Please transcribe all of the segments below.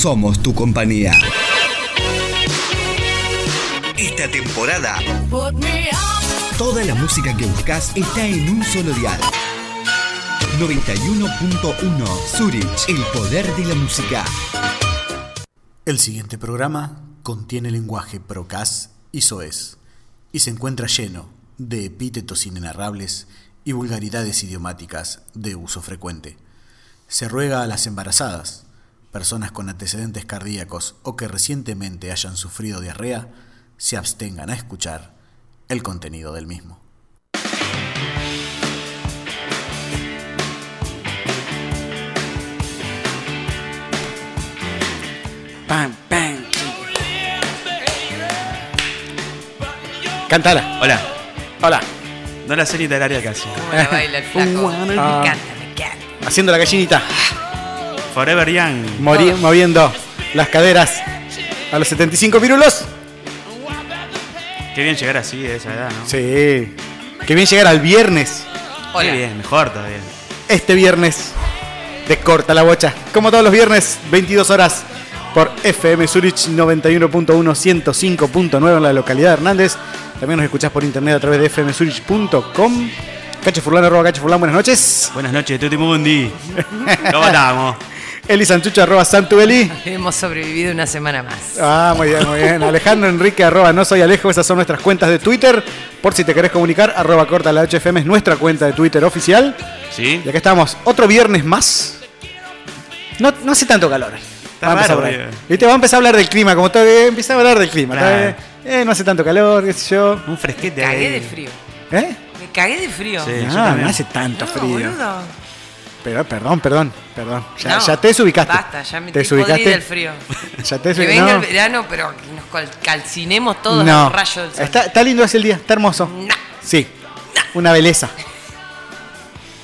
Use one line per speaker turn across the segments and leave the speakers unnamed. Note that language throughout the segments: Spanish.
somos tu compañía. Esta temporada, toda la música que buscas está en un solo dial. 91.1 Zurich, el poder de la música.
El siguiente programa contiene lenguaje procaz y soez y se encuentra lleno de epítetos inenarrables y vulgaridades idiomáticas de uso frecuente. Se ruega a las embarazadas, personas con antecedentes cardíacos o que recientemente hayan sufrido diarrea, se abstengan a escuchar el contenido del mismo.
Pam, pam. Cantala.
Hola,
Hola.
no la serie literaria casi.
¿Cómo la baila el flaco?
Ah.
Me encanta, me encanta.
Haciendo la gallinita.
Forever Young.
Mori- moviendo las caderas a los 75 pirulos.
Qué bien llegar así de esa edad, ¿no?
Sí. Que bien llegar al viernes.
Qué
Hola.
bien, mejor todavía.
Este viernes. De corta la bocha. Como todos los viernes, 22 horas. Por FM Zurich 91.1, 105.9 en la localidad de Hernández. También nos escuchás por internet a través de fmzurich.com. Cacho Furlan, arroba Cacho Furlan, buenas noches.
Buenas noches, Tutti Mundi. ¿Cómo estamos?
Eli Santucho, arroba Santubeli.
Hemos sobrevivido una semana más.
Ah, muy bien, muy bien. Alejandro Enrique, arroba no soy Alejo, esas son nuestras cuentas de Twitter. Por si te querés comunicar, arroba corta la HFM es nuestra cuenta de Twitter oficial.
¿Sí?
Y acá estamos, otro viernes más. No, no hace tanto calor.
Está
a empezar
raro,
a hablar.
boludo.
Viste, va a empezar a hablar del clima, como todo bien, empieza a hablar del clima. está
Claro.
bien. Eh, no hace tanto calor, qué sé yo.
Un fresquete ahí.
Cagué de frío.
¿Eh?
Me cagué de frío.
Sí, yo
Ah,
también.
no hace tanto
No,
frío.
boludo.
Pero, perdón, perdón, perdón. Ya,
No,
ya te desubicaste.
Basta, ya me
te
estoy
desubicaste.
podrida del frío.
Ya te
Que
desubicaste.
venga el verano, pero que nos cal- calcinemos todos
no.
al rayo del sol.
Está, está lindo hace el día, está hermoso.
No.
Sí. Una belleza.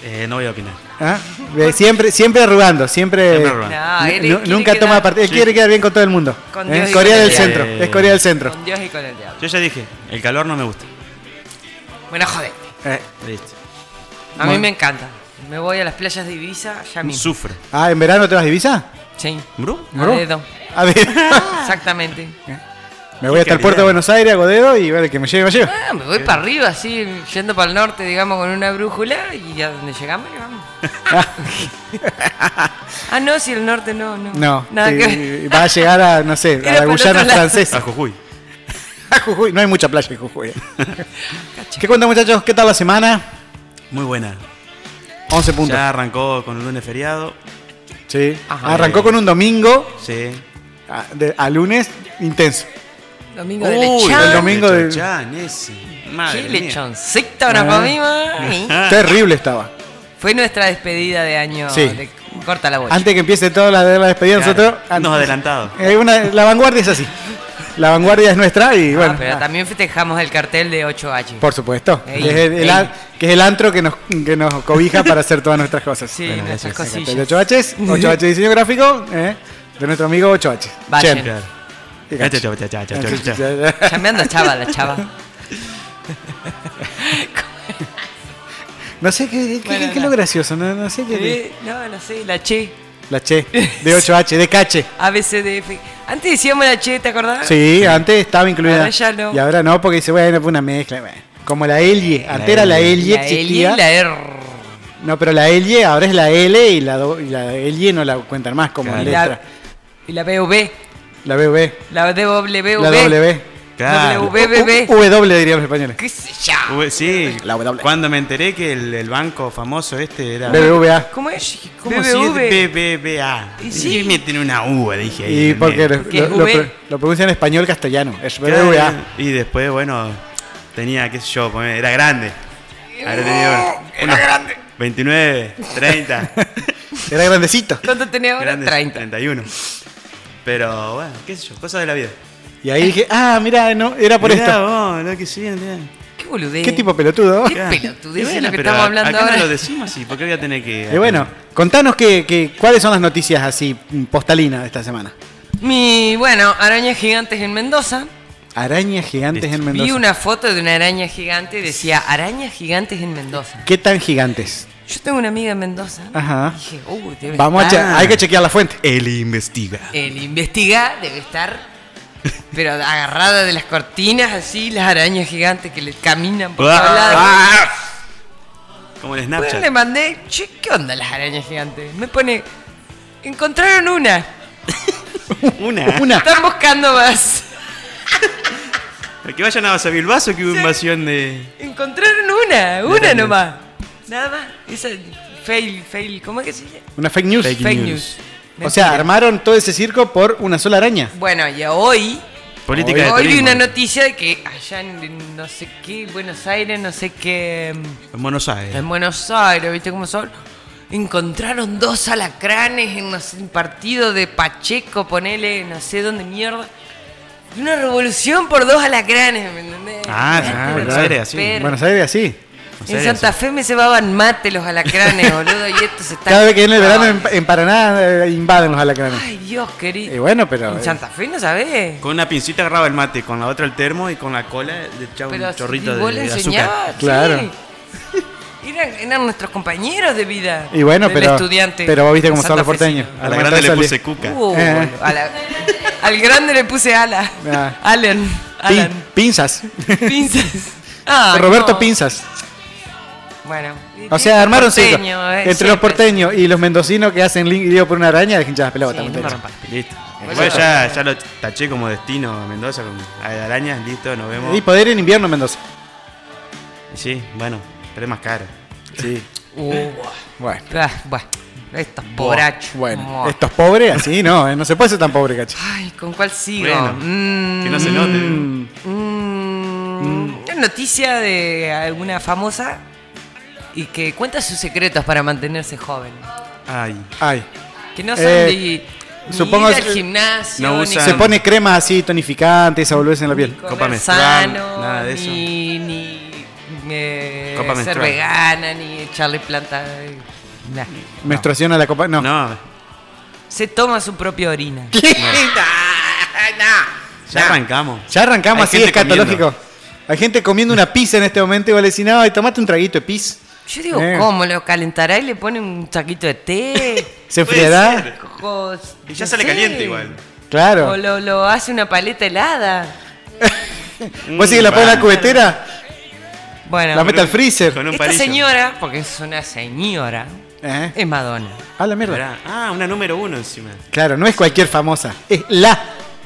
Eh, no voy a opinar.
¿Ah? Ve, Siempre, siempre arrugando, siempre.
Siempre arrugando.
No,
Nu-
él
nu-
quiere
nunca
quedar
toma partido. Él
Sí.
quiere quedar bien con todo el mundo.
Con
¿Eh?
Dios y
Corea
con
del
el
centro.
diablo.
Es Corea del centro.
Con Dios y con el diablo.
Yo ya dije, el calor no me gusta.
Bueno, joder.
Eh,
Listo.
A
Bueno.
mí me encanta. Me voy a las playas de Ibiza ya mismo.
Sufre.
Ah, ¿en verano te vas de Ibiza?
Sí.
¿Bru?
A dedo.
A ver.
Exactamente.
me voy hasta el
calidad.
puerto de Buenos Aires, hago dedo y ver que me lleve, me lleve.
Ah, me voy para arriba, así, yendo para el norte, digamos, con una brújula y a donde llegamos, llegamos. ah, no, si el norte no, no.
No.
Nada
sí,
que ver.
va a llegar a, no sé, a
para
la
el
Guyana
otro lado.
A
francesa.
Jujuy.
A Jujuy. No hay mucha playa en Jujuy. eh. ¿Qué cuentan, muchachos? ¿Qué tal la semana?
Muy buena.
11 puntos.
Ya arrancó con el lunes feriado.
Sí.
Ajá.
Arrancó con un domingo
Sí.
a, de- a lunes intenso.
Domingo de
Uy,
lechón.
el domingo de-
lechón ese. Madre
Qué
mía.
lechoncito nos
Ah.
comimos.
Ah.
Terrible estaba.
Fue nuestra despedida de año
Sí.
de Corta la Bocha.
Antes que empiece toda la, la despedida,
Claro,
nosotros. antes-
nos adelantado.
Eh, una- la vanguardia es así. La vanguardia es nuestra y
Ah,
bueno.
pero
ah,
también festejamos el cartel de 8H.
Por supuesto.
Ey,
que, es el, el a-
ey.
que es el antro que nos, que nos cobija para hacer todas nuestras cosas.
Sí,
Bueno,
nuestras
gracias.
cosillas.
El 8H, 8H diseño gráfico, eh, de nuestro amigo 8H.
Vayan. Este
Chen.
Claro.
Y Gachi.
Chau, chau, chau, chau, chau, chau.
Ya me anda chava la chava.
No sé qué, qué- qué-
Bueno,
qué es lo
no.
gracioso, no, no sé qué.
Eh, no, no sé, la Che.
La Che, de 8H, de Cache.
ABCDF. Antes decíamos la Che, ¿te acordás?
Sí, antes estaba incluida.
Ahora ya no.
Y ahora no, porque dice, bueno, fue una mezcla. bueno. Como la Elie, antes era la
La
Elie
L y
existía.
la R.
No, pero la L ahora es la L y la, do- y la L no la cuentan más como
Claro.
letra.
Y la BV.
La BV,
La DWV.
la W.
Claro.
WBB.
U- W dirían los españoles.
¿Qué sé yo?
Uy, Sí,
La W.
cuando me enteré que el, el banco famoso este era...
BBVA.
¿Cómo es?
¿Cómo
BBV.
si es BBVA?
Y
Y
sí.
sí. tiene una U, dije. ahí
Y
también.
porque lo,
Porque es
lo- lo
V.
pro- lo pronuncian en español castellano. Es
Claro,
BBVA.
Y después, bueno, tenía, qué sé yo, ponele, era grande. Habré tenido
Oh,
unos 29, 30,
Era grandecito.
¿Cuánto tenía ahora?
grandes,
30.
31. Pero bueno, qué sé yo, cosas de la vida.
Y ahí dije, ah, mira, no, era por
Mirá
esto.
vos, lo que sí, mirá.
Qué boludez.
Qué tipo pelotudo.
Qué pelotudez
Y
es lo que
pero
estamos
a-
hablando
acá
ahora.
no lo decimos así, porque voy a tener que...
Y Eh, bueno, contanos que, que- cuáles son las noticias así mm, postalinas de esta semana.
Mi, bueno, arañas gigantes en Mendoza.
Arañas gigantes
Listo.
en Mendoza.
Vi una foto de una araña gigante y decía arañas gigantes en Mendoza.
¿Qué tan gigantes?
Yo tengo una amiga en Mendoza.
Ajá.
Dije, uh, debe
Vamos a che-
estar-
hay que chequear la fuente.
Él investiga.
El investiga debe estar, pero agarrada de las cortinas, así, las arañas gigantes que le caminan por
Ah,
todos lados.
Como el
Bueno, le
Snapchat.
mandé, che, ¿qué onda las arañas gigantes? Me pone, encontraron una,
Una.
Una.
están buscando más.
Que vayan a Bilbaso que hubo invasión de.
Encontraron una, una nomás. Nada más, esa fail, fail, ¿cómo es que se llama?
Una fake news.
Fake
Fake
news.
news.
O sea,
Mentira.
armaron todo ese circo por una sola araña.
Bueno, y hoy
Política de
Hoy vi
turismo.
una noticia de que allá en no sé qué, Buenos Aires, no sé qué, mm,
En Buenos Aires.
en Buenos Aires, ¿viste cómo son? Encontraron dos alacranes en no sé, un partido de Pacheco, ponele, no sé dónde mierda. Y una revolución por dos alacranes, ¿me entendés?
Ah,
Una
ah,
locura.
Buenos Aires, así.
Pero-
Buenos Aires, sí.
Buenos
En
Aires,
Santa
sí.
Fe me cebaban mate los alacranes, boludo, y esto se está...
Cada vez que viene el verano en, en Paraná eh, invaden los alacranes.
Ay, Dios querido.
Y bueno, pero.
en
eh,
Santa Fe no sabés.
Con una pincita agarraba el mate, con la otra el termo y con la cola le echaba
Pero
un chorrito
si
de,
vos
de
le
azúcar.
enseñabas,
Claro.
sí. Eran, eran nuestros compañeros de vida.
Y bueno,
del
pero-
estudiante.
pero vos viste cómo son los
santafesino.
porteños.
A la grande le
Sale.
puse cuca.
Uh,
Eh.
a la- al grande le puse ala.
Ah.
Alan.
pin-
Alan.
pinzas.
Pinzas. Ay,
Roberto
no.
Pinzas.
Bueno.
O sea, armaron circo.
Porteño, eh,
Entre los
siempre.
porteños y los mendocinos que hacen link y digo por una araña, dejen ya las
Sí,
pelotas.
no me
muchachos.
rompas.
Listo.
Bueno,
Igual
ya-
ya, ya lo taché como destino a Mendoza con arañas, listo, nos vemos.
y poder en invierno en Mendoza.
Sí, bueno, pero es más caro.
Sí.
Uh,
Bueno.
ah, bueno. Estos borrachos.
Bueno,
Buah.
estos pobres, así no, eh, no se puede ser tan pobre, cacho.
Ay, ¿con cuál sigo?
Bueno,
Mm,
Que no se note.
Mm, Una noticia de alguna famosa y que cuenta sus secretos para mantenerse joven.
Ay.
Ay.
Que no son
Eh,
ni- ni
supongo
ir al
que-
gimnasio,
no
ni
usan-
Se pone crema así tonificante, esa boludez en la piel.
comer
copa menstrual,
sano,
nada de eso.
ni, ni, eh,
Copa
ser
menstrual.
vegana, ni echarle planta. eh, nah.
Menstruación a la copa. No.
No,
Se toma su propia orina.
ya arrancamos.
Ya arrancamos
Hay
así,
gente
escatológico. Hay gente comiendo una pizza en este momento y vos le decís, no, y tomate un traguito de pizza.
Yo digo,
Eh.
¿cómo? ¿Lo calentará y le pone un saquito de té?
Se
Puede
enfriará.
ser.
Co-
Y ya
no
sale
sé.
caliente igual.
O
Claro.
lo, lo hace una paleta helada.
Vos sí que la
Mm,
pones en la
va.
cubetera,
Bueno,
la mete al
Con
freezer.
un
esta
palillo.
señora, porque es una señora,
Eh.
es Madonna.
A la mierda.
Pará. Ah, una número uno encima.
Claro, no es cualquier famosa. Es la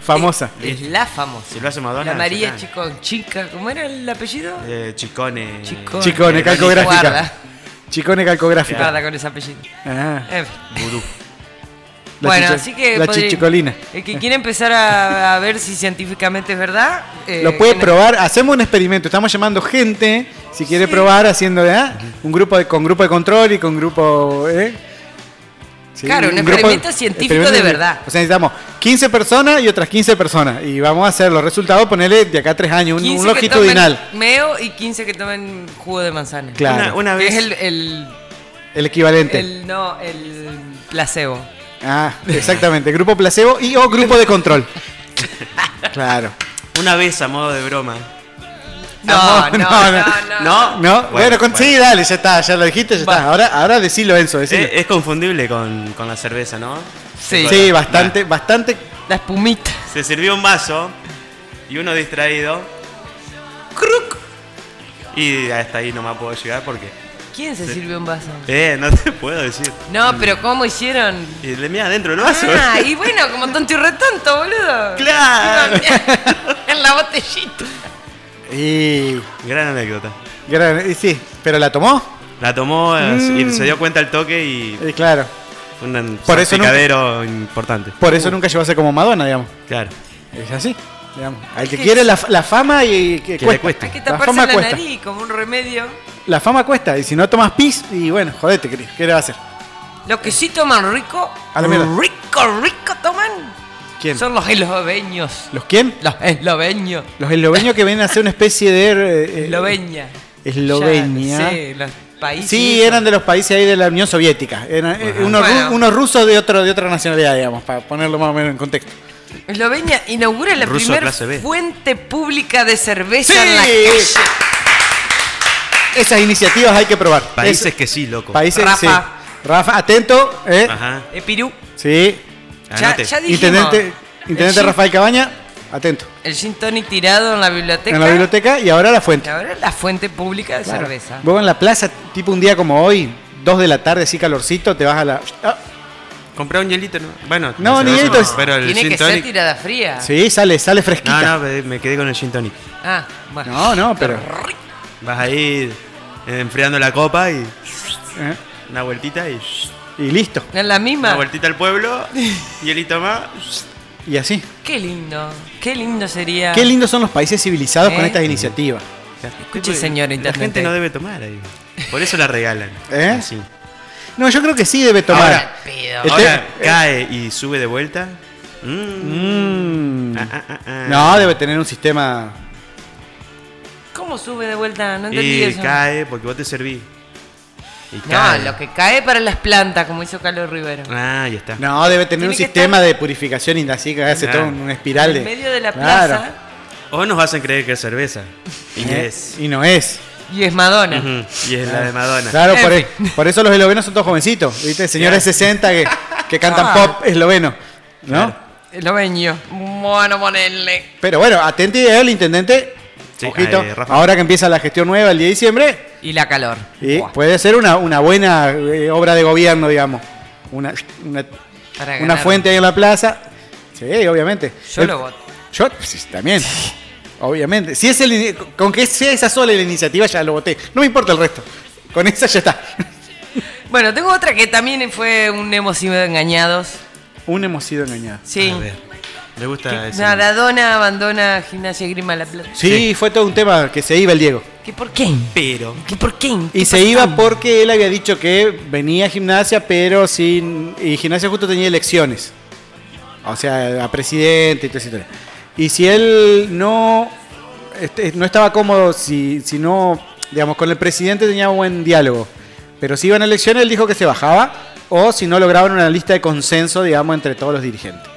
famosa.
Eh.
Es la famosa.
Si lo hace Madonna,
La María
ya
Chico, chica, ¿cómo era el apellido?
Eh, chicone.
Chicone.
Chicone, calcográfica.
Guarda,
Chicone calcográfica.
guarda con ese apellido.
Ah,
En fin.
Gurú.
la
bueno,
chicha-
así que.
La
podría-
chichicolina.
El que quiere empezar a, a ver si científicamente es verdad. eh,
Lo puede
que-
probar, hacemos un experimento, estamos llamando gente, si quiere probar, haciendo ¿eh? un grupo de, con grupo de control y con grupo... ¿eh? Sí,
Claro, un
grupo-
experimento científico de verdad.
O sea, necesitamos 15 personas y otras 15 personas. Y vamos a hacer los resultados, ponerle de acá a tres años, un, un
15 que
longitudinal.
tomen meo y 15 que tomen jugo de manzana.
Claro.
Una, una
Que
vez.
es el- el
El equivalente.
El no, el placebo.
Ah, exactamente. Grupo placebo y o grupo de control. Claro.
Una vez a modo de broma.
No, no, no, no.
No,
No, bueno,
Bueno,
con-
bueno.
sí, dale, ya está, ya lo dijiste, ya está. Ahora, ahora decilo, Enzo, decilo.
Eh, es confundible con, con la cerveza, ¿no?
eh, Sí.
sí, bastante, bastante.
La espumita.
Se sirvió un vaso y uno distraído.
Cruc.
Y hasta ahí no me puedo llegar porque.
¿Quién se sirvió un vaso?
Eh, no te puedo decir.
No, pero ¿cómo hicieron?
Y le mira dentro del vaso.
Ah, y bueno, como tonto y retonto, boludo.
Claro.
en la botellita.
Y.
Gran anécdota.
gran- y sí, pero la tomó.
La tomó eh, y se dio cuenta al toque y
Y claro.
fue un
Mm. Por eso nunca-
picadero importante.
Por eso nunca llegó a ser como Madonna, digamos.
Claro.
Es así. Digamos. Al que
que
quiere
es-
la, la fama y que
Que le
cuesta.
cueste.
Hay que
La
taparse
fama
la
cuesta.
nariz como un remedio.
La fama cuesta. Y si no tomas pis, y bueno, jodete, ¿qué, qué le va a hacer?
Lo que sí toman rico,
A la mierda.
rico, rico toman,
¿Quién?
son los esloveños.
¿Los quién?
Los esloveños.
Los esloveños que vienen a hacer una especie de. eh, eh,
Eslovenia.
Eslovenia.
Ya, Sí, los países.
Sí, eran de los países ahí de la Unión Soviética. Eran eh, unos, ru-
Bueno.
unos rusos de otro de otra nacionalidad, digamos, para ponerlo más o menos en contexto.
Eslovenia inaugura la
Ruso
primera
clase B.
fuente pública de cerveza en la calle.
Esas iniciativas hay que probar.
Países
Es-
que sí, loco.
países,
Rafa.
sí. Rafa, atento. ¿eh?
Ajá.
Eh, Pirú.
Sí.
Ya,
Anote.
ya dijimos.
Intendente, intendente
el gin-
Rafael Cabaña, atento.
El gin tonic tirado en la biblioteca.
En la biblioteca y ahora la
Y
fuente.
ahora la fuente pública de
Claro.
cerveza.
Vos en la plaza, tipo un día como hoy, 2 de la tarde, así calorcito, te vas a la. Ah,
Compré un hielito, ¿no? Bueno,
No,
la
ni
cerveza
hielito.
no, Pero el
Tiene
gin
que ser
tonic.
tirada fría.
sí, sale, sale fresquita.
No, no, pero me quedé con el gin tonic.
Ah, bueno.
No, no, pero.
Vas ahí eh, enfriando la copa y
eh,
una vueltita y
Y listo.
¿No es la
una
misma?
vueltita al pueblo, hielito más.
Y así.
Qué lindo. Qué lindo sería.
Qué lindos son los países civilizados con
Ah. ¿Eh?
estas iniciativas.
Escuche, señor
La
intendente.
gente no debe tomar ahí. Por eso la regalan. Ah,
¿Eh? Este-
Así.
No, yo creo que sí debe tomar.
Ahora,
Al pedo.
El
Ahora
te-
cae y sube de vuelta. Mm.
Mm.
Ah, ah, ah, ah.
No, debe tener un sistema.
¿Cómo sube de vuelta? No entendí
Y
eso.
cae porque vos te serví. Y
No, lo que cae para las plantas, como hizo Carlos Rivero.
Ah, ahí está.
No, debe tener
Tiene
un
que
sistema de purificación y así que hace
Claro.
todo un, un espiral de.
En medio de la
Claro.
plaza.
O nos hacen creer que es cerveza. Y
¿Eh?
es.
Y no es.
Y es Madonna.
Ujú, Y es
Ah.
la de Madonna.
Claro, por, e-
En
por eso los eslovenos son todos jovencitos. ¿Viste? Señores
Claro.
60 que, que cantan
Ah.
pop esloveno. ¿No?
Claro.
Lo veño. Bueno, ponele.
Pero bueno, atenti el intendente.
Sí,
Ojito,
eh, Rafa.
ahora que empieza la gestión nueva el 10 de diciembre,
Y la calor.
y
Buah,
puede ser una, una buena eh, obra de gobierno, digamos. Una, una,
para
una
ganar.
fuente ahí en la plaza. Sí, obviamente.
Yo
El-
lo voto.
Yo sí, también. Obviamente. Si es el, ini- con que sea esa sola la iniciativa, ya lo voté. No me importa el resto. Con esa ya está.
Bueno, tengo otra que también fue un hemos sido engañados.
Un hemos sido engañados.
Sí.
A ver, Me gusta
Que
ese.
Maradona abandona Gimnasia y Grima La Plata.
Sí,
Sí.
fue todo un tema que se iba el Diego.
¿Qué por qué?
Pero.
¿Qué por qué?
Y se iba porque él había dicho que venía a gimnasia, pero sin. Y gimnasia justo tenía elecciones. O sea, a presidente y todo eso. Y si él no. este, no estaba cómodo, si, si no. Digamos, con el presidente tenía buen diálogo. Pero si iban a elecciones, él dijo que se bajaba. O si no lograban una lista de consenso, digamos, entre todos los dirigentes.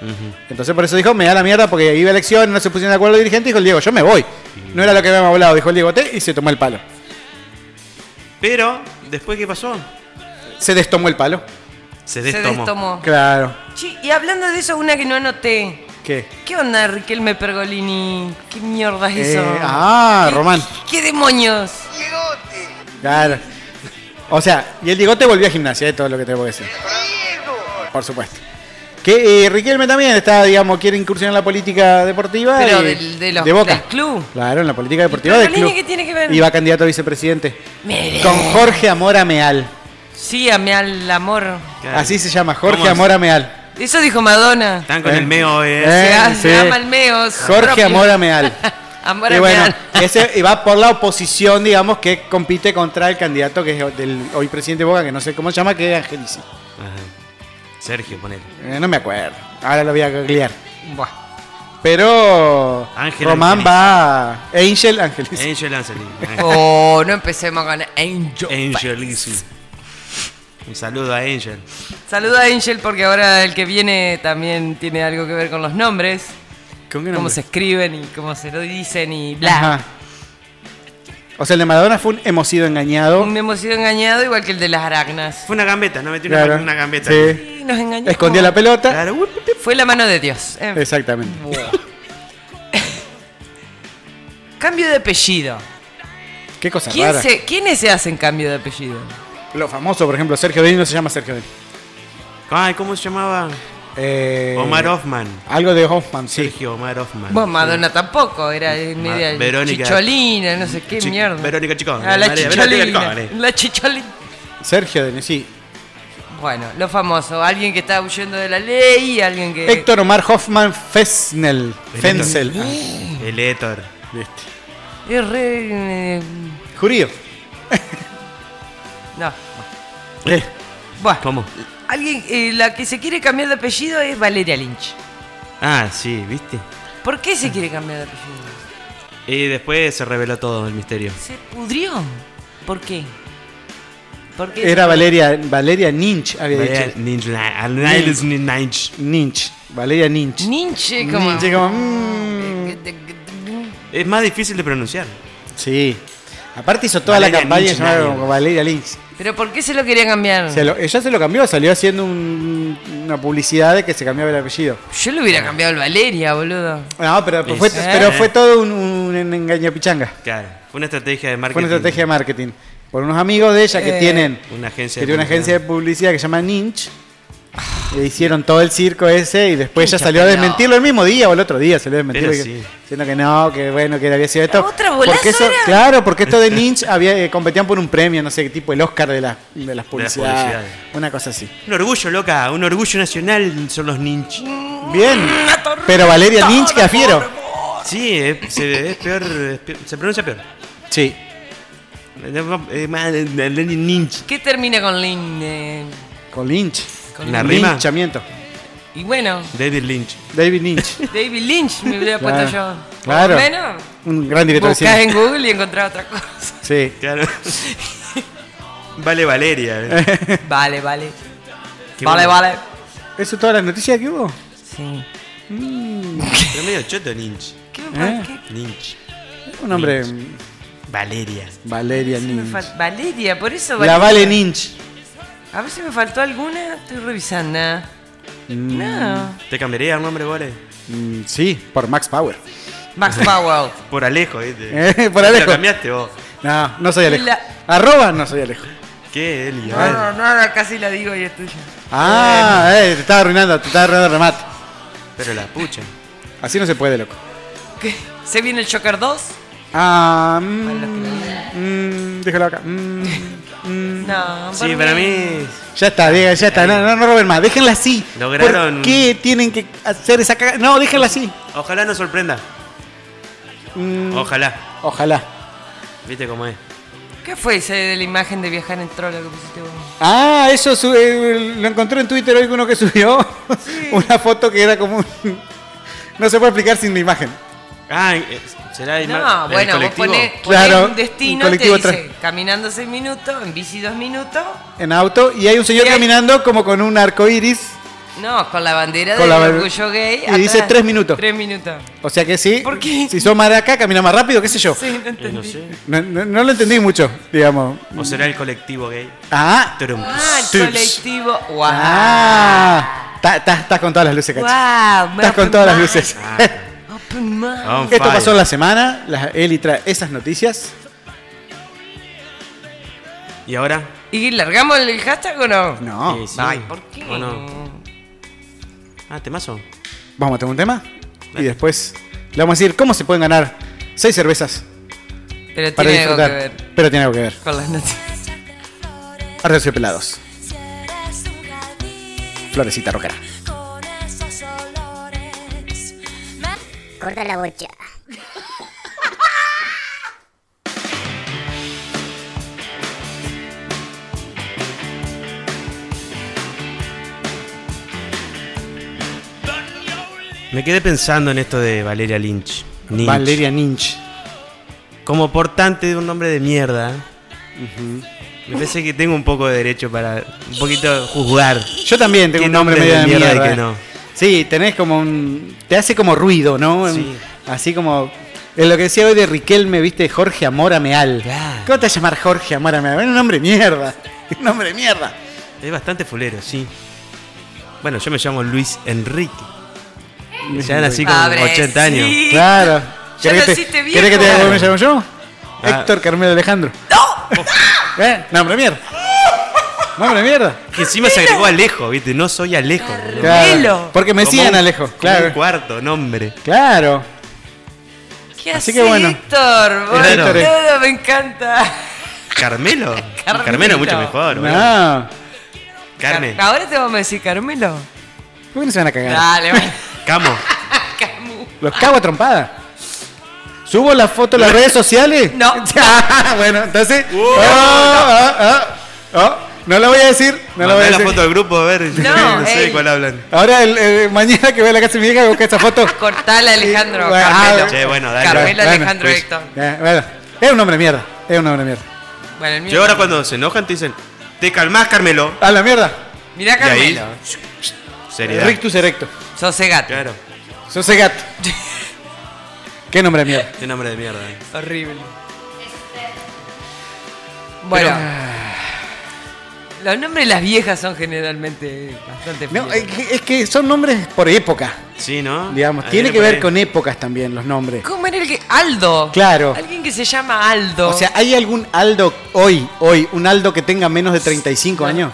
Entonces por eso dijo, me da la mierda porque iba a elecciones, no se pusieron de acuerdo los dirigentes. Dijo el Diego, yo me voy. No era lo que habíamos hablado, dijo el Diego T. Y se tomó el palo.
Pero, ¿después qué pasó?
Se destomó el palo.
Se
Se destomó.
destomó.
Claro.
Sí, y hablando de eso, una que no anoté.
¿Qué?
¿Qué onda, Riquelme Pergolini? ¿Qué mierda es
Eh,
eso?
ah,
¿Qué-
Román.
¿Qué demonios?
Claro. O sea, y el Digote volvió a gimnasia, es todo lo que te puedo decir. Por supuesto. Que eh, Riquelme también está, digamos, quiere incursionar en la política deportiva.
Pero
y-
del- de los-
Boca.
del club.
Claro, en la política deportiva
¿Y
del
Pergolini
club.
qué tiene que ver? Eh.
Y va candidato a vicepresidente.
Mire.
Con Jorge Amora Meal.
Sí, ame al amor.
Claro.
Así se llama,
¿Cómo
Jorge
es?
Amora Meal.
Eso dijo Madonna.
Están con
Eh.
el meo, eh.
Eh.
se, ha- se
sí.
llama el meos.
Jorge
Ah, propio.
Amora Meal.
Amor
y
al
bueno,
meal.
ese y va por la oposición, digamos, que compite contra el candidato que es del hoy presidente de Boca, que no sé cómo se llama, que es Angelici.
Ajá. Sergio, ponele.
Eh, no me acuerdo. Ahora lo voy a googlear.
Buah.
Pero
Ángel Eh,
Román
Angelis.
va a Angel Angelis.
Angel Anselin.
Oh, no empecemos con Angel.
Angel Easy. Un saludo a Angel.
Saluda a Angel porque ahora el que viene también tiene algo que ver con los nombres.
¿Con
Cómo se escriben y cómo se lo dicen y bla.
Ajá. O sea, el de Maradona fue un hemos sido engañado.
Oh. Me hemos sido engañado igual que el de las aracnas.
Fue una gambeta, no metí una,
Claro.
una gambeta.
Sí.
Sí, nos engañó.
Escondió la pelota.
Claro. uh, Uy, puti.
Fue la mano de Dios. En fin.
Exactamente.
Buah. cambio de apellido.
Qué cosa
¿Quién
rara.
se, ¿Quiénes se hacen cambio de apellido?
Lo famoso, por ejemplo, Sergio Denis no se llama Sergio Denis.
Ay, ¿cómo se llamaba?
Eh,
Omar Hoffman.
Algo de Hoffman, sí.
Sergio Omar Hoffman.
Bueno, Madonna tampoco, era eh,
Ma-
media
Verónica-
chicholina, no sé qué
Chi-
mierda.
Verónica Chicón.
Ah, la
María- Verónica
chicholina.
Chicón, eh.
La chicholina.
Sergio Denis, sí.
Bueno, lo famoso, alguien que está huyendo de la ley, alguien que...
Héctor Omar Hoffman Fesnel. Fensel. Ah,
El Héctor.
viste.
es re, eh,
Jurío.
no.
Eh,
Bueno,
¿Cómo?
Alguien, eh, la que se quiere cambiar de apellido es Valeria Lynch.
Ah, sí, ¿viste?
¿Por qué
Ah.
se quiere cambiar de apellido?
Y después se reveló todo el misterio.
Se pudrió. ¿Por qué? ¿Por qué?
Era Valeria, Valeria Ninch, había
Vaya,
dicho.
ninja- al- Niles Ninch.
Ninch. Valeria Ninch.
Ninche como...
Ninch, como, mm.
Es más difícil de pronunciar.
Sí. Aparte hizo toda la
Valeria
campaña
Lynch,
llamada
nadie.
como Valeria Lynch.
¿Pero por qué se lo quería cambiar?
Se lo- ella se lo cambió, salió haciendo un- una publicidad de que se cambiaba el apellido.
Yo le hubiera cambiado el Valeria, boludo.
No, pero,
Sí,
fue,
sí.
pero fue todo un, un engaño pichanga.
Claro, fue una estrategia de marketing.
Fue una estrategia de marketing. Por unos amigos de ella que
Eh.
tienen
Una agencia
que
de
tiene una
publicidad. Ah.
agencia de publicidad que se llama Ninch. Le hicieron todo el circo ese y después
Qué
ella salió a
chapelado.
desmentirlo el mismo día o el otro día salió a desmentirlo.
Pero
y-
sí.
Diciendo que no, que bueno, que había sido esto.
otra bolaza
porque eso,
era.
claro, porque esto de Ninch había, eh, competían por un premio, no sé qué tipo, el Oscar de, la- de las publicidades.
publicidades.
Una cosa así.
Un orgullo, loca, un orgullo nacional son los ninch.
Bien. Pero Valeria Ninch, que afiero.
Sí, es, se, es peor, es peor- se pronuncia peor.
Sí.
Eh, mal, eh, Lenny Ninch.
¿Qué termina con Lin? eh?
Con Lynch.
Con
¿La rima?
Lynchamiento.
Y bueno,
David Lynch.
David Lynch.
David Lynch me hubiera
Claro.
puesto yo.
Claro.
Bueno,
Un gran director de
buscás
cine.
en Google y encontrás otra cosa.
Sí.
Claro. vale Valeria. eh.
Vale, vale.
Qué
Vale,
bueno.
vale.
¿Eso todas las noticias que hubo?
Sí.
Pero medio choto Ninch.
¿Qué me fal-
¿Eh?
qué-
Ninch.
Un hombre. mm,
Valeria.
Valeria
qué me
Ninch.
fal- Valeria, por eso
La Vale Ninch.
A ver si me faltó alguna, estoy revisando. No.
¿Te cambiaría el nombre, Vale?
Mm, sí, por Max Power.
Max Powell.
Por Alejo, ¿viste?
Eh, por Alejo.
Lo cambiaste vos.
No, no soy Alejo.
La-
Arroba no soy Alejo.
¿Qué, eh. Eli? A
No,
ver.
no, no, no, casi la digo y es tuya.
Ah, eh, te estaba arruinando, te estaba arruinando el remate.
Pero la pucha.
Así no se puede, loco.
¿Qué? ¿Se viene el Shocker 2?
Ah,
Para los que no
mm, mm, déjalo acá. Mm, mm.
No,
Sí, para mí.
Ya está, Diego, ya está. No, no, no roben más. Déjenla así.
Lograron-
¿Por qué tienen que hacer esa cagada? No, déjenla así.
Ojalá no sorprenda.
Mm,
Ojalá.
ojalá.
¿Viste cómo es?
¿Qué fue ese de la imagen de viajar en trola que pusiste vos?
Ah, eso su- eh, lo encontré en Twitter hoy uno que subió una foto que era como un- No se puede explicar sin la imagen.
Ah, eh, será ima-
No,
el
bueno, vos
colectivo.
ponés, ponés
Claro,
un destino
un
y te
colectivo
dice caminando 6 minutos, en bici 2 minutos.
En auto y hay un señor
Y hay-
caminando como con un arco iris.
No, con la bandera
Con
del
la ba-
orgullo gay.
y dice tres minutos.
3 minutos.
O sea que sí.
¿Por qué?
Si sos maraca, camina más rápido, qué sé yo.
Sí, no
Eh,
entendí.
no sé.
No, no- no lo entendí mucho, digamos.
O será el colectivo gay.
Ah.
Turum.
Ah, el
Tips.
colectivo. Wow.
Ah. Estás con todas las luces, cacho.
wow. me
Estás con
open
todas las
mind,
luces.
Ah, Open mind.
On
Esto
fire.
pasó en la semana. La Eli trae esas noticias.
¿Y ahora?
¿Y largamos el hashtag o no?
No.
Eh, sí.
Ay, ¿por qué?
¿O no? Ah, temazo.
Vamos a tener un tema. Y después le vamos a decir cómo se pueden ganar seis cervezas
Pero
para
tiene algo que
disfrutar.
ver
Pero tiene algo que ver.
con las noticias.
Arterciopelados.
Si eres un jardín
Florecita rojera.
con esos olores, me
Corta la bocha.
Me quedé pensando en esto de Valeria Lynch. Ninch.
Valeria Ninch.
Como portante de un nombre de mierda. Me parece que tengo un poco de derecho para un poquito juzgar.
Yo también tengo
Qué
un nombre
nombre
medio de
de
mierda.
mierda y
eh.
que no.
Sí, tenés como un... Te hace como ruido, ¿no?
Sí.
Así como... En lo que decía hoy de Riquelme, viste, Jorge Amora Meal.
Claro.
¿Cómo te vas a llamar Jorge Amora Meal? Bueno, Un nombre de mierda. Un nombre de mierda.
Es bastante fulero, sí. Bueno, yo me llamo Luis Enrique. Me llaman así como
Abre,
80 años.
sí.
Claro.
Ya
¿Querés que te-
naciste viejo.
¿Querés que te diga cómo me llamo yo?
Ah.
Héctor Carmelo Alejandro. ¡No! ¿Eh? Nombre de mierda. Nombre de mierda.
Que encima se agregó Alejo, ¿viste? No soy Alejo. boludo.
Carmelo.
Porque me
Como
decían
un-
Alejo.
como Un
Claro.
cuarto nombre.
Claro.
¿Qué
Así
haces,
que bueno. eh.
Héctor?
Claro.
Boludo, me encanta.
Carmelo.
Carmelo.
Carmelo mucho mejor, boludo.
No.
Carmen.
Car- Ahora te vamos a decir Carmelo.
¿Por qué no se van a cagar?
Dale, bueno.
Camo.
Camus.
Los cago a trompada. ¿Subo la foto a las redes sociales?
No.
Ah, bueno, entonces.
Uh,
Ah, ah, ah. No lo voy a decir. No lo voy a
Mandá la
decir.
foto al grupo a ver. No, sé
ey.
de cuál hablan.
Ahora, el, el- mañana que voy a la casa de mi hija, busca esa foto.
Cortala, Alejandro.
Sí, bueno,
Carmelo.
ah,
Che, bueno, dale.
Carmelo,
Bueno,
Alejandro,
pues.
Héctor.
Eh, bueno, es un hombre de mierda. Es un hombre de mierda.
Bueno, el mío.
Yo ahora cuando se enojan te dicen, te calmás, Carmelo.
A la mierda.
Mirá,
Y ahí,
Carmelo.
seriedad.
Rictus erecto.
Sosegato.
Claro,
Sos ese gato. Qué nombre de mierda.
qué nombre de mierda. eh.
Este.
Horrible. Bueno. Los nombres de las viejas son generalmente bastante
No, es
fieles.
que- es que son nombres por época,
Sí, ¿no?
digamos.
Ahí
Tiene
viene
que
por
ver
ahí.
con épocas también los nombres.
¿Cómo era el que? Aldo.
Claro.
Alguien que se llama Aldo.
O sea, ¿hay algún Aldo hoy, hoy, un Aldo que tenga menos de 35
No.
años?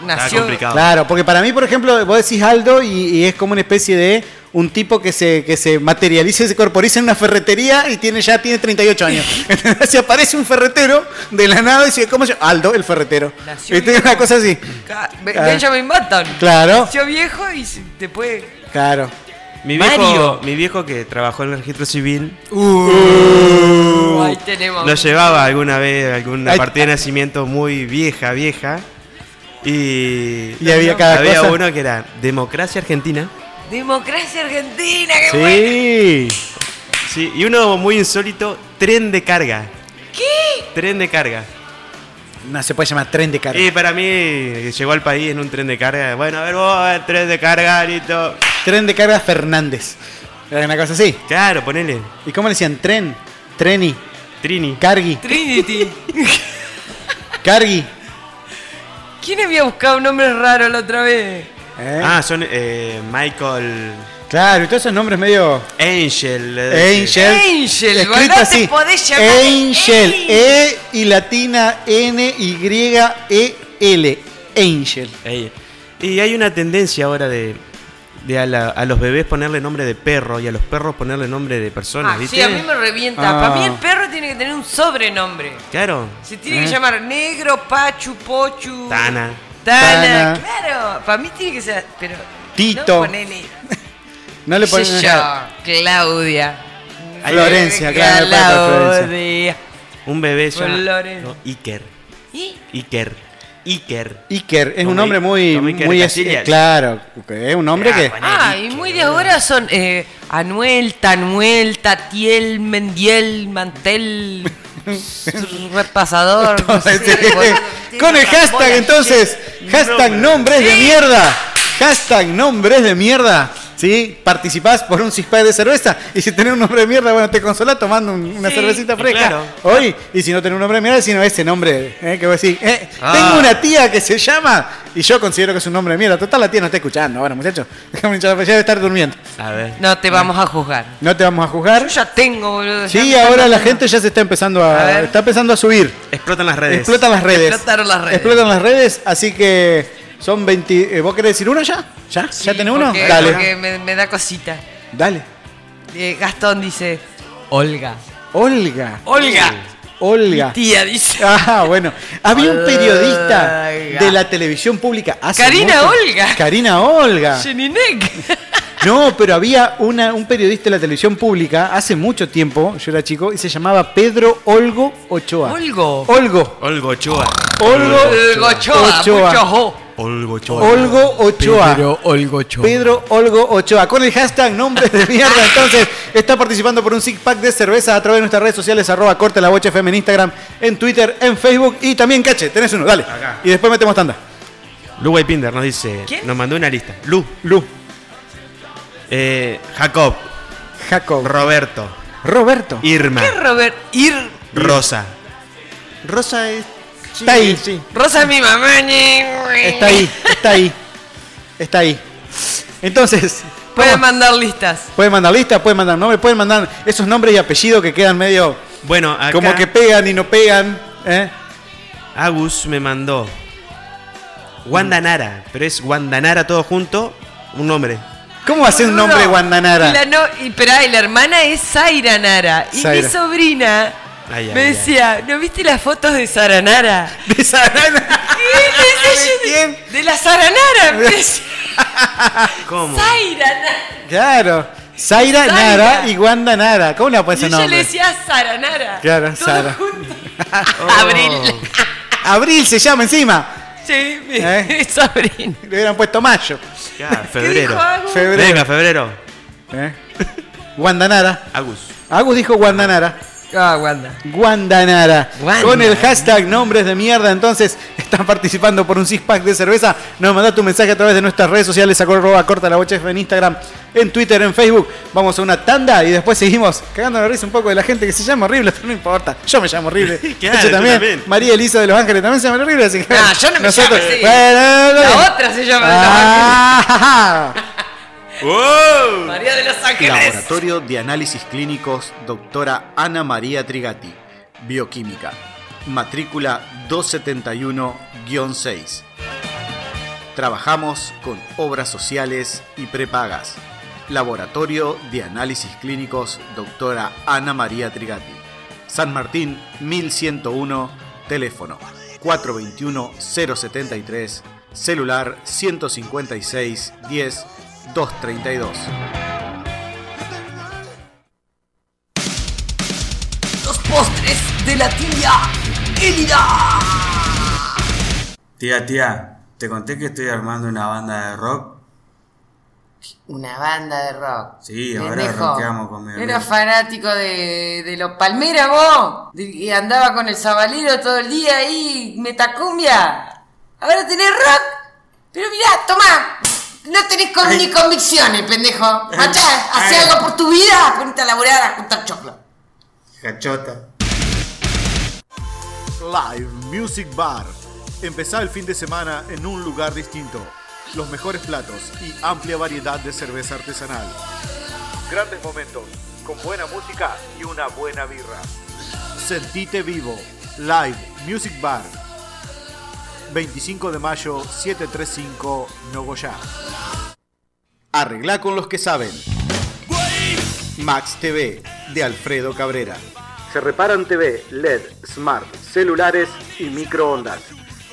Está
nació.
complicado.
Claro, porque para mí, por ejemplo, vos decís Aldo y, y es como una especie de un tipo que se, que se materializa, se corporiza en una ferretería y tiene ya tiene 38 años. Entonces se aparece un ferretero de la nada y dice, ¿cómo se llama? Aldo, el ferretero.
Nació
¿Viste?
viejo.
Una cosa así.
Ca- Be-
Ah.
Benjamin Button.
Claro.
Nació viejo y se- después.
Claro.
Mi viejo,
Mario.
mi viejo que trabajó en el registro civil
Uh.
Uh.
ahí tenemos.
lo llevaba alguna vez alguna
Ay,
partida de nacimiento muy vieja, vieja. Y,
Y había cada
había
cosa.
uno que era Democracia Argentina.
Democracia Argentina, qué bueno.
Sí.
Sí, y uno muy insólito, tren de carga. ¿Qué? Tren de carga.
No se puede llamar tren de carga.
Eh.
Y para mí llegó al país en un tren de carga. Bueno, a ver vos, a ver, tren de carga, Arito.
Tren de carga Fernández. Era una cosa así.
Claro, ponele.
¿Y cómo le decían? Tren, treni,
Trini.
cargui,
Trinity.
cargui.
¿Quién había buscado un nombre raro la otra vez?
¿Eh?
Ah, son eh, Michael
Claro, y todos esos nombres medio...
Angel. eh,
Angel.
Angel,
escrito
bueno, no te
así.
podés llamar
Angel.
Angel.
E y latina N Y E L. Angel.
Ey. Y hay una tendencia ahora de, de a, la- a los bebés ponerle nombre de perro y a los perros ponerle nombre de personas,
Ah,
¿viste?
sí, a mí me revienta.
Ah. Eh.
Para mí el perro tiene que tener un sobrenombre.
Claro.
Se tiene que llamar negro, pachu, pochu.
Tana.
Tana,
Tana.
claro. Para mí tiene que ser. Pero.
Tito.
No ponele.
No le
qué
ponen
sé
nada.
yo, Claudia.
Florencia, claro, el perro de Florencia.
Claudia.
Un bebé se llama-
Flores.
no, Iker.
¿Y?
Iker. Iker.
Iker es un
Como
nombre
I-
muy.
como Iker
muy eh,
Casillas.
claro, es un nombre que.
Ah, y muy de ahora son eh, Anuel, Tanuel, Tatiel, Mendiel, Mantel, repasador. no sé, boludo.
Con
Tiene una
el
bola
hashtag
de
entonces. Hashtag nombres de mierda. Hashtag nombres de mierda. ¿Sí? Participás por un six pack de cerveza. Y si tenés un nombre de mierda, bueno, te consolás tomando un- una
Sí,
cervecita
y
fresca
claro.
hoy. Y si no tenés un nombre de mierda, sino ese nombre eh, que vos decís. eh,
Ah.
Tengo una tía que se llama. Y yo considero que es un nombre de mierda. Total, la tía no está escuchando. Bueno, muchachos, ya debe estar durmiendo.
A ver.
No te vamos a juzgar.
No te vamos a juzgar.
Yo ya tengo, boludo. ya
Sí,
me
ahora
están
la
matando.
gente ya se está empezando a,
A ver.
está empezando a subir.
Explotan las redes.
Explotan las redes.
Explotaron las redes.
Explotan las redes, así que son 20. eh, ¿Vos querés decir uno ya? ¿Ya? ¿Ya
Sí,
tenés uno?
porque-
Dale.
porque me, me da cosita.
Dale.
Eh, Gastón dice: Olga.
Olga.
Olga.
Olga.
Tía dice.
Ah, bueno. Había un periodista
Olga.
de la televisión pública hace
Karina
mucho-
Olga.
Karina Olga.
Jeninek.
No, pero había una- un periodista de la televisión pública hace mucho tiempo, yo era chico, y se llamaba Pedro Olgo Ochoa.
Olgo.
Olgo.
Olgo Ochoa.
Olgo.
Olgo Ochoa.
Ochoa.
mucho jo.
Olgo Ochoa.
Olgo Ochoa.
Olgo Ochoa.
Pedro Olgo Ochoa. Con el hashtag nombres de mierda. Entonces, está participando por un six pack de cerveza a través de nuestras redes sociales, arroba corte la bocha FM en Instagram, en Twitter, en Facebook y también cache. Tenés uno, dale.
Acá.
Y después metemos tanda.
Lu Pinder nos dice.
¿Quién?
Nos mandó una lista. Lu.
Lu,
Eh, Jacob.
Jacob,
Roberto.
Roberto.
Irma.
¿Qué Robert? Ir.
Rosa.
Rosa es. está ahí.
Rosa es mi mamá. ñe.
Está ahí, está ahí. Está ahí. Entonces.
Pueden
vamos.
mandar listas.
Pueden mandar lista, pueden mandar nombre, pueden mandar esos nombres y apellidos que quedan medio
Bueno, acá
como que pegan y no pegan. ¿eh?
Agus me mandó
Mm.
Guandanara, pero es Guandanara todo junto, un nombre.
¿Cómo va a ser un nombre
Boludo.
Guandanara?
Y la, no, y, esperá, y la hermana es Zaira Nara. Y
Zaira.
mi sobrina
Ay, ay,
me
ay.
decía, ¿no viste las fotos de Sara Nara?
De Sarana.
Y le decía yo,
¿De
¿De, de la Sara Nara. me decía.
¿Cómo?
Zaira Nara.
Claro. Zaira
Zaira.
Nara y Wanda Nara. ¿Cómo le va a poner
Y
ese
yo le
nombre?
decía Sara Nara.
Claro,
Todo
Sara.
junto.
Oh,
Abril.
Abril se llama encima.
Sí, mi
¿Eh?
sobrina.
Le hubieran puesto mayo.
Ya,
¿Qué
febrero.
dijo Agus?
Febrero.
Venga, febrero.
¿Eh? Guandanara.
Agus.
Agus dijo Guandanara.
Ah, Wanda.
Guandanara.
Guanda.
Con el hashtag nombres de mierda. Entonces, estás participando por un six pack de cerveza, nos mandás tu mensaje a través de nuestras redes sociales, arroba corta la bocha F en Instagram, en Twitter, en Facebook. Vamos a una tanda y después seguimos cagando la risa un poco de la gente que se llama horrible, pero no importa. Yo me llamo horrible.
Claro,
Nacho
yo
también.
también.
María Elisa de Los Ángeles también se llama horrible, así que.
Ah, yo no me
nosotros-
llamo así.
Bueno, no, no.
La otra se llama de Los
Ah,
¡Wow!
María de los Ángeles.
Laboratorio de Análisis Clínicos, doctora Ana María Trigati, Bioquímica, matrícula 271-6. Trabajamos con obras sociales y prepagas. Laboratorio de Análisis Clínicos, doctora Ana María Trigati, San Martín 1101, teléfono 421-073, celular 156 10 232.
Los postres de la tía Elida.
Tía, tía, te conté que estoy armando una banda de rock.
Una banda de rock.
Sí, ahora
Pendejo.
rockeamos con mi
Era
amigo.
fanático de, de los Palmera, vos. De- y andaba con el sabalero todo el día ahí, metacumbia. Ahora tenés rock. Pero mirá, tomá. No tenés con- ni convicciones, pendejo. Machá, hacé
Ay.
algo por tu vida. Ponete a laburar a juntar choclo.
Cachota.
Live Music Bar. Empezá el fin de semana en un lugar distinto. Los mejores platos y amplia variedad de cerveza artesanal. Grandes momentos, con buena música y una buena birra. Sentite vivo. Live Music Bar. 25 de mayo, 735, Nogoyá. Arregla con los que saben. Max TV, de Alfredo Cabrera. Se reparan TV, LED, E smart, celulares y microondas.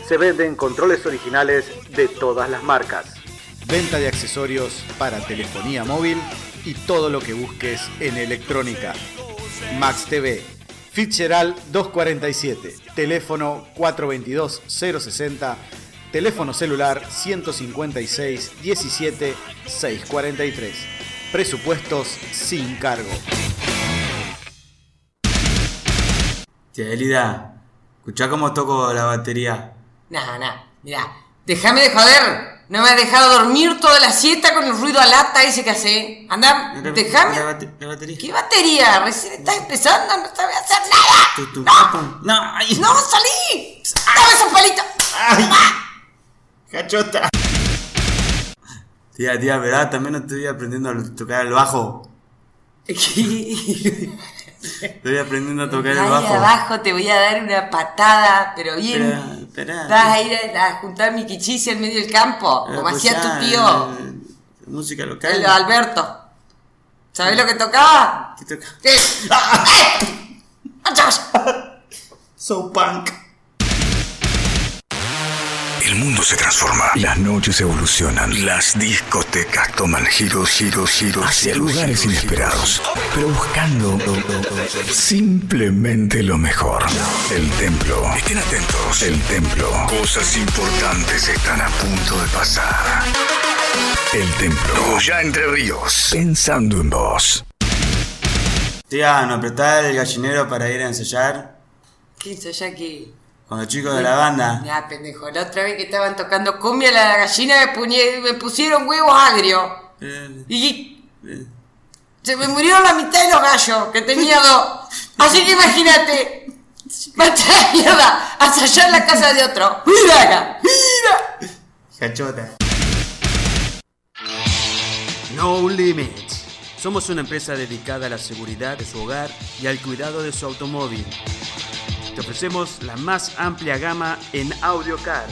Se venden controles originales de todas las marcas. Venta de accesorios para telefonía móvil y todo lo que busques en electrónica. Max TV, Fitzgerald 247, teléfono 422-060, teléfono celular 156-17-643. Presupuestos sin cargo.
Tía Elida, escuchá cómo toco la batería.
Nah, nah, mirá. Déjame de joder. No me has dejado dormir toda la siesta con el ruido a lata ese que hace. Anda,
La-
déjame.
La, bate- la batería.
¿Qué batería? Recién estás empezando, no sabes hacer nada.
Tu- tu-
¡No!
No, ay,
¡No, salí! ¡Dame esos palitos!
cachota. Tía, tía, ¿verdad? También estoy aprendiendo a tocar el bajo. Estoy aprendiendo a tocar el
Ahí
bajo.
abajo te voy a dar una patada, pero bien.
Esperá, esperá.
Vas a ir a, a juntar mi quichice en medio del
Ah,
campo, como hacía
Escuchá,
tu tío,
pues, eh, Música local.
el Alberto. ¿Sabés lo que tocaba?
¿Qué toca?
¿Qué? ¡Eh! ¡No te vayas!
So punk.
El mundo se transforma. Las noches evolucionan. Las discotecas toman giros, giros, giros. Hacia lugares inesperados. Pero buscando simplemente lo mejor. El templo. Estén atentos. El templo. Cosas importantes están a punto de pasar. El templo. Ya entre ríos. Pensando en vos.
Tía, ¿no apretás el gallinero para ir a ensayar?
¿Qué hizo ya que.?
Con los chicos de la banda.
Ya, pendejo, la otra vez que estaban tocando cumbia, la gallina me, puñe- me pusieron huevos agrios.
Eh,
Y se me murieron la mitad de los gallos, que tenía dos. Así que imagínate. Vete a la mierda, a allá en la casa de otro. ¡Mira acá! ¡Mira!
Cachota.
No Limits. Somos una empresa dedicada a la seguridad de su hogar y al cuidado de su automóvil. Te ofrecemos la más amplia gama en audio car,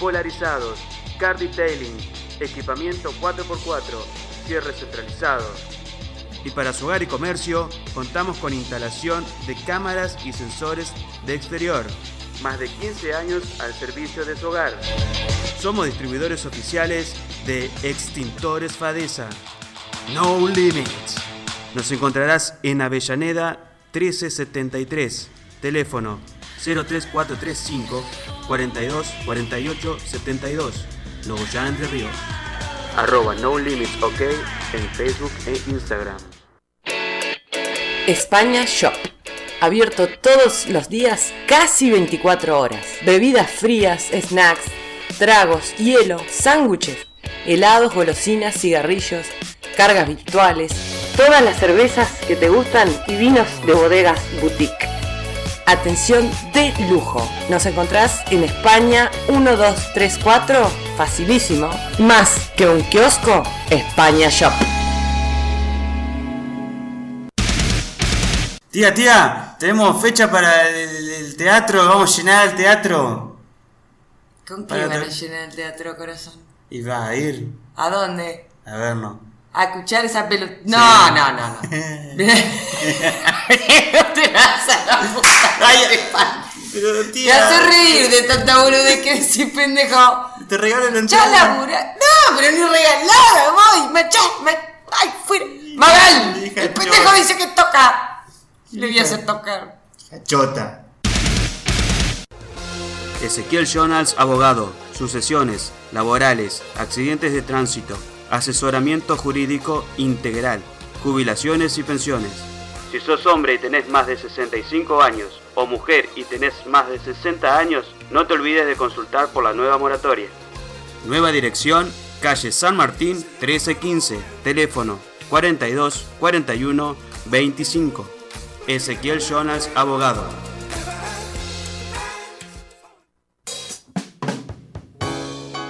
polarizados, car detailing, equipamiento 4x4, cierres centralizados. Y para su hogar y comercio, contamos con instalación de cámaras y sensores de exterior. Más de 15 años al servicio de su hogar. Somos distribuidores oficiales de Extintores Fadesa. No Limits. Nos encontrarás en Avellaneda 1373. Teléfono 03435 42 48 72. Nogoyá Entre Ríos. Arroba No Limits OK en Facebook e Instagram.
España Shop. abierto todos los días casi 24 horas. Bebidas frías, snacks, tragos, hielo, sándwiches, helados, golosinas, cigarrillos, cargas virtuales, todas las cervezas que te gustan y vinos de bodegas boutique. Atención de lujo. Nos encontrás en España 1234, facilísimo. Más que un kiosco, España Shop.
Tía, tía, tenemos fecha para el, el teatro, vamos a llenar el teatro.
¿Con qué
Para
van a
tra-
llenar el teatro, corazón?
Y vas a ir
¿A dónde?
a vernos.
¿A escuchar esa pelota? No, no, no, no. No te vas a la puta madre, pa.
Pero
Te hace reír de tanta boludez que decís, pendejo.
Te regalo la
Ya
entrada.
labura. No, pero ni regalada, voy. Machá, ma... Ay, fuera. Magal.
Hija
El
de
pendejo
chota.
dice que toca. Le voy a hacer tocar.
Chota.
Ezequiel Jonas, abogado, sucesiones, laborales, accidentes de tránsito, asesoramiento jurídico integral, jubilaciones y pensiones. Si sos hombre y tenés más de 65 años, o mujer y tenés más de 60 años, no te olvides de consultar por la nueva moratoria. Nueva dirección, calle San Martín 1315, teléfono 42 41 25. Ezequiel Jonas, abogado.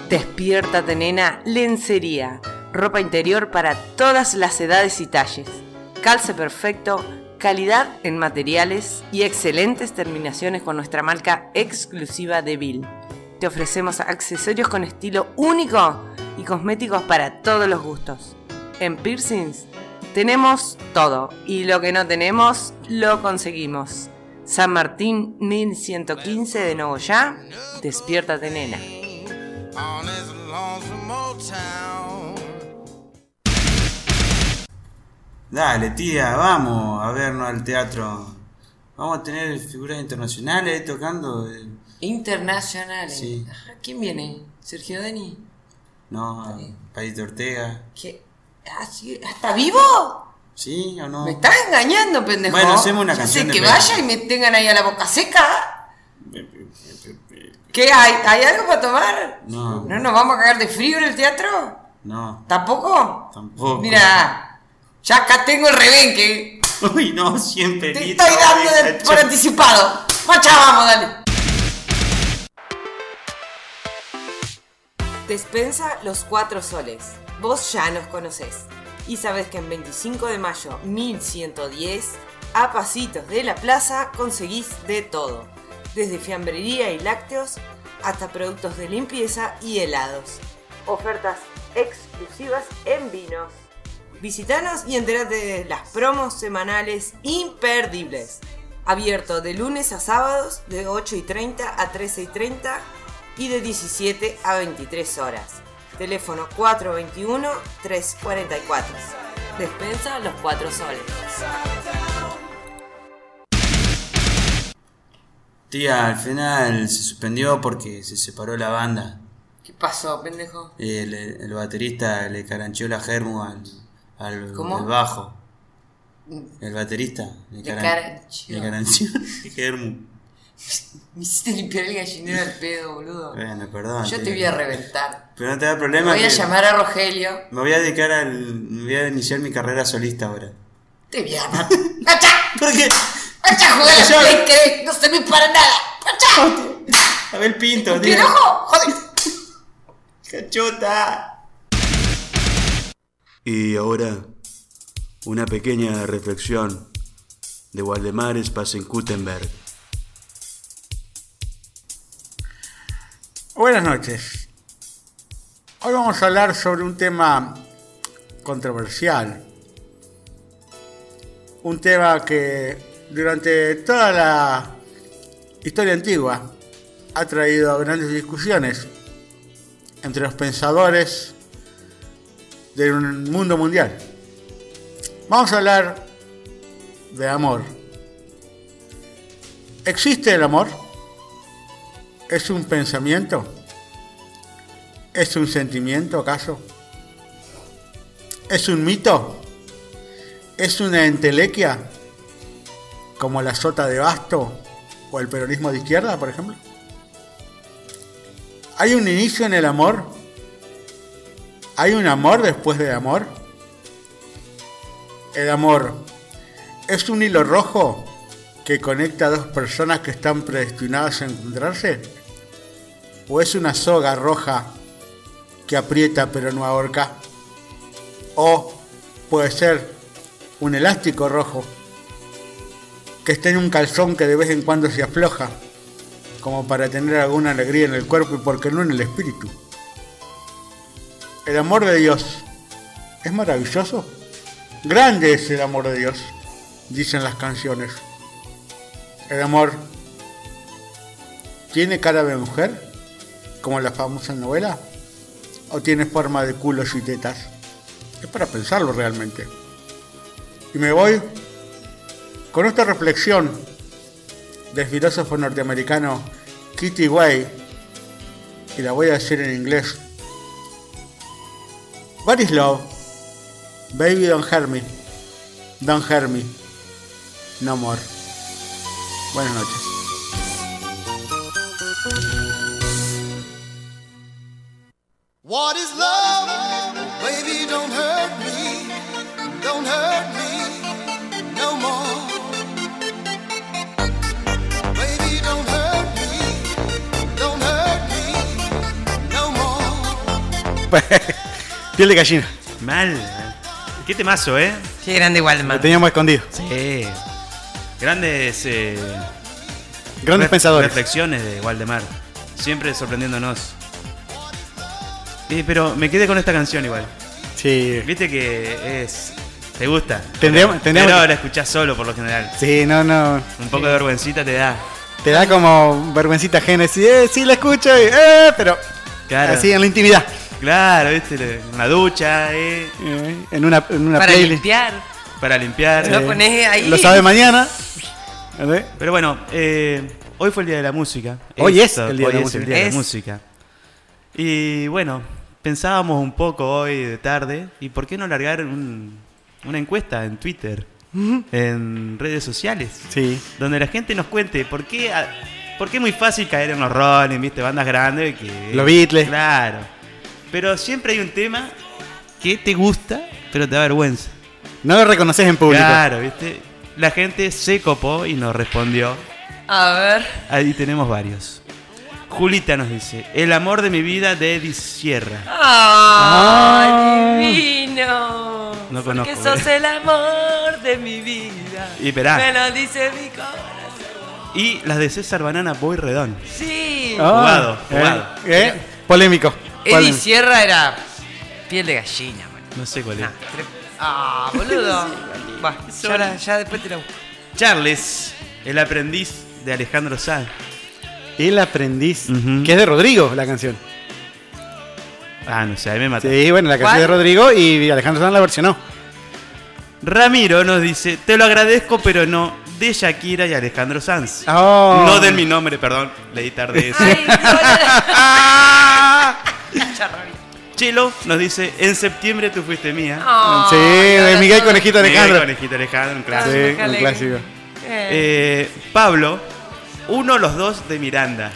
Despiértate, nena, lencería. Ropa interior para todas las edades y talles. Calce perfecto, calidad en materiales y excelentes terminaciones con nuestra marca exclusiva de Bill. Te ofrecemos accesorios con estilo único y cosméticos para todos los gustos. En piercings tenemos todo y lo que no tenemos lo conseguimos. San Martín 1115 de Nogoyá, despiértate nena.
Dale, tía, vamos a vernos al teatro. Vamos a tener figuras internacionales tocando. eh,
Internacionales.
Sí.
Ajá, ¿Quién viene? ¿Sergio Deni?
No, a País de Ortega.
¿Qué? ¿Ah, sí? ¿Está vivo?
¿Sí o no?
Me estás engañando, pendejo.
Bueno, hacemos una
Ya
canción
sé
de
que
Pedro.
vaya y me tengan ahí a la boca seca. ¿Qué hay? ¿Hay algo para tomar?
No.
¿No nos vamos a cagar de frío en el teatro?
No,
¿Tampoco?
tampoco.
Mira, ya acá tengo el rebenque.
Uy, no, siempre.
Te
listo,
estoy dando de-
hija,
por
chota.
anticipado. Macha, vamos, dale.
Despensa Los Cuatro Soles. Vos ya nos conocés. Y sabés que en 25 de mayo 1110, a pasitos de la plaza, conseguís de todo. Desde fiambrería y lácteos hasta productos de limpieza y helados. Ofertas exclusivas en vinos. Visitanos y entérate de las promos semanales imperdibles. Abierto de lunes a sábados de 8 y 30 a 13 y 30 y de 17 a 23 horas. Teléfono 421-344. Despensa los 4 soles.
Tía, al final se suspendió porque se separó la banda.
¿Qué pasó, pendejo?
El, el baterista le carancheó la germu al, al,
¿Cómo? Mm.
al bajo. El baterista le,
Le
caran-
carancheó.
le carancheó la germu.
Me hiciste limpiar el gallinero al pedo, boludo.
Bueno, perdón.
Yo te
tía.
voy a reventar.
Pero no te da problema.
Voy a
que
llamar a Rogelio.
Me voy a dedicar al. Me voy a iniciar mi carrera solista ahora.
Te voy a matar. ¡Macha!
¿Por qué?
¡Macha, jugar al
Yo-
play que no servís para nada! ¡Macha!
A ver, pinto,
¡Tiene
tío.
ojo! ¡Joder!
¡Cachota!
Y ahora, una pequeña reflexión de Waldemar Spasen-Gutenberg.
Buenas noches. Hoy vamos a hablar sobre un tema controversial. Un tema que durante toda la historia antigua ha traído grandes discusiones entre los pensadores del mundo mundial. Vamos a hablar de amor. ¿Existe el amor? ¿Es un pensamiento? ¿Es un sentimiento acaso? ¿Es un mito? ¿Es una entelequia? como la sota de Basto o el peronismo de izquierda, por ejemplo? ¿Hay un inicio en el amor? ¿Hay un amor después del amor? El amor es un hilo rojo que conecta a dos personas que están predestinadas a encontrarse? ¿O es una soga roja que aprieta pero no ahorca? ¿O puede ser un elástico rojo que está en un calzón que de vez en cuando se afloja como para tener alguna alegría en el cuerpo y por qué no en el espíritu? El amor de Dios es maravilloso. Grande es el amor de Dios, dicen las canciones. El amor tiene cara de mujer, como en la famosa novela, o tiene forma de culos y tetas. Es para pensarlo realmente. Y me voy con esta reflexión del filósofo norteamericano Kitty Way, y la voy a decir en inglés. What is love? Baby, don't hurt me. Don't hurt me. No more. Buenas noches.
What is love? Baby, don't hurt me. Don't hurt me no more. Baby, don't hurt me. Don't hurt me no more.
Piel de gallina.
Mal. Qué temazo, ¿eh?
Qué grande Waldman.
Lo teníamos escondido.
Sí. Grandes. eh,
Grandes
ref-
pensadores.
Reflexiones de Waldemar. Siempre sorprendiéndonos. Eh, pero me quedé con esta canción igual.
Sí.
Viste que es. Te gusta.
Tendríamos-
Pero-
tendríamos-
Pero la escuchás solo por lo general.
Sí, no, no.
Un poco de vergüencita te da.
Te da como vergüencita ajena. Sí, eh, sí, la escucho. y, eh, pero
Claro.
así en la intimidad.
Claro, viste, le- en la ducha, eh,
En una, en una
Para
playlist.
limpiar.
para limpiar.
Lo
eh.
pones ahí.
Lo sabe mañana. ¿Entendés?
Pero bueno, eh, hoy fue el Día de la Música.
Hoy es
Esto,
el Día de
hoy
la
es el
Música.
Día de
Es.
la Música. Y bueno, pensábamos un poco hoy de tarde, ¿y por qué no largar un- una encuesta en Twitter, en redes sociales?
Sí.
Donde la gente nos cuente por qué, a- por qué es muy fácil caer en los roles, ¿viste? Bandas grandes que...
Los Beatles.
Claro. Pero siempre hay un tema que te gusta, pero te da vergüenza.
No lo reconoces en público.
Claro, ¿viste? La gente se copó y nos respondió.
A ver.
Ahí tenemos varios. Julita nos dice, el amor de mi vida de Edith Sierra.
Ah, ¡Ay,
Ah.
divino!
No
Porque
conozco,
sos
pero-
el amor de mi vida.
Y verá.
Me lo dice mi corazón.
Y las de César Banana Boy Redón.
Sí.
Jugado,
eh,
jugado.
eh, Polémico.
Eddie
polémico.
Sierra era piel de gallina, man.
No sé cuál es.
Nah, cre- Ah, boludo. Va, ya, la- ya después te la busco.
Charles, el aprendiz de Alejandro Sanz.
El aprendiz.
Ujú.
Que es de Rodrigo la canción.
Ah, no sé, ahí me mató.
Sí, bueno, la canción
¿Cuál?
de Rodrigo y Alejandro Sanz la versionó.
Ramiro nos dice, te lo agradezco, pero no, de Shakira y Alejandro Sanz.
Oh.
No de mi nombre, perdón, leí tarde eso.
Ay, no, la-
Ah.
Chelo nos dice, en septiembre tú fuiste mía.
Ah,
Sí, de
no,
Miguel
no,
Conejito
Miguel
Oh. Alejandro.
Conejito Alejandro, un clásico.
Sí, un
Alegre.
clásico.
Eh,
Eh, Pablo, uno o los dos de Miranda.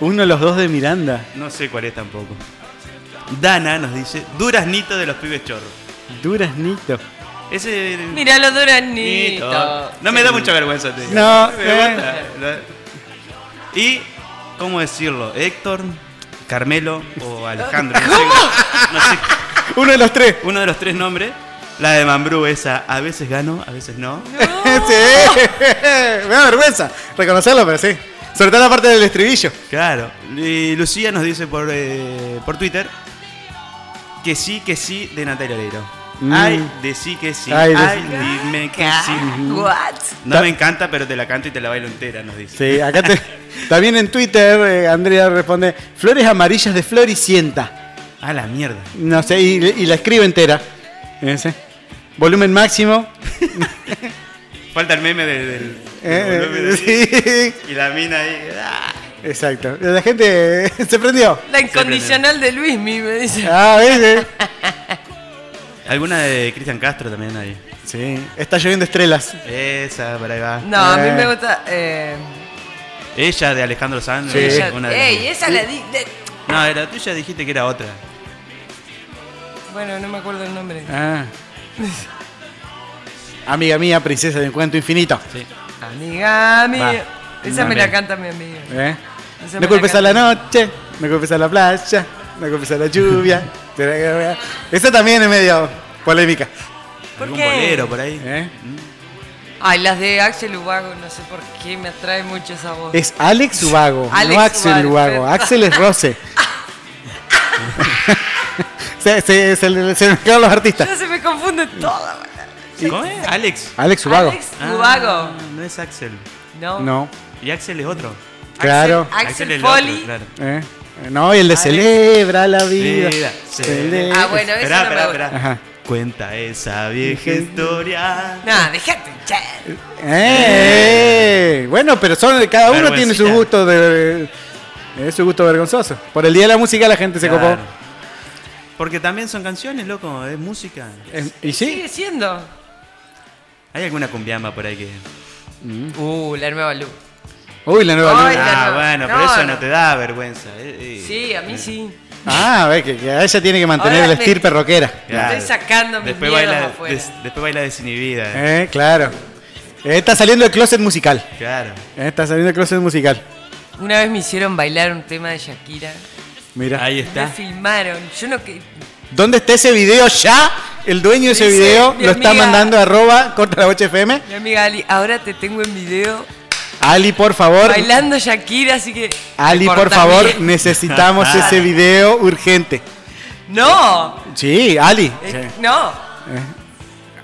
Uno de los dos de Miranda.
No sé cuál es tampoco. Dana nos dice, duraznito de los pibes chorros.
Duraznito.
Ese...
Mirá los
Nito.
duranitos.
No me da mucha vergüenza, te digo.
No,
Me
eh.
gusta. Lo- Y, ¿cómo decirlo? Héctor, Carmelo o Alejandro. No sé, no sé.
Uno de los tres.
Uno de los tres nombres. La de Mambrú, esa a veces gano, a veces no.
Oh.
sí. Me da vergüenza reconocerlo, pero sí. Sobre todo la parte del estribillo.
Claro. Y Lucía nos dice por, eh, por Twitter que sí, que sí de Natalia Oreiro.
Mm.
Ay, de sí que sí.
Ay,
Ay,
de sí.
dime que
Ca-
sí.
Ah, What?
No me encanta, pero te la canto y te la bailo entera, nos dice.
Sí, acá te- también en Twitter eh, Andrea responde flores amarillas de floricienta.
A la mierda.
No sé, y, y la escribe entera. Ese. Volumen máximo.
Falta el meme de- del.
Eh,
del volumen
eh,
ahí. Y la mina ahí. ah.
Exacto. La gente eh, se prendió.
La incondicional de Luismi, me dice.
Ah, ¿ves? eh?
Alguna de Cristian Castro también ahí.
Sí. Está lloviendo estrellas.
Esa, por ahí va.
No, a mí me gusta. eh,
Ella de Alejandro Sanz.
Sí.
es
ella-
una de-
¡Ey! Esa la di. de-
No, la tuya dijiste que era otra.
Bueno, no me acuerdo el nombre.
Ah. Amiga mía, princesa de un cuento infinito.
Sí.
Amiga mía.
Va.
Esa me
Amiga.
la canta mi amiga.
¿Eh?
Esa
No
me
culpes a
la
la noche, no culpes a la playa, no culpes a la lluvia. Esa también es medio polémica.
¿Por Algún qué? bolero
por ahí.
Ay, las de Axel Ubago, no sé por qué me atrae mucho esa voz.
Es Alex Ubago,
Alex
no Axel
Ubago.
Ubago. Axel es Rose. se, se, se le- se me quedaron los artistas.
Ya se me confunde toda.
¿Cómo es? Alex. Ah,
Alex Ubago.
Alex Ubago.
No es Axel.
No.
No,
Y Axel es otro.
claro.
Axel
es el otro,
Foley.
claro.
¿Eh? No, y el de celebra la vida.
Vida,
Celebra.
Ah, bueno, eso
Esperá,
no me
esperá,
gusta.
esperá.
Ajá.
Cuenta esa vieja historia.
No, dejate. hinchar.
Eh, Bueno, pero son, cada uno tiene su
Vergüencita.
gusto de, es su gusto vergonzoso. Por el día de la música la gente se
Claro.
copó.
Porque también son canciones, loco, es música.
Eh, ¿Y sí?
Sigue siendo.
Hay alguna cumbiamba por ahí que.
Uh, la nueva luz.
Uy, la nueva
Ay,
luna.
la
Ah,
nueva-
bueno,
no,
pero eso no
no.
te da vergüenza. eh, eh.
Sí, a mí sí.
Ah, a ver, que, que a ella tiene que mantener
Ahora
el estirpe
me-
rockera.
Claro.
Estoy sacando mis
Después
miedos
baila,
afuera.
des- después baila desinhibida. eh.
Eh, claro. Eh, está saliendo del closet musical.
Claro.
Eh, está saliendo del closet musical.
Una vez me hicieron bailar un tema de Shakira.
Mira.
Ahí
Me
está.
filmaron. Yo no que.
¿Dónde está ese video ya? El dueño de ese
Dice
video
mi
lo está
amiga-
mandando a arroba corta la bocha FM.
Mi amiga Ali, ahora te tengo en video
Ali, por favor.
bailando Shakira, así que.
Ali, por
Cortame.
favor, necesitamos ese video urgente.
No,
Sí, Ali.
eh, no,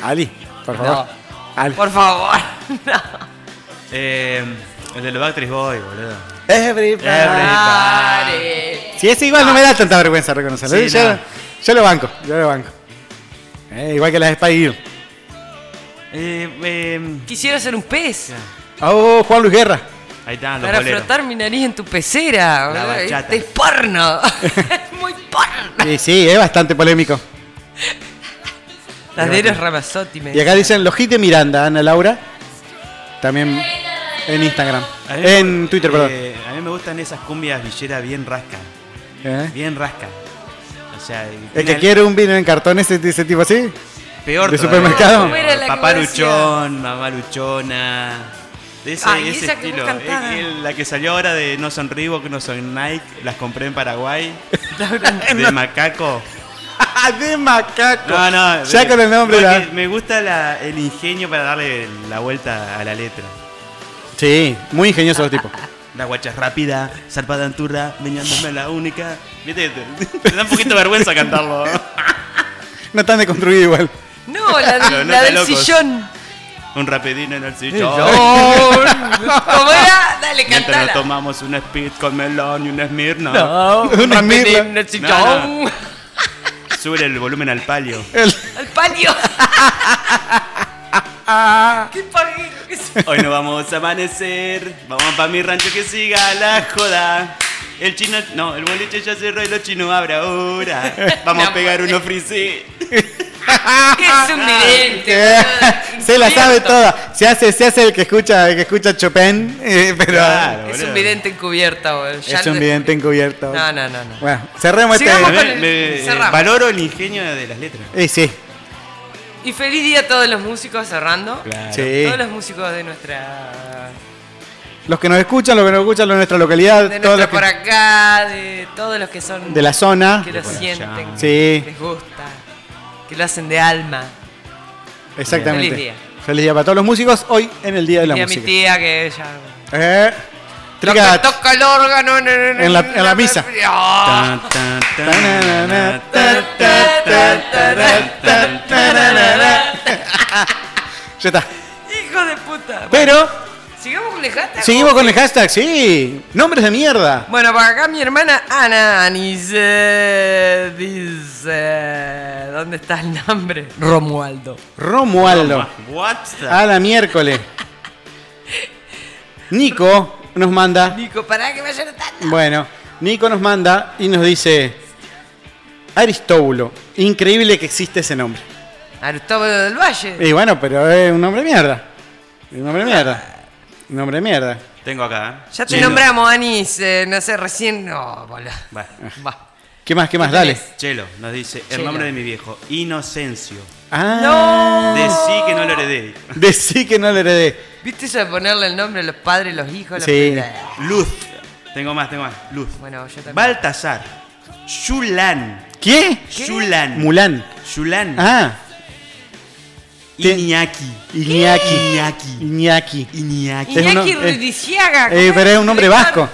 Ali, por favor.
No.
Ali.
por favor. No.
Eh, el de los Backstreet Boys, boludo.
Everybody.
Pare.
Si es igual, no me da tanta vergüenza reconocerlo. ¿eh?
Sí,
yo,
no.
yo lo banco, yo lo banco. Eh, igual que las Spy Girl.
Eh, eh,
Quisiera ser un pez
Oh, Juan Luis Guerra.
ahí están los
para
boleros.
frotar mi nariz en tu pecera. boludo.
bachata.
Este es porno. Es Muy porno.
Sí, sí, es bastante polémico.
Las de Eros Ramazzotti me
Y acá dicen los hits de Miranda, Ana Laura. También en Instagram.
A mí me
En
gusta-
Twitter, perdón.
eh, a mí me gustan esas cumbias villeras bien rasca.
Eh.
Bien rasca. O sea, tiene
El que
al-
quiere un vino en cartón, ese, ese tipo así.
peor
de
todavía.
supermercado.
¿Cómo era la
Papá
que vos decías?
Luchón, mamá Luchona. De ese,
Ay,
ese
esa que vos
estilo.
cantabas.
Eh, eh, la que salió ahora de No son Reebok, No son Nike, las compré en Paraguay. de
No.
Macaco.
de macaco.
No, no.
Ya
de-
con el nombre.
porque
la-
Me gusta la- el ingenio para darle la vuelta a la letra.
Sí, muy ingenioso los tipos.
La guacha es rápida, zarpada en turra, meñándome la única. Viste, te, te da un poquito de vergüenza cantarlo.
No tan deconstruido igual.
No, la, de-
Pero no
la
está
del
locos.
sillón.
Un rapidino en el sillón.
¿Cómo era? Dale,
Mientras nos
cantala.
tomamos un speed con melón y un Smirnoff.
Una esmirla.
en el sillón.
Sube el volumen al palio.
El-
Al palio. Qué pagué.
Hoy no vamos a amanecer. Vamos pa' mi rancho que siga la joda. El chino, no, el boliche ya cerró y los chinos abre ahora. Vamos a pegar
pues.
unos frisés.
Qué subvidente, boludo.
Eh, se la sabe
Encubierto.
toda. Se hace, se hace el que escucha, el que escucha Chopin, eh, pero
Claro.
Es
boludo.
un vidente encubierta, boludo. Ya
es un
lo-
vidente encubierto.
No, no, no, no.
Bueno, cerremos
Sigamos
este.
con-
Me- me-
Cerramos.
valoro el ingenio de las letras.
Eh, sí,
Y feliz día a todos los músicos cerrando.
sí.
Todos los músicos de nuestra.
Los que nos escuchan, los que nos escuchan, los de nuestra localidad,
De
todos
nuestra
los que-
por acá, de todos los que son.
de la zona.
Que lo
por allá.
sienten.
Sí.
Que les gusta. Que lo hacen de alma.
Exactamente.
Feliz día.
Feliz día para todos los músicos hoy en el Día de la
Y a mi
Música.
tía que ella.
Eh,
Lo que
Trica-
toca el órgano. En
la- en la misa.
Ah.
Tan, tan, tan,
Tanana,
tan,
ta, ta, ta, ta, ta, ta, ta, na, na, na. Ya está.
Hijo de puta.
Pero
Sigamos con el hashtag.
seguimos con el hashtag, sí. Nombres de mierda.
Bueno, por acá mi hermana Ana Anice dice. ¿Dónde está el nombre? Romualdo.
Romualdo.
What
A la miércoles. Nico nos manda.
Nico, pará que vaya notando.
Bueno, Nico nos manda y nos dice: Aristóbulo. Increíble que existe ese nombre.
Aristóbulo del Valle.
Y bueno, pero es un hombre mierda. Es un hombre mierda. Un hombre mierda.
Tengo acá. ¿eh?
Ya te
Chelo.
nombramos, Anis, eh, no sé, recién. No, boludo.
Va.
Va.
¿Qué más? ¿Qué más? Dale.
Chelo nos dice el
Chelo.
nombre de mi viejo, Inocencio.
Ah.
Decí que no lo heredé.
Decí que no le heredé.
¿Viste eso de ponerle el nombre a los padres, los hijos? los-
Sí.
Luz. Tengo más, tengo más. Luz.
Bueno, yo también.
Baltasar. Yulan.
¿Qué?
Yulan.
Mulán.
Yulan.
Ah.
Iñaki.
Iñaki.
Iñaki.
Iñaki.
Iñaki.
Es uno-
Iñaki
eh,
Rudisiaga. ¿cómo
eh,
es?
pero es un hombre
Director.
vasco.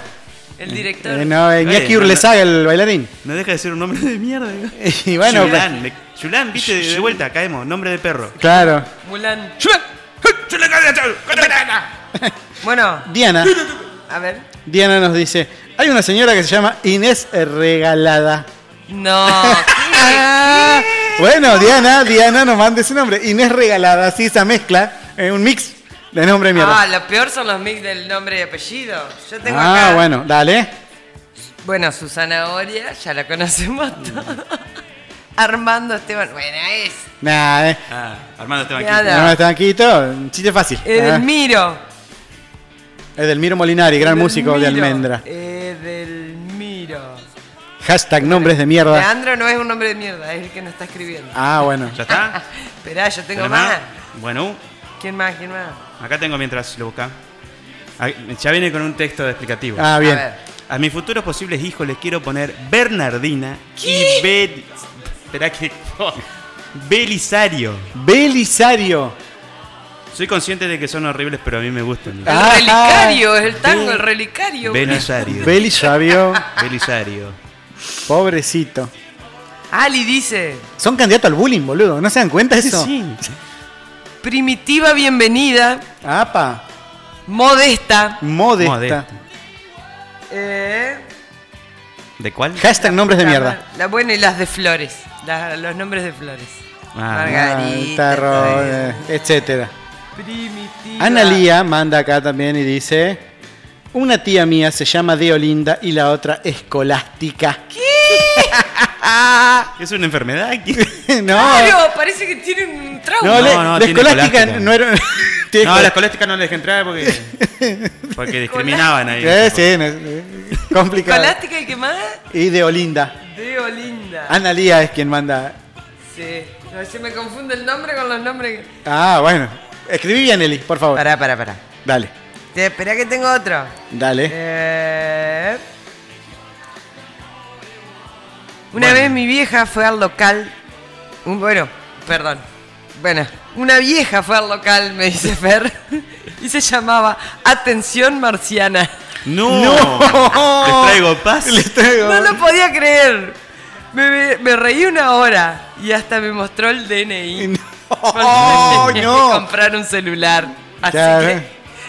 El director.
Eh, no, eh, Iñaki
Bueno,
Urlesaga, el bailarín.
No deja de ser un nombre de mierda. digo.
Y bueno, pues-
Yulan. me- Yulan, viste, de- de vuelta, caemos. Nombre de perro.
Claro.
Mulan. Bueno,
Diana.
a ver.
Diana nos dice, hay una señora que se llama Inés Regalada.
No.
Ah, bueno, Diana, Diana nos manda ese nombre. Inés Regalada, así esa mezcla, eh, un mix de nombre de mierda.
Ah, lo peor son los mix del nombre y apellido. Yo tengo
Ah,
acá.
bueno, dale.
Bueno, Susana Oria, ya la conocemos todos. Armando Esteban. Bueno, es.
Nah, eh.
Ah, Armando Esteban
Nada.
Quinto.
No, está Quito, un chiste fácil. Ah,
Edelmiro.
Edelmiro Molinari, gran músico de
Edelmiro.
Almendra.
Edelmiro.
Hashtag nombres de mierda.
Leandro no es un nombre de mierda, es el que nos está escribiendo.
Ah, bueno.
¿Ya está?
Esperá, yo tengo
¿Tenés
más.
Bueno,
¿Quién más? ¿Quién más?
acá tengo mientras lo busca. Ah, Ya viene con un texto explicativo.
Ah, bien.
A ver.
A mis futuros posibles hijos les quiero poner Bernardina y Bel... Esperá que... Belisario.
Belisario.
Soy consciente de que son horribles, pero a mí me gustan.
El
Ah,
relicario, es el tango, el relicario.
Belisario.
Belisario.
Belisario.
Pobrecito.
Ali dice,
Son candidatos al bullying, boludo. ¿No se dan cuenta de eso?
Sí.
primitiva bienvenida,
Apa.
modesta.
Modesta.
Modesta.
eh,
¿De cuál?
Hashtag nombres de
la-
mierda.
La buena y las de flores, la- los nombres de flores.
Ah,
Margarita.
Ah, tarro,
todo
eh,
eso.
etcétera.
Primitiva.
Analía manda acá también y dice: Una tía mía se llama Deolinda y la otra Escolástica.
¿Es una enfermedad?
no,
Claro, Ah, parece que tiene un trauma.
no, le-
No, no,
la
tiene
Escolástica
Escolástica.
no era. tiene
No,
Escolástica.
la escolástica no la dejé entrar porque, porque discriminaban ahí.
Eh, sí, no, eh, complicado.
Escolástica y qué más?
Y Deolinda.
De Olinda.
Analía es quien manda.
Sí. No, se me confunde el nombre con los nombres. que-
Ah, bueno. Escribí bien, Eli, por favor.
Pará, pará, pará.
Dale,
Te, esperá que tengo otro.
dale.
Eh, Una
Bueno.
vez mi vieja fue al local. un- bueno, perdón. Bueno, una vieja fue al local, me dice Fer. Y se llamaba Atención Marciana.
No.
No.
Les traigo paz.
Les traigo-
No lo podía creer. Me, me- me reí una hora y hasta me mostró el DNI.
No,
Tenía que
no.
comprar un celular. Así
Claro.
que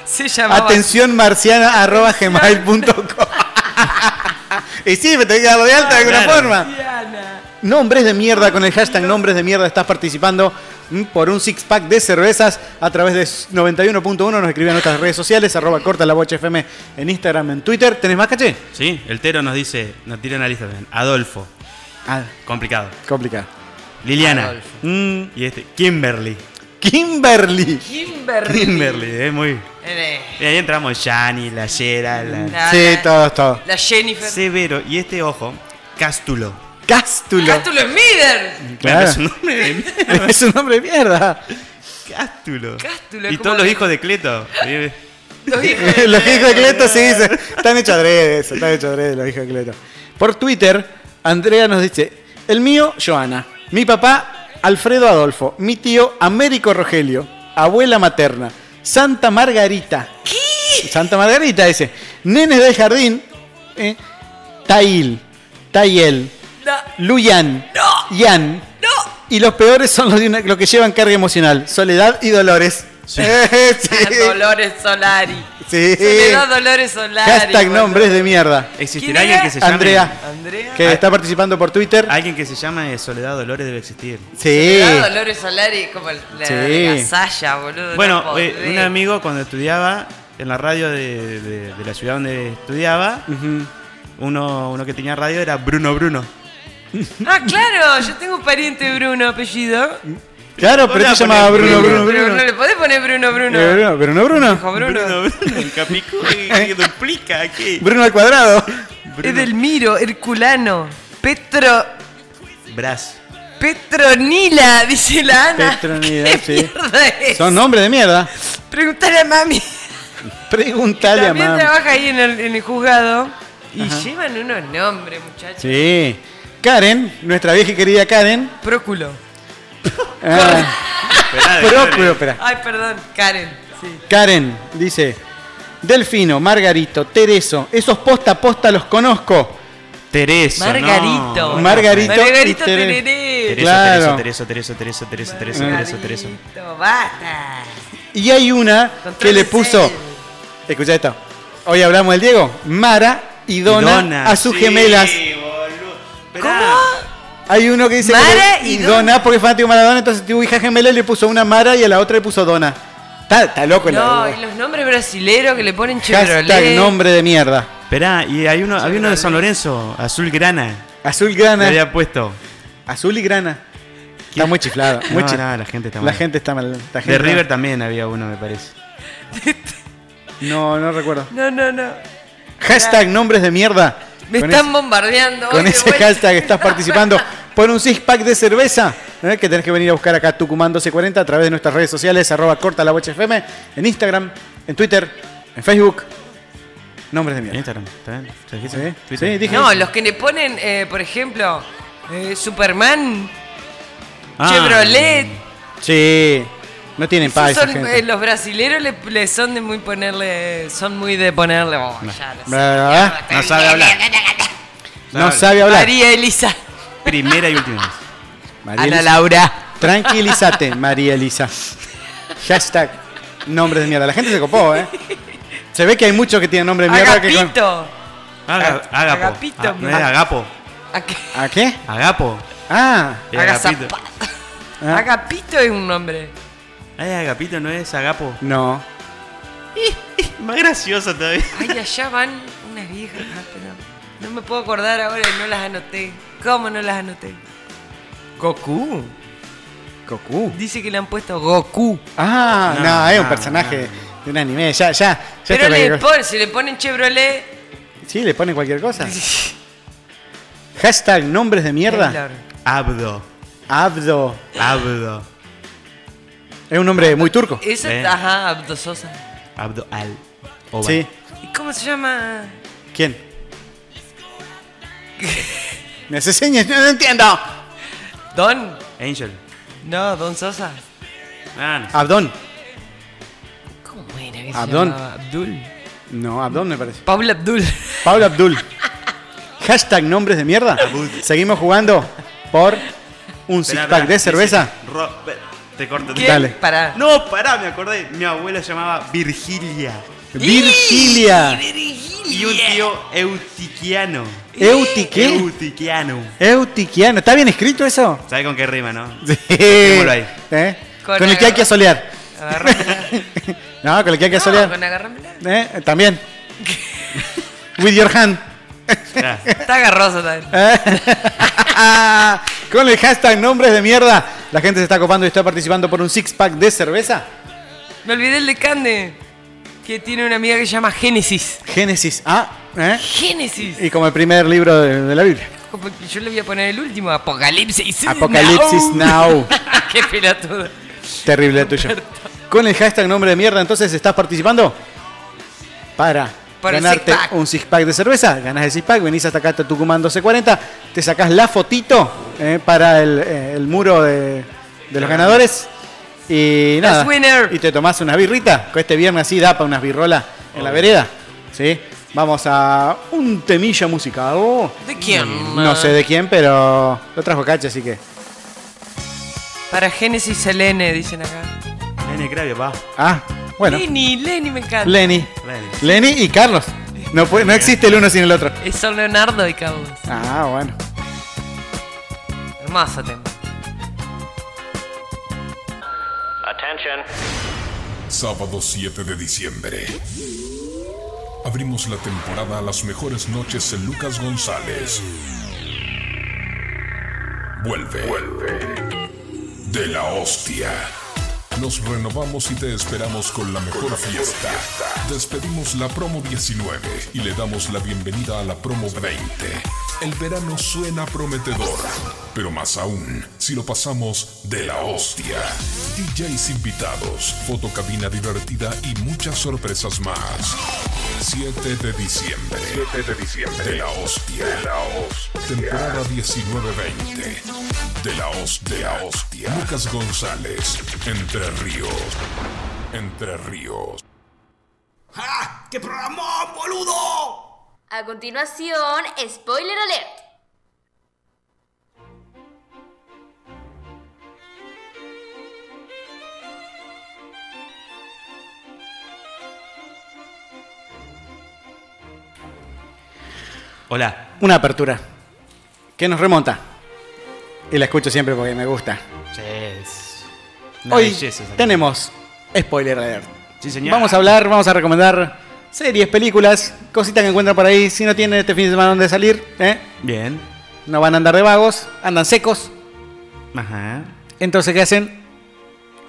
se llamaba.
Atención marciana arroba gmail.com. Y sí, me tengo que darlo de alta de alguna
Claro.
forma.
Marciana.
Nombres de mierda con el hashtag nombres de mierda estás participando mm, por un six pack de cervezas a través de 91.1 nos escriben en nuestras redes sociales arroba corta la bocha fm en Instagram en Twitter tenés más caché
Sí, el Tero nos dice, nos tira una lista también. Adolfo,
ah
complicado.
complicado
Liliana.
Adolfo.
Mm, y este, Kimberly.
Kimberly
Kimberly.
Kimberly, es muy.
Eh,
Y ahí entramos Shani, la Yera, la
la-
sí
la-
todos todos
La Jennifer.
Severo. Y este, ojo, Cástulo.
Cástulo
Cástulo Smider.
Claro,
Claro.
es un nombre de mierda.
es un nombre de mierda
Cástulo.
Cástulo,
Y
¿cómo
todos los
que-
hijos de Cleto. eh.
Los hijos de-
los hijos de Cleto sí dicen. Están hechos adrede eso, están hechos adrede los hijos de Cleto. Por Twitter, Andrea nos dice: El mío, Joana. Mi papá, Alfredo Adolfo. Mi tío, Américo Rogelio. Abuela materna. Santa Margarita. ¿Qué? Santa Margarita dice. Nenes del jardín. eh, Tail. Tayel.
La-
Luyan. Yan.
No.
Y los peores son los, de una- los que llevan carga emocional. Soledad y Dolores. Eh, sí.
Ah, Dolores Solari.
Sí.
Soledad Dolores Solari.
Hashtag
boludo.
nombres de mierda.
¿Existirá
¿Quién
alguien
era?
que se llame?
Andrea.
Andrea.
Que
Ah.
está participando por Twitter.
Alguien que se llame Soledad Dolores debe existir.
Sí.
Soledad Dolores Solari como la, la,
Sí.
la Saya, boludo. no
Bueno, eh,
podés.
un amigo cuando estudiaba en la radio de, de- de la ciudad donde estudiaba, uno, uno que tenía radio era Bruno Bruno.
Ah, claro, yo tengo un pariente Bruno, apellido.
Claro, pero
Hola,
te llamaba
poné
Bruno, Bruno,
Pero
Bruno.
no le podés poner Bruno, Bruno.
Eh, Bruno, Bruno, Bruno.
Dijo Bruno.
Bruno, Bruno, Capicú, que duplica aquí.
Bruno al cuadrado.
Edelmiro, Herculano, Petro,
Brás.
Petronila, dice la Ana.
Petronila,
¿Qué
sí.
mierda es?
Son nombres de mierda.
Preguntale a mami.
Preguntale a
También
mamá.
trabaja ahí en el, en el juzgado. Y
Ajá.
llevan unos nombres, muchachos.
Sí. Karen, nuestra vieja y querida Karen.
Próculo.
Ah, Próculo, espera.
Ay, perdón, Karen. Sí.
Karen dice: Delfino, Margarito, Tereso, esos posta a posta los conozco.
Tereso.
Margarito.
no.
Margarito.
Margarito
y Tere-
Tereré.
Tereso,
Claro.
Tereso, Tereso, Tereso, Tereso, Tereso, Tereso, Tereso,
Margarito, basta.
Y hay una que le puso. Escucha esto. Hoy hablamos del Diego. Mara y Dona,
Dona,
a sus
sí,
gemelas. Hay uno que dice que
Mara
le-
y
Dona, porque es fanático de Maradona, entonces tu hija gemela le puso una Mara y a la otra le puso Dona. Está, está loco el
No, y los nombres brasileros que le ponen
Hashtag
Chevrolet.
nombre de mierda.
Esperá, y hay uno, había uno de San Lorenzo, Azul Grana.
Azul
Le
grana.
había puesto.
Azul y grana. Está muy chiflada. Muy
No,
chi-
no, la gente está
La
mal.
gente está mal. la gente
De
no-
River también había uno, me parece.
No, no recuerdo.
No, no, no.
Hashtag nombres de mierda.
Me
Con
están
ese-
bombardeando.
Con
hoy de
ese
vuelta.
hashtag estás participando por un six pack de cerveza ¿no? que tenés que venir a buscar acá a Tucumán 1240 a través de nuestras redes sociales, arroba corta la bocha FM, en Instagram, en Twitter, en Facebook. Nombres de
En
mierda.
Instagram, ¿está bien? ¿Te dijiste?
Sí,
Twitter.
sí, dije
No,
eso.
los que le ponen, eh, por ejemplo, eh, Superman,
Ah,
Chevrolet.
Sí, no tienen paz.
esos
esa
son,
gente.
eh, los brasileros le, le son de muy ponerle, son muy de ponerle. oh, ya lo sé.
¿Verdad?
No sabe hablar.
No sabe hablar.
María Elisa.
Primera y última vez.
María
Ana
Elisa.
Laura.
Tranquilízate, María Elisa. Hashtag nombres de mierda. La gente se copó, ¿eh? Se ve que hay muchos que tienen nombres de mierda. Que
Agapito.
Aga- agapo.
Agapito,
Ah, no
mi-
es agapo.
Aga-
con- ¿A qué?
Agapo.
Ah,
Es agapito.
Agazapa- Agapito es un nombre.
Ay, Eh, agapito no es agapo.
no.
Más gracioso todavía.
Ay, allá van unas viejas, ah, pero no me puedo acordar ahora y no las anoté. ¿Cómo no las anoté? Goku.
Goku.
Dice que le han puesto Goku.
Ah, no,
No,
es un
no,
personaje de un anime. Ya, ya. ya
Pero le
está cualquier cosa.
pon- si le ponen Chevrolet,
Sí, le ponen cualquier cosa. Hashtag nombres de mierda.
Taylor.
Abdo.
Abdo.
Abdo.
Es un nombre muy turco.
Eso,
Eh.
ajá, Abdo Sosa.
Abdo al. Oba.
Sí.
¿Y cómo se llama?
¿Quién? ¿Me hace señas? No, no entiendo.
Don.
Angel.
No, Don Sosa.
Ah, no.
Abdón.
¿Cómo era que
Abdón.
se llamaba? Abdul.
No, Abdón me parece.
Paula Abdul.
Pablo Abdul. Hashtag nombres de mierda. Seguimos jugando por un six
Esperá,
pack
esperá.
de cerveza.
Dice, Ro- pe- Te corto.
¿Qué?
Dale.
Pará.
No, pará, me acordé. Mi abuela se llamaba Virgilia.
Virgilia.
Y un tío Eutiquiano.
Eutiqué.
Eutiquiano.
Eutiquiano. ¿Está bien escrito eso?
¿Sabes con qué rima, no?
Sí.
Dejémoslo ahí.
¿Eh? Con,
Con
el que hay que solear.
Agarrámela.
No, con el que hay que
No,
solear.
con agarrámela.
¿Eh? También. With your hand.
Ya.
Está agarroso también.
Eh. con el hashtag nombres de mierda. La gente se está copando y está participando por un six pack de cerveza.
Me olvidé el de Cande. Que tiene una amiga que se llama Génesis.
Génesis. Ah, ¿eh?
Génesis.
Y como el primer libro de, de la Biblia.
Como que Yo le voy a poner el último, Apocalipsis.
Apocalipsis Now.
Qué pelotudo.
Terrible el tuyo. Con el hashtag nombre de mierda, entonces estás participando para
Para el
ganarte
six pack.
un six pack de cerveza. Ganás el six pack, venís hasta acá hasta Tucumán 1240, te sacás la fotito eh, para el, eh, el muro de, de los ganadores. Y nada.
winner.
Y te tomás una birrita. Que este viernes así da para unas birrolas en la vereda. ¿Sí? Vamos a un temilla musical.
¿De quién?
No sé de quién, pero lo trajo Cacha, así que.
Para Génesis Selene, dicen acá.
Nene Cravio, va.
Ah, bueno.
Lenny, Lenny me encanta.
Lenny.
Lenny.
Lenny y Carlos. No, puede- no existe el uno sin el otro.
es Son Leonardo y Carlos.
Ah, bueno.
Hermoso tema.
Sábado 7 de diciembre. Abrimos la temporada a las mejores noches en Lucas González. Vuelve. Vuelve. de la hostia. Nos renovamos y te esperamos con la mejor fiesta. Despedimos la promo 19 y le damos la bienvenida a la promo 20. El verano suena prometedor, pero más aún si lo pasamos de la hostia. DJs invitados, fotocabina divertida y muchas sorpresas más. 7 de diciembre. 7 de diciembre. De la hostia. De la hostia. Temporada 19-20. De la hostia. De la hostia. Lucas González. Entre Ríos. Entre Ríos.
¡Ah! ¡Qué programón, boludo! A continuación, spoiler alert.
Hola.
Una apertura. Que nos remonta. Y la escucho siempre porque me gusta.
Yes.
Hoy tenemos spoiler alert.
Sí, señor.
Vamos a hablar, vamos a recomendar series, películas, cositas que encuentran por ahí. Si no tienen este fin de semana donde salir, ¿eh?
Bien.
no van a andar de vagos, andan secos.
Ajá.
Entonces, ¿qué hacen?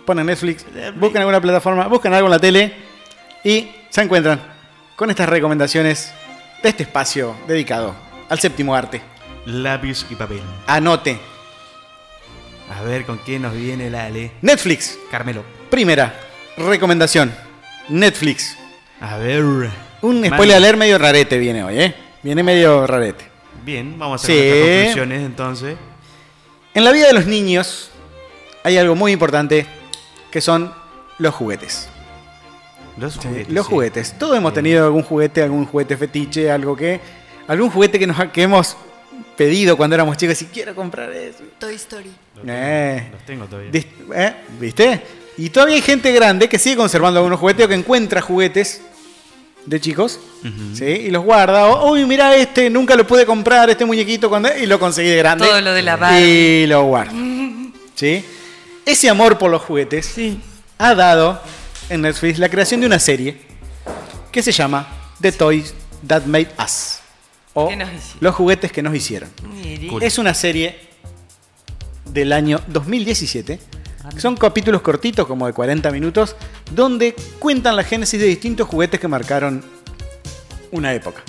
Ponen Netflix, buscan alguna plataforma, buscan algo en la tele y se encuentran con estas recomendaciones de este espacio dedicado al séptimo arte.
Lápiz y papel.
Anote.
A ver con qué nos viene la Ale.
Netflix.
Carmelo.
Primera recomendación. Netflix.
A ver.
Un
Mande.
spoiler alert medio rarete viene hoy, ¿eh? Viene medio rarete.
Bien, vamos a
Sí.
hacer nuestras conclusiones entonces.
En la vida de los niños hay algo muy importante que son los juguetes.
Los juguetes.
Los
sí.
juguetes. Todos hemos tenido algún juguete, algún juguete fetiche, algo que. algún juguete que, nos, ha- que hemos pedido cuando éramos chicos y quiero comprar eso.
Toy Story.
Eh,
Los tengo todavía.
dis- eh, ¿Viste? Y todavía hay gente grande que sigue conservando algunos juguetes o que encuentra juguetes de chicos ¿sí? y los guarda. O, uy, mira este, nunca lo pude comprar, este muñequito, cuando... y lo conseguí de grande.
Todo lo de la
Y
Barbie.
lo guarda. ¿sí? Ese amor por los juguetes ha dado en Netflix la creación de una serie que se llama The Toys That Made Us. O
¿Qué nos hicieron?
Los juguetes que nos hicieron.
Mire.
Es una serie del año 2017.
Ah,
que Son capítulos cortitos, como de 40 minutos, donde cuentan la génesis de distintos juguetes que marcaron una época.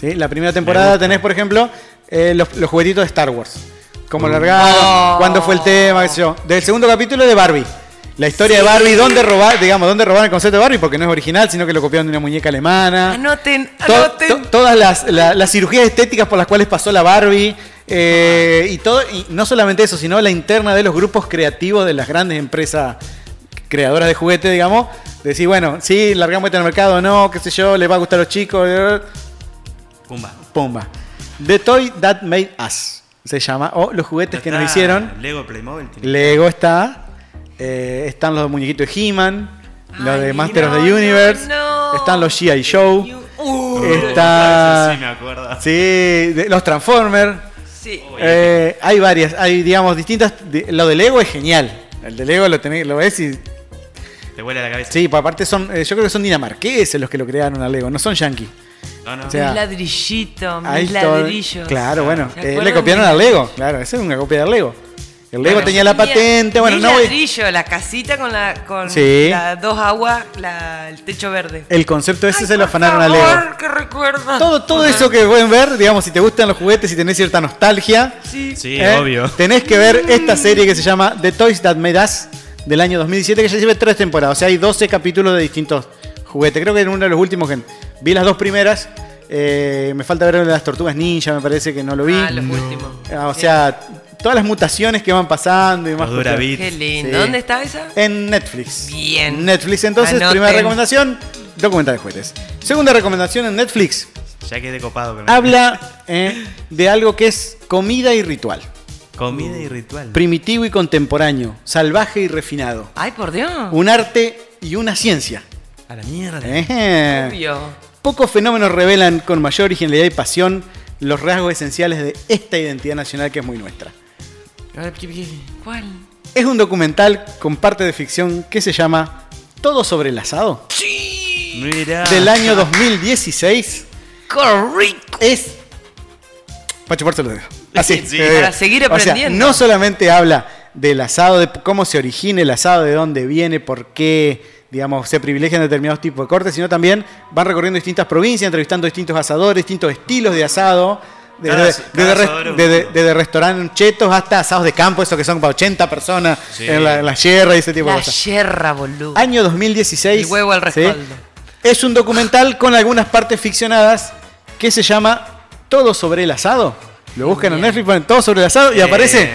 ¿Sí? La primera temporada
gusta.
tenés, por ejemplo, eh, los, los juguetitos de Star Wars. Cómo
Uh.
largaron,
Oh.
cuándo fue el tema, qué sé yo. Del segundo capítulo de Barbie. La historia
Sí.
de Barbie, dónde robar, digamos, dónde robaron el concepto de Barbie, porque no es original, sino que lo copiaron de una muñeca
Ah,
alemana.
Anoten,
Ah.
Ah,
To-
anoten.
to- todas las, la- las cirugías estéticas por las cuales pasó la Barbie. eh, y, todo, y no solamente eso, sino la interna de los grupos creativos de las grandes empresas creadoras de juguetes, digamos. Decir, bueno, sí, largamos este al mercado, no, qué sé yo, les va a gustar a los chicos. eh,
Pumba.
Pumba. The Toy That Made Us se llama, o los juguetes que nos
Está
hicieron.
Lego Playmobil. tiene.
Lego está. eh, están los muñequitos de He-Man. Los de Masters of the
no,
Universe. Están los G.I. Show.
Uh,
está.
eso sí me acuerdo.
Sí, de- los Transformers.
Sí.
Eh, hay varias. Hay, digamos, distintas. de- lo de Lego es genial. El de Lego lo, tenés, lo ves y.
Te huele la cabeza.
Sí, pa- aparte son. eh, yo creo que son dinamarqueses los que lo crearon a Lego, no son yankees.
No, no.
O sea,
mis ladrillitos, mis
Ahí todo-
ladrillos.
Claro, bueno.
¿Se
eh, le
acuerdan
copiaron
de-
al Lego. Claro, esa es una copia del Lego. El Lego
Bueno,
tenía la
yo tenía
patente. Bueno,
mi
no voy-
ladrillo, la casita con la con
Sí.
la dos aguas, la- el techo verde.
El concepto ese se lo afanaron a Lego.
Amor, que recuerdo.
Todo, todo eso que pueden ver, digamos, si te gustan los juguetes, si tenés cierta nostalgia,
Sí.
Sí,
¿eh?
obvio.
tenés que ver esta serie que se llama The Toys That Made Us del año 2017, que ya lleva tres temporadas. O sea, hay 12 capítulos de distintos juguetes. Creo que en uno de los últimos que vi las dos primeras. eh, me falta ver el de las tortugas ninja, me parece que no lo vi.
Ah, los últimos.
Ah, O sea, todas las mutaciones que van pasando y más.
Los Duravit.
cuestiones.
Qué lindo.
Sí. Eh.
¿Dónde estaba esa?
En Netflix.
Bien.
Netflix, entonces,
Anoten.
primera recomendación, documental de juguetes. Segunda recomendación en Netflix,
Ya quedé copado con
habla eh, de algo que es comida y ritual.
Comida y ritual.
Primitivo y contemporáneo, salvaje y refinado.
Ay, por Dios.
Un arte y una ciencia.
Ah. A la mierda.
Ejé.
Obvio.
Pocos fenómenos revelan con mayor originalidad y pasión los rasgos esenciales de esta identidad nacional que es muy nuestra.
¿Cuál?
Es un documental con parte de ficción que se llama Todo sobre el asado.
Mira.
del año 2016.
¡Corrico!
Es. Para chuparse los dedos. Así.
Sí, para seguir
o sea,
aprendiendo.
no solamente habla del asado, de cómo se origina el asado, de dónde viene, por qué, digamos, se privilegian determinados tipos de cortes, sino también van recorriendo distintas provincias, entrevistando distintos asadores, distintos estilos de asado. Desde,
Cada-
desde-
cada
desde-
asador es un
desde- desde restaurantes chetos hasta asados de campo, esos que son para 80 personas
Sí.
en la, en la sierra y ese tipo de
La
cosas.
yerra, boludo.
Año 2016.
El huevo al
¿sí?
respaldo.
Es un documental con algunas partes ficcionadas que se llama Todo sobre el asado. Lo buscan en Netflix, ponen Todo sobre el asado y
Bien.
aparece.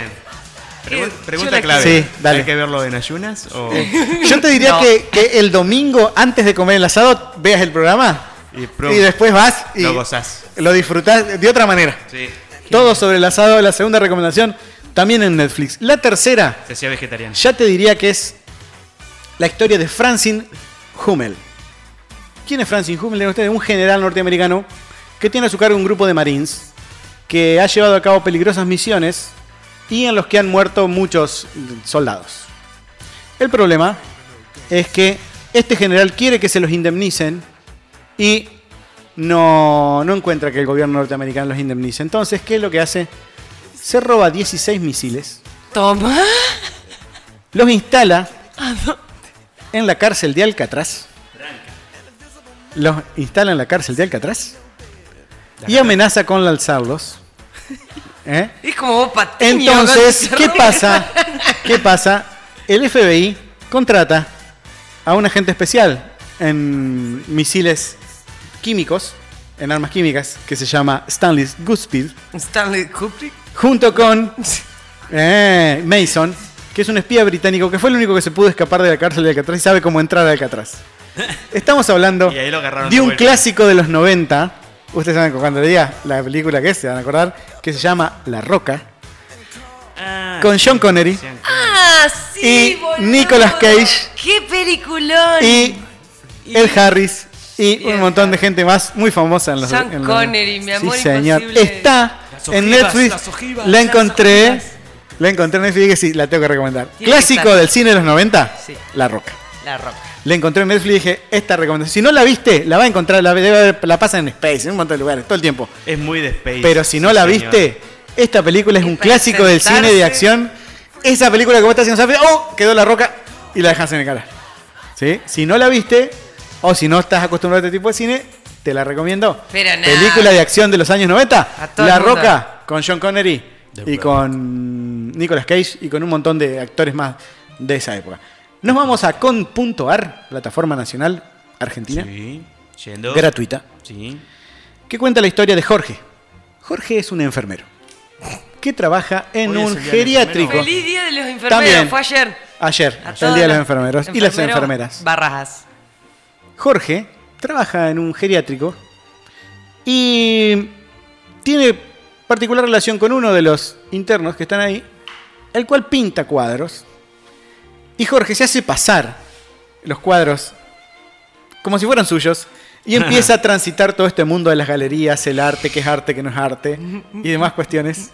Pregun-
la
Eh,
pregunta clave.
quiero. Sí, dale.
¿Hay que verlo en ayunas? O...
Yo te diría que, que el domingo, antes de comer el asado, veas el programa
Y,
y después vas y
Lo gozás.
lo disfrutás de otra manera.
Sí.
Todo sobre el asado, la segunda recomendación, también en Netflix. La tercera,
Se hacía vegetariano.
ya te diría que es la historia de Francine Hummel. ¿Quién es Francine Hummel? este Es usted un general norteamericano que tiene a su cargo un grupo de marines que ha llevado a cabo peligrosas misiones y en los que han muerto muchos soldados. El problema es que este general quiere que se los indemnicen y no, no encuentra que el gobierno norteamericano los indemnice. Entonces, ¿qué es lo que hace? Se roba 16 misiles.
Toma.
Los instala en la cárcel de Alcatraz. Los instala en la cárcel de Alcatraz. Y amenaza con lanzarlos. ¿Eh?
Es como vos patiño.
Entonces,
cuando te
¿qué
roban.
pasa? ¿Qué pasa? El FBI contrata a un agente especial en misiles químicos, en armas químicas, que se llama Stanley Goodspeed,
Stanley Kubrick.
junto con eh, Mason, que es un espía británico que fue el único que se pudo escapar de la cárcel de Alcatraz y sabe cómo entrar a Alcatraz. Estamos hablando
Y ahí lo agarraron.
de un
vuelta.
clásico de los 90. Ustedes saben que cuando le diga la película que es, se van a acordar, que se llama La Roca. con Sean Connery
Ah, sí,
y
boludo.
Nicolas Cage
¡Qué peliculón!
y el Harris y un montón de gente más muy famosa en los
Sean
en los-
Connery, mi amor
Sí, señor.
imposible.
Está
Las
en
ojivas,
Netflix.
las ojivas,
la
las
encontré. La encontré en Netflix y dije, sí, la tengo que recomendar.
Tiene que
Clásico
estar.
del cine de los 90,
Sí.
La Roca.
La roca.
La encontré en Netflix y dije, esta recomendación. Si no la viste, la va a encontrar, la, debe haber- la pasan en Space, en un montón de lugares, todo el tiempo.
Es muy de Space.
Pero si no
sí,
la
señor.
viste, esta película es un clásico del
sentarse-
cine de acción. Esa película que vos estás haciendo, ¿sabes? ¡Oh! Quedó la roca y la dejas en el cara. ¿Sí? Si no la viste, o si no estás acostumbrado a este tipo de cine, te la recomiendo.
Pero no.
Película de acción de los años 90.
A todo
La
el mundo.
Roca, con John Connery y con Nicolas Cage y con un montón de actores más de esa época. Nos vamos a con.ar, plataforma nacional argentina,
Sí. Yendo.
gratuita,
Sí.
que cuenta la historia de Jorge. Jorge es un enfermero que trabaja en
Hoy es
un
el día del
geriátrico.
enfermero. Feliz día de los enfermeros.
También.
Fue ayer.
Ayer,
A
el
todas
Día de los
las
Enfermeros y las
enfermeros
enfermeras.
Barrajas.
Jorge trabaja en un geriátrico y tiene particular relación con uno de los internos que están ahí, el cual pinta cuadros. Y Jorge se hace pasar los cuadros como si fueran suyos y empieza a transitar todo este mundo de las galerías, el arte, qué es arte, qué no es arte y demás cuestiones.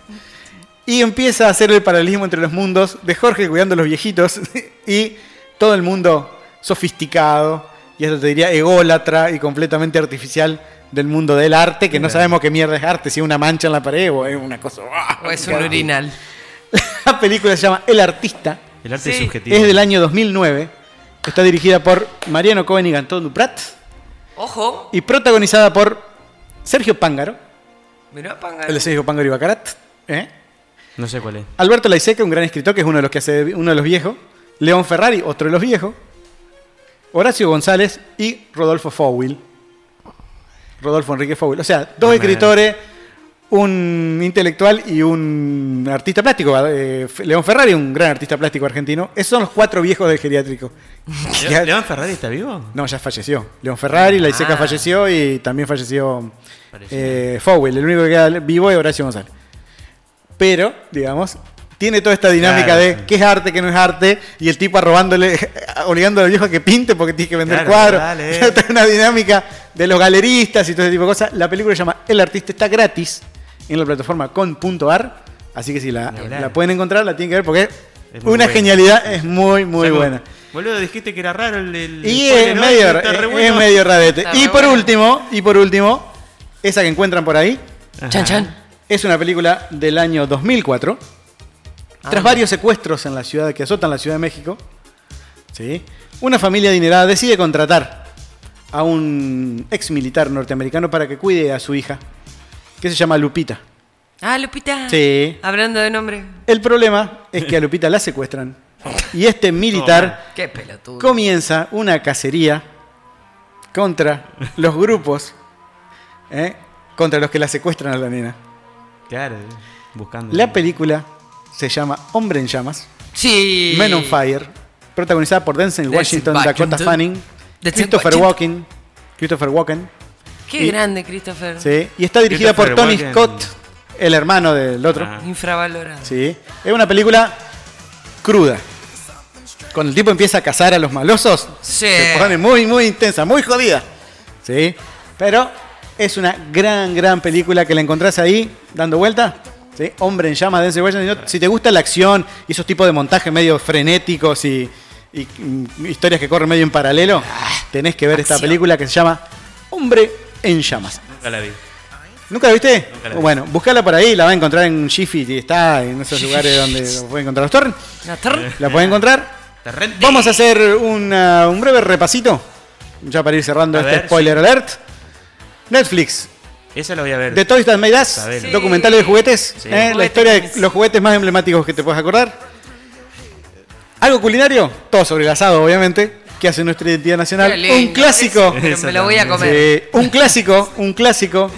Y empieza a hacer el paralelismo entre los mundos de Jorge cuidando a los viejitos y todo el mundo sofisticado, y esto te diría ególatra y completamente artificial del mundo del arte, que no
Claro.
sabemos qué mierda es arte, si es una mancha en la pared o es una cosa.
O es un urinal.
La película se llama El Artista,
El arte es subjetivo.
es del año 2009, está dirigida por Mariano Cohen y Gantón Duprat
Ojo.
y protagonizada por Sergio Pángaro,
Mirá, panga.
el de Sergio Pángaro y Bacarat, ¿eh?
No sé cuál es.
Alberto Laiseca, un gran escritor que es uno de los que hace uno de los viejos. León Ferrari, otro de los viejos. Horacio González y Rodolfo Fowil. Rodolfo Enrique Fowil. O sea, dos
Tremendo.
escritores, un intelectual y un artista plástico. Eh, F- León Ferrari, un gran artista plástico argentino. Esos son los cuatro viejos del geriátrico.
¿Le- ¿León Ferrari está vivo?
No, ya falleció. León Ferrari, Laiseca
Ah.
falleció y también falleció eh, Fowell. El único que queda vivo es Horacio González. Pero, digamos, tiene toda esta dinámica
Claro,
de
sí.
qué es arte, qué no es arte, y el tipo arrobándole, obligando al viejo a que pinte porque tiene que vender
Claro,
cuadros.
dale.
Esta es una dinámica de los galeristas y todo ese tipo de cosas. La película se llama El Artista, está gratis en la plataforma con.ar. Así que si la,
hablar.
la pueden encontrar, la tienen que ver porque
Es muy
una
buena.
genialidad es muy, muy
Saco.
buena.
Boludo, dijiste que era raro el. el
Y
spoiler,
es
¿no?
medio,
Está re
es
bueno.
medio rarete.
Está
Y
re
por
bueno.
último, y por último, esa que encuentran por ahí.
Chan, chan.
Es una película del año 2004 Tras varios secuestros en la ciudad que azotan la Ciudad de México, ¿sí? una familia adinerada decide contratar a un ex militar norteamericano para que cuide a su hija, que se llama Lupita.
Ah, Lupita.
Sí.
Hablando de nombre.
El problema es que a Lupita la secuestran y este militar
Qué pelotudo.
comienza una cacería contra los grupos ¿eh? contra los que la secuestran a la nena.
Claro, eh, buscando.
La película se llama Hombre en Llamas.
Sí.
Men on Fire. Protagonizada por Denzel
Denzel
Washington, Dakota
Washington.
Fanning,
Denzel
Christopher
Washington.
Walken. Christopher Walken.
Qué
Y-
grande, Christopher.
sí, Y está dirigida por Tony
Christopher Walken.
Scott, el hermano del otro.
Ah,
Infravalorado.
Ah. Sí. Es una película cruda. Cuando el tipo empieza a cazar a los malosos, se pone muy, muy intensa, muy jodida. Sí. Pero es una gran, gran película que la encontrás ahí, dando vuelta. ¿sí? Hombre en llamas, Denzel Washington. Si no- Si te gusta la acción y esos tipos de montajes medio frenéticos y, y, mm, historias que corren medio en paralelo, tenés que ver esta
Ah, acción.
película que se llama Hombre en llamas.
Nunca la vi.
¿Nunca la viste?
Nunca la vi.
bueno, buscala por ahí, la va a encontrar en Jiffy, y está en esos
Jiffy.
lugares donde la pueden encontrar los torrents.
La torre.
La pueden encontrar. Vamos a hacer una- un breve repasito, ya para ir cerrando
A
este
ver,
spoiler alert. Netflix,
Esa la voy a ver.
The Toys That Made Us,
Sabelo.
documentales de juguetes,
Sí.
¿eh? la historia de los juguetes más emblemáticos que te puedes acordar. Algo culinario, todo sobre el asado, obviamente, que hace nuestra identidad nacional.
Qué lindo,
un clásico.
eso, pero me lo voy a comer.
Sí, un clásico, un clásico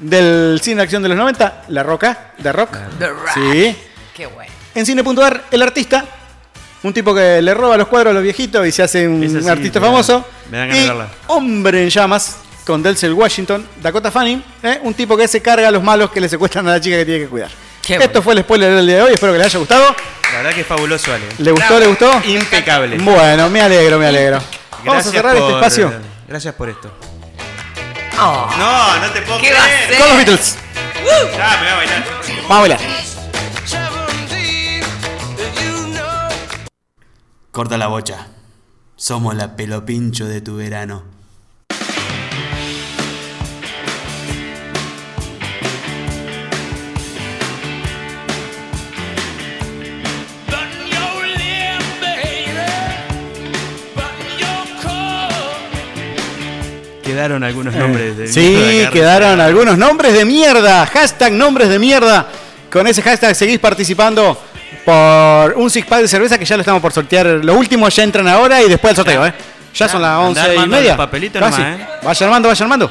del cine de acción de los 90, La Roca, The Rock.
The Rock.
Sí.
Qué bueno.
En cine.ar, el artista, un tipo que le roba los cuadros a los viejitos y se hace un
Esa sí,
artista
me dan-
famoso.
Me dan ganas
Y
de verla.
Hombre en llamas, con Denzel Washington, Dakota Fanning, ¿eh? un tipo que se carga a los malos que le secuestran a la chica que tiene que cuidar. Esto fue el spoiler del día de hoy, espero que les haya gustado.
La verdad que es fabuloso, Ale.
¿Le gustó? ¿Le gustó?
Impecable.
Bueno, me alegro, me alegro. Vamos a
Gracias
cerrar este
por-
espacio
Gracias por esto.
Oh.
No, no te puedo ¿Qué va a ser?
con los Beatles.
Ya, me voy a bailar.
Vamos a bailar.
Corta la bocha. Somos la pelopincho de tu verano.
Quedaron algunos nombres de. de
Sí,
acá.
quedaron algunos nombres de mierda. Hashtag nombres de mierda. Con ese hashtag seguís participando por un six pack de cerveza que ya lo estamos por sortear. Lo último ya entran ahora y después el sorteo, ¿eh? Ya son las
Andá
once y
armando
media.
el papelito
Casi.
nomás, ¿eh?
Vaya armando, vaya armando.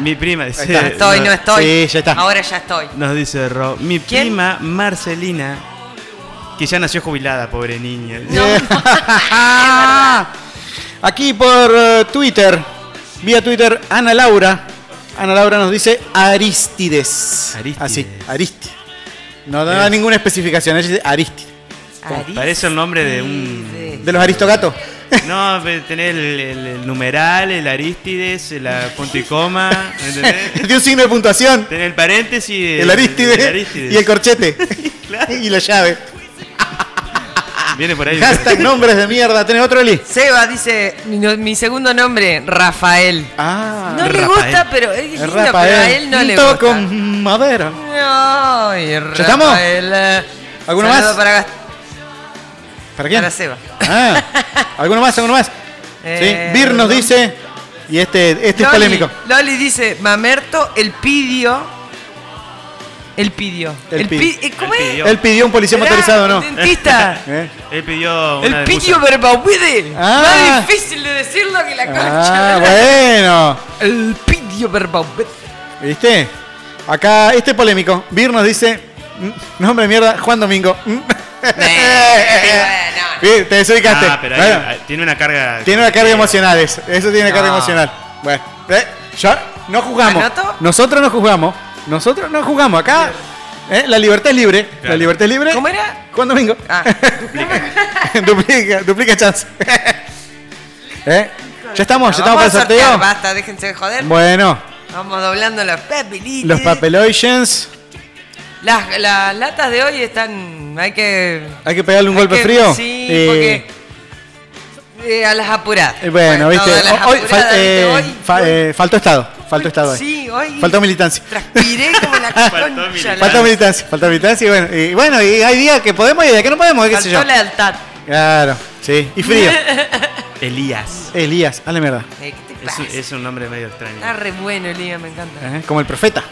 Mi prima
Ahí
dice.
está.
Estoy, no estoy.
Sí, ya está.
Ahora ya estoy.
Nos dice Ro. Mi prima Marcelina, que ya nació jubilada, pobre niña.
Aquí por eh, Twitter, vía Twitter, Ana Laura. Ana Laura nos dice Aristides. Así, Aristi. No da ninguna especificación, ella dice Aristi. Oh,
Parece el nombre de un.
De los aristogatos.
No, pe- tenés el, el- el numeral, el Aristides, la punto y coma. ¿entendés?
De un signo de puntuación.
Tenés el paréntesis. de-
El Aristide,
del Aristides.
y el corchete. Y la llave.
Viene por ahí.
Hashtag nombres de mierda. ¿Tenés otro, Eli?
Seba dice, mi, no- mi segundo nombre, Rafael.
Ah.
No le
Rafael.
gusta, pero es lindo, pero a él no le
Todo
gusta.
con madera.
Ay,
¿Ya estamos?
Rafael.
¿Alguno
Saludo
más?
Para, Gast-
¿Para quién?
para Seba.
Ah, ¿Alguno más? ¿Alguno más?
Eh,
sí. Vir nos
no.
dice. Y este, este es
Loli-
polémico.
Loli dice, Mamerto, el pidio. El pidio.
El
El
pi-
pi- eh, ¿Cómo es?
Él pidió un policía
Esperá,
motorizado, ¿no?
el dentista.
¿Eh?
Él pidió. una
El
de
pidio
Musa.
verbauide.
Ah.
Más difícil de decirlo que la concha.
Ah, bueno.
El pidio verbauide.
¿Viste? Acá, este es polémico. Vir nos dice. mm, Nombre de mierda, Juan Domingo. Mm. Vir, Te desubicaste.
Ah, pero ahí-
Bueno.
ahí tiene una carga.
Tiene una carga emocional, eso, eso tiene
No.
carga emocional. Bueno, eh, ya no juzgamos.
¿Anoto?
Nosotros no juzgamos. Nosotros no juzgamos. Acá eh, la libertad es libre. La libertad es libre. ¿Cómo
era? Ah,
Juan Domingo. duplica. duplica, duplica chance. Eh, Ya estamos, ya estamos para el
Vamos a sortear,
sorteo.
Basta, déjense de joder.
Bueno,
Vamos doblando los papelitos.
los papelotions.
Las, las latas de hoy están. Hay que.
Hay que pegarle un
hay
golpe
que-
frío.
Sí,
Eh,
porque. eh, a las apuradas.
Eh, bueno,
Bueno,
viste,
todas las
ho- hoy,
apuradas,
fal- eh,
viste, hoy-
fa- eh, faltó Estado, faltó Estado ahí.
Sí, hoy
Faltó militancia.
transpiré como la concha. la-
Faltó militancia, faltó militancia y bueno, y bueno, y hay días que podemos y hay días que no podemos, qué sé yo.
Faltó lealtad.
Claro, sí. Y frío.
Elías.
Elías, a la mierda.
Eh, ¿qué te
Es,
pasa?
un- es un nombre medio extraño.
Está re bueno, Liga, me encanta.
Ajá, Eh, Como el profeta.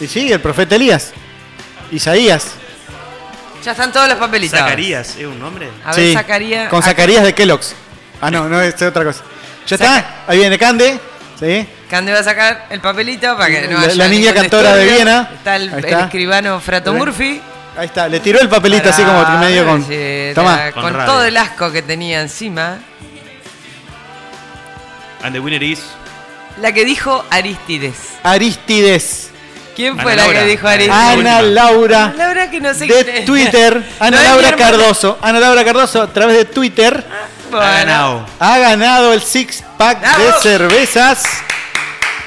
Y sí, el profeta Elías. Isaías.
Ya están todos los papelitos.
Zacarías, ¿es un nombre?
A ver,
Sí,
Zacarías.
Con
acá-
Zacarías de Kellogg's. Ah, no, no, es otra cosa. Ya está, ahí viene Cande. Sí.
Ah, Cande va a sacar el papelito para que no
La-
haya
la niña
ningún
cantora de
disturbio.
Viena.
Está el,
Ahí
el
está.
escribano Frato
Ahí-
Murphy.
Ahí está, le tiró el papelito así como que medio con.
Eh,
Toma.
con todo el asco que tenía encima.
And the winner is.
La que dijo Aristides.
Aristides.
¿Quién
Ana
fue la
Laura.
que dijo Aristides?
Ana Laura.
Ana Laura que no sé quién
de
es.
Twitter, Ana
No es mi
Laura
hermana.
Cardoso. Ana Laura Cardoso, a través de Twitter,
Bueno.
ha ganado el six pack de
¡Bravo!
cervezas.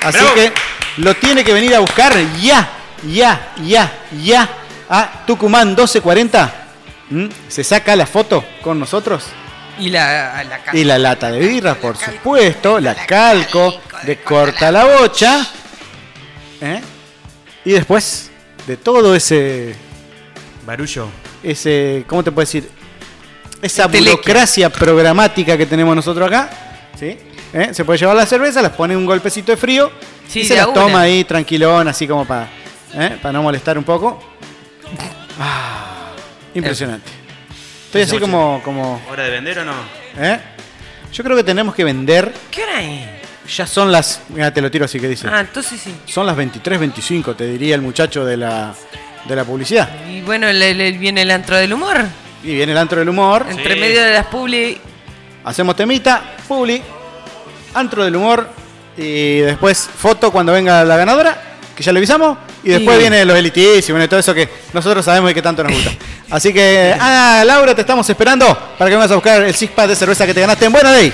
Así
¡Bravo!
que lo tiene que venir a buscar ya, ya, ya, ya a Tucumán 1240. ¿Mm? Se saca la foto con nosotros.
Y la, la ca-
Y la lata de birra, por supuesto, la calco, de corta la bocha. ¿Eh? Y después de todo ese
Barullo.
ese, ¿cómo te puedo decir? Esa
Este
Entelequia.
burocracia programática que tenemos nosotros acá. ¿sí? ¿Eh? Se puede llevar la cerveza, las pone un golpecito de frío
Sí,
y se
de
las
a
toma
una.
ahí tranquilón, así como para para no molestar un poco. Ah, impresionante. Estoy así como, como
¿Hora de vender o no?
¿eh? Yo creo que tenemos que vender.
¿Qué hora es?
Ya son las. Mira, te lo tiro así que dice.
Ah, entonces sí.
Son las 23.25, te diría el muchacho de la, de la publicidad.
Y bueno, le- le- viene el antro del humor.
Y viene el antro del humor.
Entre medio de las publi.
Hacemos temita, publi, antro del humor y después foto cuando venga la ganadora, que ya lo avisamos. Y después
Sí.
vienen los elitis y bueno, todo eso que nosotros sabemos y que tanto nos gusta. Así que, ah, Laura, te estamos esperando para que vengas a buscar el six pack de cerveza que te ganaste en Buena Day.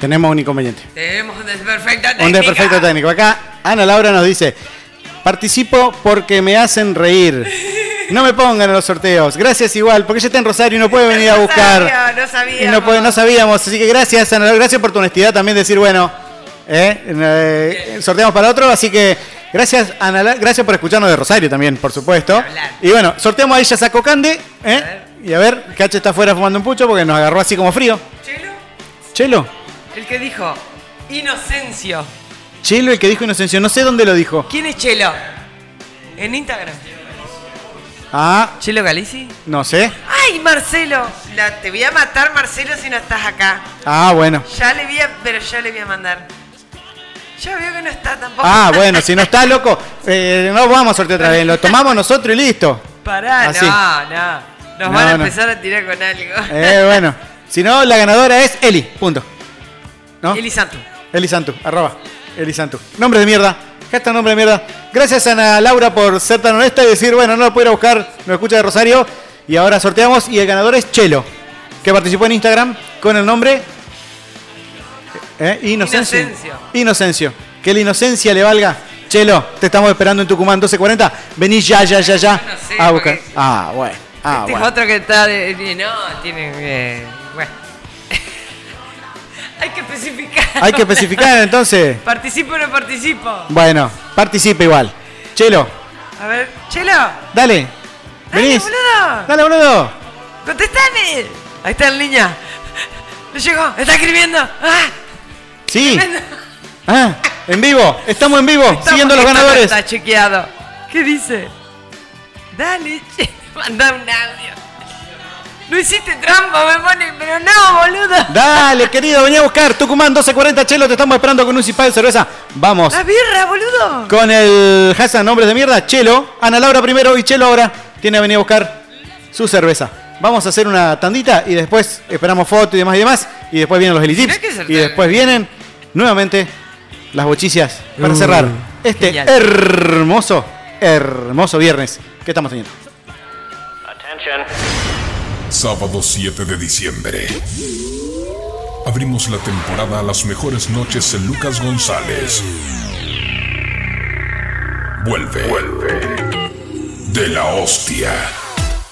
Tenemos un inconveniente.
Tenemos un desperfecto técnico.
Un desperfecto técnico. Acá Ana Laura nos dice, participo porque me hacen reír. No me pongan en los sorteos. Gracias igual, porque ella está en Rosario y no puede venir a buscar.
No
Y
sabía.
no, puede- no sabíamos. Así que gracias, Ana Laura. Gracias por tu honestidad también de decir, bueno, eh, eh, sorteamos para otro. Así que gracias, Ana Laura. Gracias por escucharnos de Rosario también, por supuesto. Y bueno, sorteamos a ella saco Cande. eh, Y a ver, Cacho está afuera fumando un pucho porque nos agarró así como frío.
Chelo,
Chelo.
el que dijo Inocencio.
Chelo, el que dijo Inocencio. No sé dónde lo dijo.
¿Quién es Chelo? En Instagram.
Ah.
¿Chelo Galici?
No sé.
¡Ay, Marcelo! La- te voy a matar, Marcelo, si no estás acá.
Ah, bueno.
Ya le voy a. Pero ya le voy a mandar. Ya veo que no está tampoco.
Ah, bueno, si no está loco, eh, no vamos a sortear otra vez. Lo tomamos nosotros y listo.
Pará,
Así.
no, no. Nos
Ah, No,
van a
no.
empezar a tirar con algo.
Eh, bueno. Si no, la ganadora es Eli. Punto. ¿No? Ah,
Eli Santu.
Eli Santu. Arroba. Eli Santu. Nombre de mierda. Hashtag nombre de mierda. Gracias Ana Laura por ser tan honesta y decir, bueno, no lo puedo ir a buscar. Nos escucha de Rosario. Y ahora sorteamos. Y el ganador es Chelo. Que participó en Instagram con el nombre. eh, Inocencio.
Inocencio.
Inocencio. Que la inocencia le valga. Chelo, te estamos esperando en Tucumán 1240. Vení ya, ya, ya, ya.
No sé,
a buscar. Ah, bueno. Ah,
este
bueno.
es otro que está de. de- no, tiene. eh, bueno. Hay que especificar.
Hay que especificar entonces.
¿Participo o no participo?
Bueno, participe igual. Chelo,
A ver, Chelo,
dale. Venís.
boludo.
Dale, boludo.
contestame. Ahí está en línea. No llegó, está escribiendo. ¡Ah!
Sí.
Tremendo.
Ah, en vivo. Estamos en vivo. siguiendo los
Esto no
ganadores.
Está chequeado. ¿Qué dice? Dale, che, manda un audio. No hiciste trampa, me pone, pero no, boludo.
Dale, querido, vení a buscar. Tucumán 1240, Chelo, te estamos esperando con un cipá de cerveza. Vamos.
La birra, boludo.
Con el hashtag nombres de mierda, Chelo. Ana Laura primero y Chelo ahora tiene que venir a buscar su cerveza. Vamos a hacer una tandita y después esperamos fotos y demás y demás. Y después vienen los
Mirá qué
elitips.
certero.
Y después vienen nuevamente las bochicias para
Uh,
cerrar este
genial.
hermoso, hermoso viernes que estamos teniendo.
Sábado 7 de diciembre. Abrimos la temporada a las mejores noches en Lucas González. Vuelve. Vuelve. de la hostia.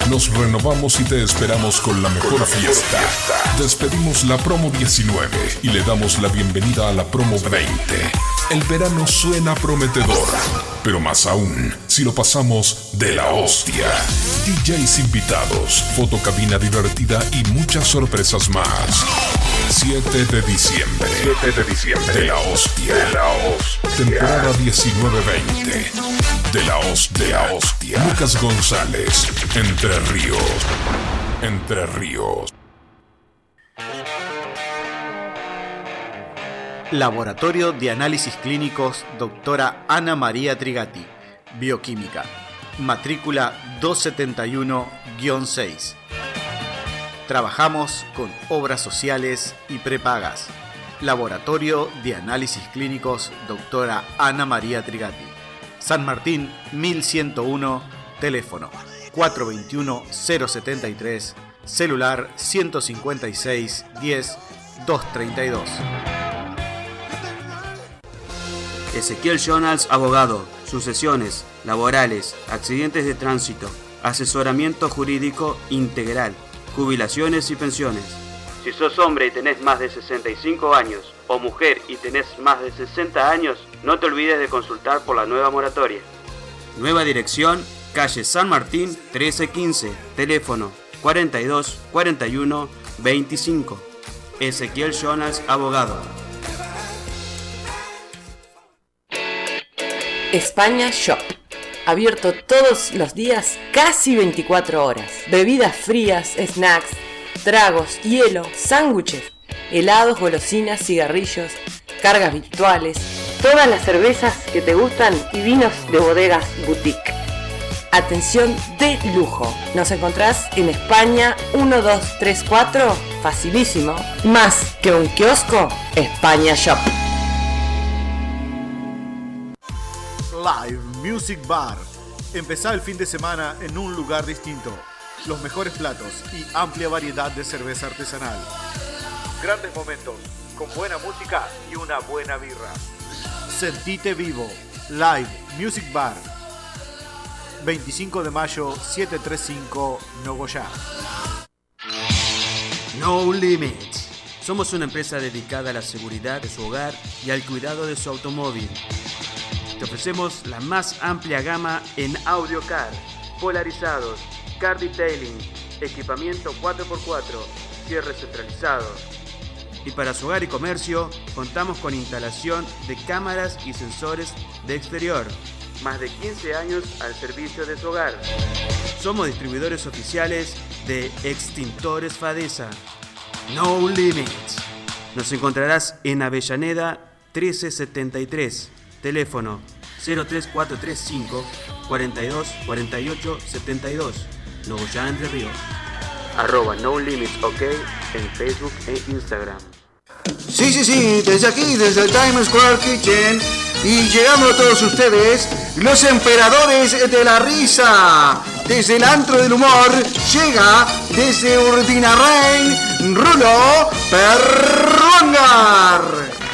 Nos renovamos y te esperamos con la mejor fiesta. Despedimos la promo 19 y le damos la bienvenida a la promo 20. El verano suena prometedor, pero más aún si lo pasamos de la hostia. DJs invitados, fotocabina divertida y muchas sorpresas más. 7 de diciembre. 7 de diciembre. De la hostia. De la hostia. Temporada 19-20. De la hostia. hostia. Lucas González. Entre Ríos. Entre Ríos.
Laboratorio de Análisis Clínicos, doctora Ana María Trigati, Bioquímica, matrícula 271-6. Trabajamos con obras sociales y prepagas. Laboratorio de Análisis Clínicos, doctora Ana María Trigati, San Martín 1101, teléfono 421-073, celular 156-10-232.
Ezequiel Jonas, abogado, sucesiones, laborales, accidentes de tránsito, asesoramiento jurídico integral, jubilaciones y pensiones. Si sos hombre y tenés más de 65 años, o mujer y tenés más de 60 años, no te olvides de consultar por la nueva moratoria. Nueva dirección, calle San Martín 1315, teléfono 42 41 25. Ezequiel Jonas, abogado.
España Shop. Abierto todos los días, casi 24 horas. Bebidas frías, snacks, tragos, hielo, sándwiches, helados, golosinas, cigarrillos, cargas virtuales, todas las cervezas que te gustan y vinos de bodegas boutique. Atención de lujo. Nos encontrás en España 1234, facilísimo. Más que un kiosco, España Shop.
Live Music Bar. Empezá el fin de semana en un lugar distinto. Los mejores platos y amplia variedad de cerveza artesanal. Grandes momentos, con buena música y una buena birra. Sentite vivo. Live Music Bar. 25 de mayo, 735, Nogoyá.
No Limits. Somos una empresa dedicada a la seguridad de su hogar y al cuidado de su automóvil. Te ofrecemos la más amplia gama en audio car, polarizados, car detailing, equipamiento 4x4, cierre centralizado. Y para su hogar y comercio, contamos con instalación de cámaras y sensores de exterior. Más de 15 años al servicio de su hogar. Somos distribuidores oficiales de Extintores Fadesa. No Limits. Nos encontrarás en Avellaneda 1373. Teléfono 03435 42 48 72. Nogoyá Entre Ríos. Arroba No Limits OK en Facebook e Instagram.
Sí, sí, sí, desde aquí, desde el Times Square Kitchen. Y llegamos a todos ustedes, los emperadores de la risa. Desde el antro del humor, llega desde Urdinarrain, Rulo Perrongar.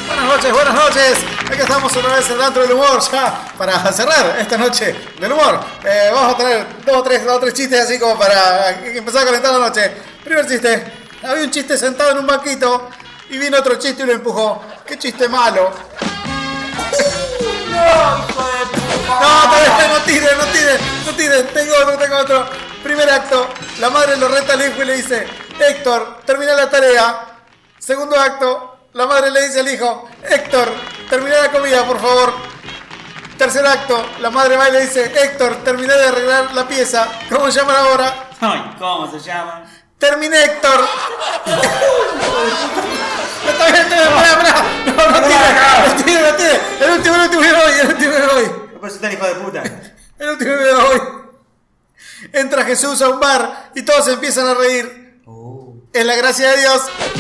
Buenas noches, buenas noches. Aquí estamos una vez en el antro del humor ya para cerrar esta noche del humor. Eh, vamos a tener dos o tres, dos o tres chistes así como para empezar a calentar la noche. Primer chiste. Había un chiste sentado en un banquito y vino otro chiste y lo empujó. Qué chiste malo. No, tal vez no tiren, no tiren, no tiren. Tengo otro, tengo otro. Primer acto. La madre lo reta al hijo y le dice, Héctor, termina la tarea. Segundo acto. La madre le dice al hijo, Héctor, termina la comida, por favor. Tercer acto. La madre va y le dice, Héctor, terminé de arreglar la pieza. ¿Cómo llaman ahora?
Ay, ¿cómo se llama?
Terminé, Héctor. No, está bien, está bien, pará, pará. No, no tiene, no tiene, no tiene. El último, el último de hoy, el último de hoy.
Por eso Pues tan hijo de puta.
El último de hoy. Entra Jesús a un bar y todos empiezan a reír. En la gracia de Dios.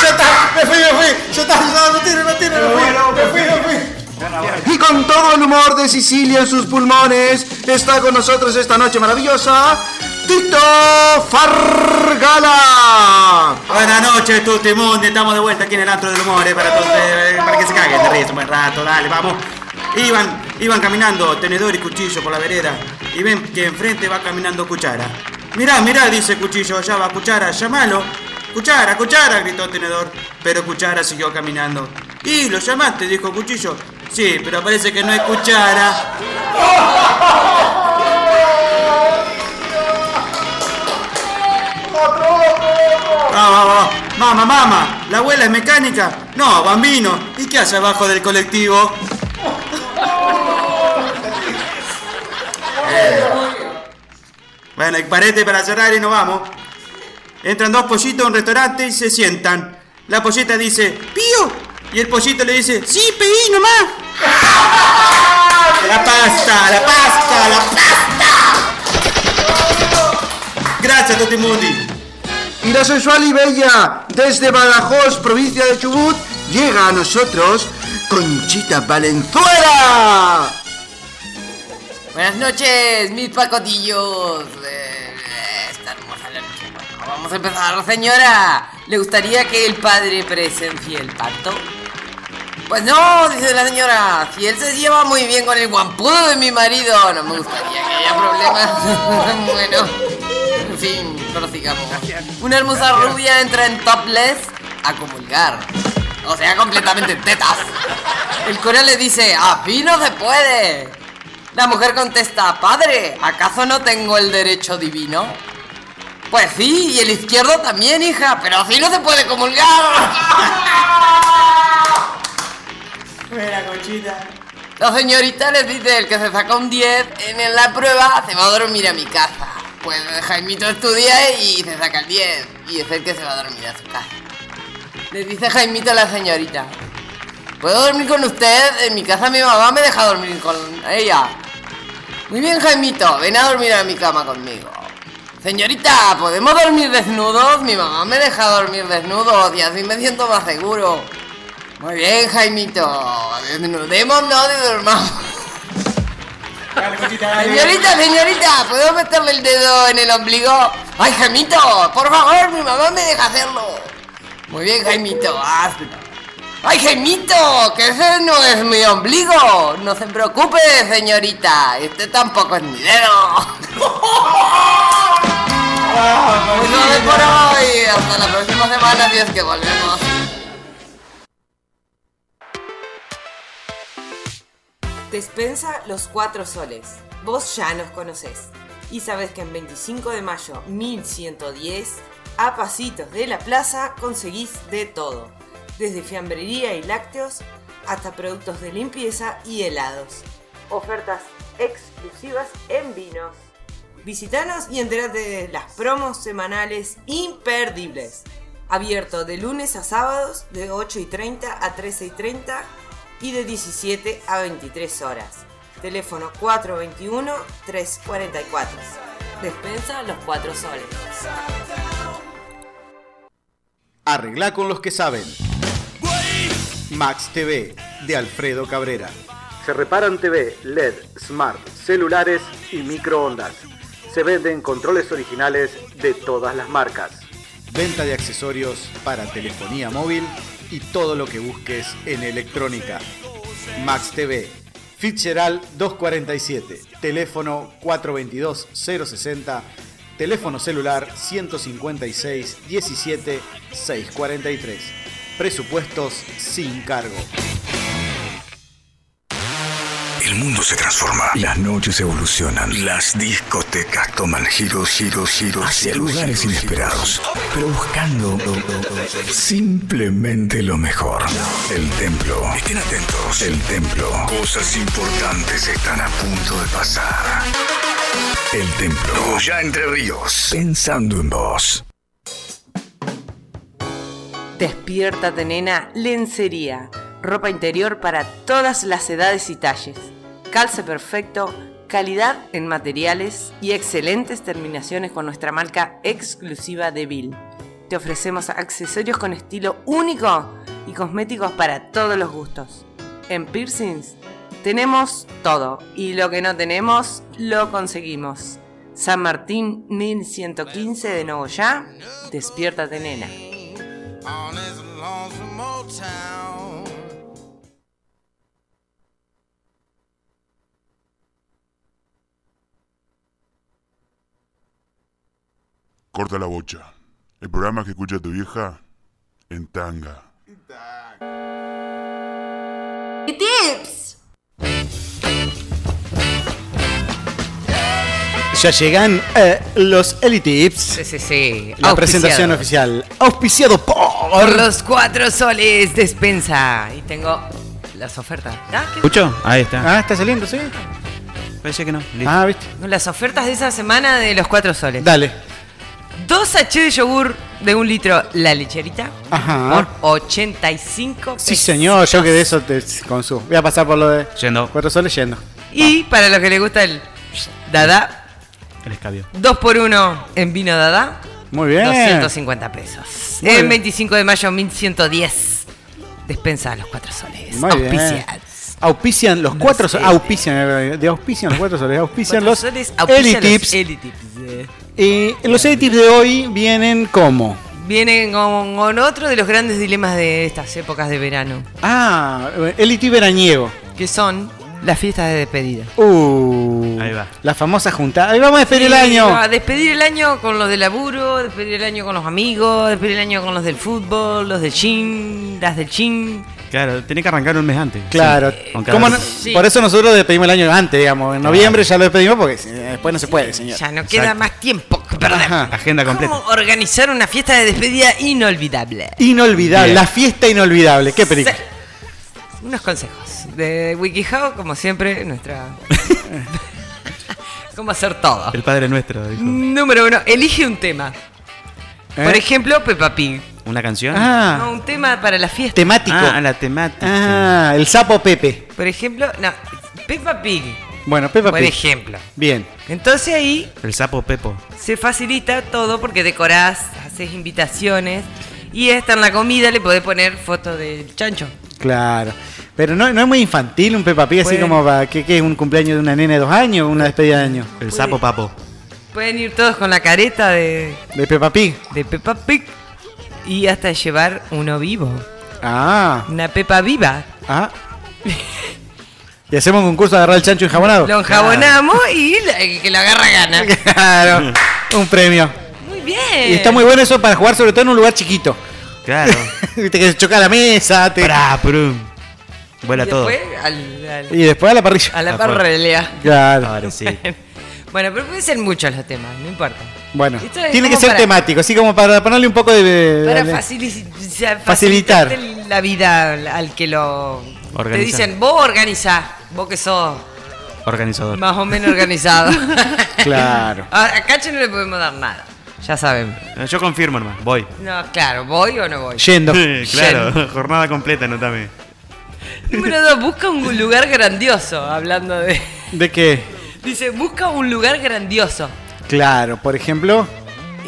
ya está, me fui, me fui. Ya está, no, no tiene, no tiene, me fui, me fui, me fui.
Y con todo el humor de Sicilia en sus pulmones, está con nosotros esta noche maravillosa, Tito Fargala.
Buenas noches, Tutti Mundi. Estamos de vuelta aquí en el antro del humor, eh, para, todos, eh, para que se caguen de risa un buen rato. Dale, vamos. Iban, iban caminando, tenedor y cuchillo por la vereda. Y ven que enfrente va caminando Cuchara. Mirá, mirá, dice Cuchillo, allá va Cuchara, llámalo. Cuchara, Cuchara, gritó Tenedor. Pero Cuchara siguió caminando. Y lo llamaste, dijo Cuchillo. Sí, pero parece que no es Cuchara. Ah, ¡Va, va, va! ¡Mamá, mamá! ¿La abuela es mecánica? No, bambino. ¿Y qué hace abajo del colectivo? Eh. Bueno, y parete para cerrar y nos vamos. Entran dos pollitos a un restaurante y se sientan. La pollita dice, ¡Pío! Y el pollito le dice, ¡Sí, pedí nomás! ¡La pasta, la pasta, la pasta! Gracias, Totimundi.
Y la sensual y bella, desde Badajoz, provincia de Chubut, llega a nosotros Conchita Valenzuela.
Buenas noches, mis pacotillos. Eh, eh, está hermosa la noche. Bueno, vamos a empezar, señora. ¿Le gustaría que el padre presencie el pacto? Pues no, dice la señora. Si él se lleva muy bien con el guampudo de mi marido, no me gustaría que haya problemas. bueno, en fin, prosigamos. Una hermosa rubia entra en topless a comulgar. O sea, completamente en tetas. El cura le dice, así no se puede. La mujer contesta, padre, ¿acaso no tengo el derecho divino? Pues sí, y el izquierdo también, hija, pero así no se puede comulgar.
Buena, Conchita.
La señorita les dice, el que se saca un 10 en la prueba se va a dormir a mi casa. Pues Jaimito estudia y se saca el 10, y es el que se va a dormir a su casa. Les dice Jaimito a la señorita, ¿puedo dormir con usted? En mi casa mi mamá me deja dormir con ella. Muy bien, Jaimito, ven a dormir a mi cama conmigo. Señorita, ¿podemos dormir desnudos? Mi mamá me deja dormir desnudos y así me siento más seguro. Muy bien, Jaimito. Desnudémonos y dormamos.
Dale, Conchita, dale.
Señorita, señorita, ¿puedo meterle el dedo en el ombligo? ¡Ay, Jaimito! ¡Por favor, mi mamá me deja hacerlo! Muy bien, Jaimito, hazlo. ¡Ay, Jaimito! ¡Que ese no es mi ombligo! No se preocupe, señorita. Este tampoco es mi dedo. Eso es por hoy. Hasta la próxima semana, si es que volvemos.
Despensa Los Cuatro Soles. Vos ya nos conocés. Y sabés que en 25 de mayo 1110, a pasitos de la plaza, conseguís de todo. Desde fiambrería y lácteos hasta productos de limpieza y helados. Ofertas exclusivas en vinos. Visítanos y entérate de las promos semanales imperdibles. Abierto de lunes a sábados de 8 y 30 a 13 y 30 y de 17 a 23 horas. Teléfono 421-344. Despensa los 4 soles.
Arregla con los que saben. Max TV, de Alfredo Cabrera. Se reparan TV, LED, smart, celulares y microondas. Se venden controles originales de todas las marcas. Venta de accesorios para telefonía móvil y todo lo que busques en electrónica. Max TV, Fitzgerald 247, teléfono 422-060, teléfono celular 156-17-643. Presupuestos sin cargo.
El mundo se transforma. Las noches evolucionan. Las discotecas toman giros, giros, giros. Hacia lugares inesperados. Pero buscando simplemente lo mejor. El templo. Estén atentos. El templo. Cosas importantes están a punto de pasar. El templo. Ya entre ríos. Pensando en vos.
Despiértate, nena, lencería. Ropa interior para todas las edades y talles. Calce perfecto, calidad en materiales y excelentes terminaciones con nuestra marca exclusiva de Bill. Te ofrecemos accesorios con estilo único y cosméticos para todos los gustos. En piercings tenemos todo y lo que no tenemos lo conseguimos. San Martín 1115 de Nogoyá, despiértate nena.
on his lonesome old town.
Corta la bocha. El programa que escucha tu vieja en tanga.
Y tips.
Ya llegan eh, los Elite Tips.
Sí, sí, sí.
La
Auspiciado.
presentación oficial. Auspiciado por.
Por los cuatro soles despensa. Y tengo las ofertas. ¿Ah? ¿Qué?
¿Escucho? Ahí está.
Ah, está saliendo, sí.
Pensé que no.
Ah, viste.
Las ofertas de esa semana de los cuatro soles.
Dale.
Dos sachets de yogur de un litro la lecherita
Ajá.
por 85 pesos.
Sí, señor, yo que de eso te consumo. Voy a pasar por lo de. Yendo. Cuatro soles yendo.
Y para los que les gusta el dada,
El escabio.
dos por uno en vino dada,
Muy bien.
250 pesos.
Muy
el
bien.
25 de mayo, 1110. Despensa a los cuatro soles.
Muy bien.
Auspicia.
Auspician los cuatro soles. Auspician, eh, de auspician los cuatro soles. Auspician los Elite Tips. Y los Elite Tips de hoy vienen como.
Viene con, con otro de los grandes dilemas de estas épocas de verano,
Ah, Elite Tip veraniego.
que son las fiestas de despedida.
Uh. Ahí va. La famosa juntada. Ahí vamos a despedir el
Sí,
año.
a despedir el año con los del laburo, despedir el año con los amigos, despedir el año con los del fútbol, los del gym, las del gym.
Claro, tiene que arrancar un mes antes.
Claro.
Sí, con cada-
¿Cómo no- Por eso nosotros despedimos el año antes, digamos. En noviembre ya lo despedimos porque eh, después no se puede, señor.
Ya no queda más tiempo que perder.
Agenda completa.
¿Cómo organizar una fiesta de despedida inolvidable?
Inolvidable.
Bien.
La fiesta inolvidable. Qué película.
Unos consejos de WikiHow, como siempre, nuestra... ¿Cómo hacer todo?
El Padre Nuestro, dijo.
Número uno, elige un tema.
¿Eh?
Por ejemplo, Peppa Pig.
¿Una canción?
Ah.
No, un tema para la fiesta.
Temático.
Ah, la temática.
Ah, el sapo Pepe.
Por ejemplo, no, Peppa Pig.
Bueno, Pepe.
Por ejemplo.
Bien.
Entonces ahí
El sapo Pepo.
se facilita todo porque decorás, haces invitaciones y esta en la comida le podés poner foto del chancho.
Claro. Pero no, no es muy infantil un Peppa Pig, así
Bueno.
como para que es un cumpleaños de una nena de dos años, una despedida de año.
El sapo papo.
Pueden ir todos con la careta de,
De Peppa Pig.
de Peppa Pig y hasta llevar uno vivo.
Ah.
Una Peppa viva.
Ah. Y hacemos un concurso de agarrar el chancho enjabonado.
Lo enjabonamos y la- el que lo agarra gana.
Claro. Un premio.
Muy bien.
Y está muy bueno eso para jugar, sobre todo en un lugar chiquito.
Claro.
Viste que se choca la mesa. Te...
Vuela
Y
todo.
después al- al-
Y después a la parrilla.
A la parrilla.
Claro.
Ahora sí.
Bueno, pero pueden ser muchos los temas, no importa.
Bueno,
Esto es
tiene que
como
ser
para-
temático, así como para ponerle un poco de. de-
Para
de-
facili- facilitar
Eh, Facilitar.
la vida al, al que lo...
Organiza.
Te dicen, vos organizá, vos que sos
Organizador.
más o menos organizado.
Claro.
A, a Cacho no le podemos dar nada. Ya saben.
Yo confirmo, hermano. Voy.
No, claro, ¿voy o no voy?
claro,
Yendo.
jornada completa, notame.
Número dos, busca un lugar grandioso, hablando de...
¿De qué?
Dice, busca un lugar grandioso.
Claro, por ejemplo,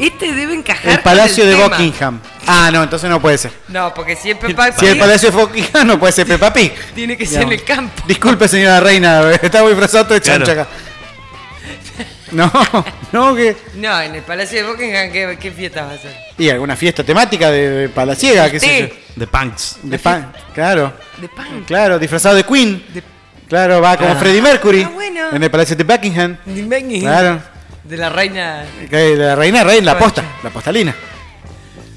Este debe encajar
el
con
Palacio
el
de
tema.
Buckingham. Ah, no, entonces no puede ser.
No, porque si es Peppa
Si el
Pig,
Palacio de Buckingham no puede ser Peppa Pig.
tiene que ser en el campo.
Disculpe, señora reina, estaba disfrazado todo de chancho
Claro.
acá. No, no, que.
No, en el Palacio de Buckingham, ¿qué, qué fiesta va a ser?
Y alguna fiesta temática de, de palaciega, Ah, qué sé
Sí.
yo.
De punks.
De pan, claro.
De pan.
Claro, disfrazado de Queen. Claro, va como
Ah.
Freddie Mercury.
Ah, bueno.
En el Palacio de Buckingham.
De Buckingham.
Claro.
De la reina.
Que Eh, La reina, reina, la posta, la postalina.
Eh.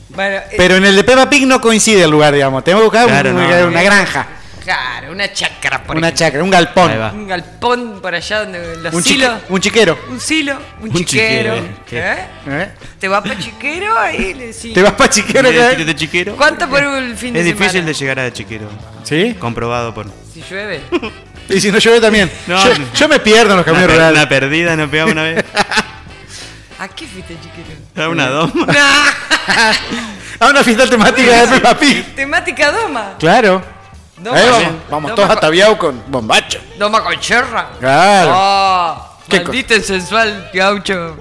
Bueno, eh,
Pero en el de Peppa Pig no coincide el lugar, digamos. Tenemos que buscar
Claro,
un-
no.
una, granja,
Claro, una chacra, por
una
ejemplo.
chacra, un galpón.
Ahí va.
Un galpón por allá donde los
Un, chique-
silos.
un chiquero.
Un silo, un,
Un
chiquero.
chiquero,
¿eh? Te vas para chiquero ahí le decís.
Te vas pa' chiquero,
¿De,
¿qué?
de, de chiquero?
¿Cuánto por el fin de
Es
semana?
difícil de llegar a chiquero.
¿Sí?
Comprobado por.
Si llueve.
Y si no llueve también. yo, yo me pierdo en los
Una,
caminos
per-
rurales.
una perdida nos pegamos una vez.
¿A qué fuiste chiquero?
A una doma.
A una fiesta temática de Peppa Pig.
Temática doma.
Claro.
Doma.
Ahí
Bien.
vamos vamos
Doma
todos
con-
ataviados con bombacho.
Doma con cherra.
Claro.
Oh,
¿Qué
maldito y sensual gaucho.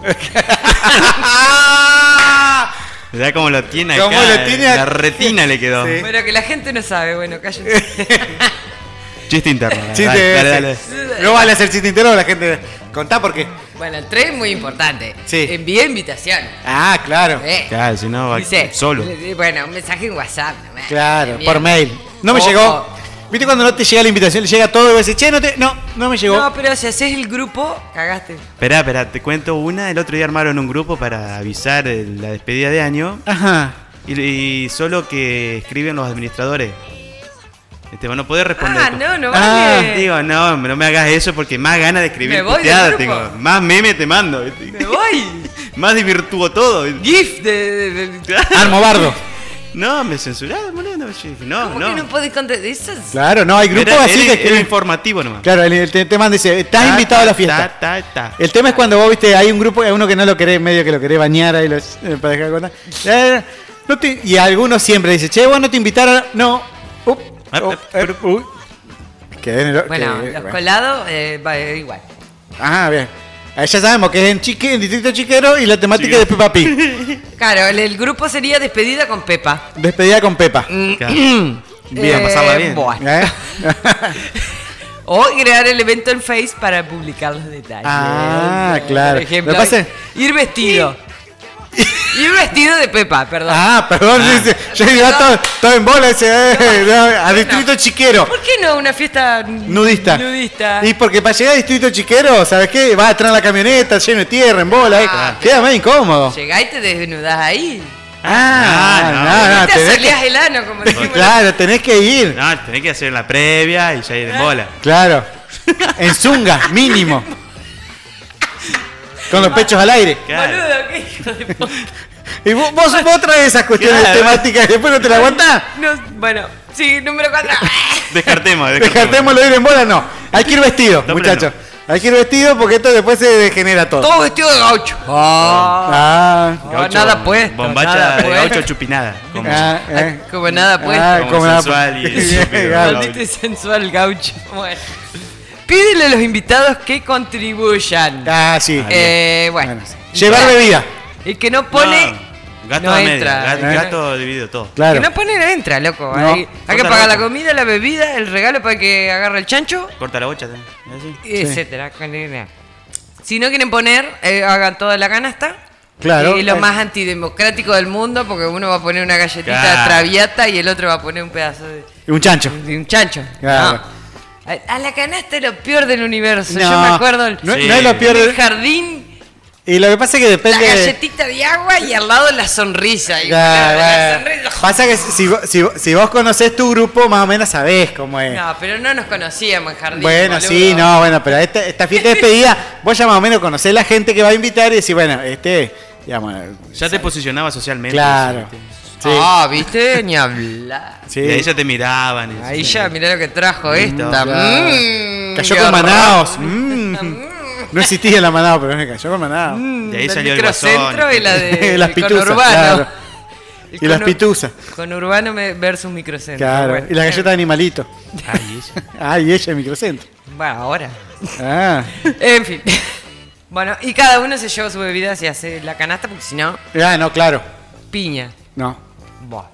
Mirá cómo lo tiene acá.
Cómo lo tiene
La
acá.
retina le quedó.
Bueno, que la gente no sabe, bueno, cállense.
Chiste interno. dale,
Chiste,
dale, dale.
No vale hacer chiste entero, la gente. Contá por qué.
Bueno, el 3 es muy importante.
Sí.
Envía invitación.
Ah, claro.
Eh.
Claro, si no va
Dice,
solo.
le- Bueno, un mensaje en WhatsApp.
Claro,
Bien.
por mail. No me
Ojo.
llegó. ¿Viste cuando no te llega la invitación? Le llega todo y vos decís, che, no, te, no, no me llegó.
No, pero si haces el grupo, cagaste.
Esperá, esperá, te cuento una. El otro día armaron un grupo para avisar el- la despedida de año.
Ajá.
Y, y solo que escriben los administradores. Este, vos no podés responder.
Ah, no, no vale.
Ah, digo, no, no me hagas eso porque más ganas de escribir
Me voy del
puteadas
grupo.
tengo. Más meme te mando. Me
voy.
más divirtuo todo.
GIF de.
Armobardo.
No, me censuraron, boludo. No, yo dije, no,
¿Cómo
no.
que no podés contestar? Eso es-
Claro, no, hay grupos
Era-
así
era-
que
era
escriben-
informativo nomás.
Claro, el, el te- te manda y dice, estás
Ta,
invitado a la
ta,
fiesta.
ta, ta, ta.
El tema es cuando vos viste, hay un grupo, hay uno que no lo querés, medio que lo querés bañar ahí los, eh, para dejar contar. Eh, no te- y algunos siempre dicen, che, vos no te invitaron. No. Up, up, er, uy. Quedé en el-
Ah, Bueno,
quedé-
los
bueno.
colados, eh, va eh, igual.
Ah, bien. Ahí ya sabemos que es en, chique, en Distrito Chiquero y la temática es de Peppa Pig.
Claro, el, el grupo sería despedida con Pepa.
Despedida con Pepa.
Bien, Eh, pasarla bien. bueno.
¿Eh?
O crear el evento en Face para publicar los detalles.
Ah, claro.
Por ejemplo,
Lo que pasa es-
ir vestido. ir vestido de Pepa, perdón.
Ah, perdón, dice, yo iba todo, todo en bola, dice, eh, no, a Distrito Chiquero.
¿Por qué no una fiesta
Nudista.
nudista?
Y porque para llegar a Distrito Chiquero, ¿sabes qué? Vas a traer la camioneta lleno de tierra, en bola, eh. queda más incómodo.
Llegá y te desnudás ahí.
Ah, no, no,
Y te
tenés
asoleás
que-
el ano, como dijimos.
Claro, tenés que ir.
No, tenés que hacer la previa y ya ir en bola.
Claro. En zunga, mínimo. Con los pechos al aire.
Boludo, qué hijo de puta.
Y vos, vos, vos traes esas cuestiones
Claro.
temáticas y después no te la aguantás.
No, bueno, sí, número 4.
Descartemos, descartemos.
Descartémoslo de ir en bola, no. Hay que ir vestido, muchachos. Hay que ir vestido porque esto después se degenera todo.
Todo vestido de gaucho.
Ah,
Gaucho,
nada puesto,
Bombacha
nada pues.
de
puesto.
gaucho chupinada. Como,
Ah, eh.
Como nada puesto.
Ah,
como
como nada
sensual y
puesto.
estúpido,
Gaucho.
gaucho.
Maldito y sensual gaucho. Bueno. Pídele a los invitados que contribuyan.
Ah, sí.
Eh, bueno.
Llevar bebida.
El que no pone,
Gato
No
a medio,
entra,
gato,
¿eh?
gato dividido todo.
el que no pone no entra, loco.
No.
Hay, hay que
Corta la
pagar la
boca.
comida, la bebida, el regalo para que agarre el chancho,
Corta la bocha también. ¿Así?
etcétera. Si no quieren poner, eh, hagan toda la canasta.
Claro.
Y lo
Eh.
más antidemocrático del mundo, porque uno va a poner una galletita
Claro.
traviata y el otro va a poner un pedazo de.
Y un chancho.
un chancho.
Claro.
A, a la canasta es lo peor del universo. Yo
No,
me acuerdo. El,
no- Sí. no es lo peor del-
El jardín,
Y lo que pasa es que
la
depende.
galletita de agua y al lado la sonrisa. Y
Ah,
claro, la
bueno.
sonrisa-
Pasa que si, vos- si, vos- si vos conocés tu grupo, más o menos sabés cómo es.
No, pero no nos conocíamos en jardín.
bueno,
boludo.
sí, no, bueno, pero esta, esta fiesta de despedida, vos ya más o menos conocés la gente que va a invitar y decís, bueno, este, digamos,
Ya te posicionaba socialmente.
claro. Sí.
Ah, ¿viste? Ni hablar.
Sí. Y ahí ya te miraban.
Ahí ya, mirá lo que trajo esta.
claro.
Mm,
Cayó
qué
con
horror.
Manaos. Mm. No existía la Manaos, pero me cayó con Manaos.
De ahí
del
salió el
microcentro
guasón.
y la de
las
el
pituzas.
conurbano.
claro.
El
Y las
cono-
pituzas.
Conurbano me- versus microcentro.
Claro.
Bueno, Eh,
Y la galleta de animalito.
Ay,
ella. Ay, ella en microcentro.
bueno, ahora.
Ah.
En fin. Bueno, y cada uno se lleva su bebida si hace la canasta, porque si no,
Ah, no, claro.
piña.
No.
Buah.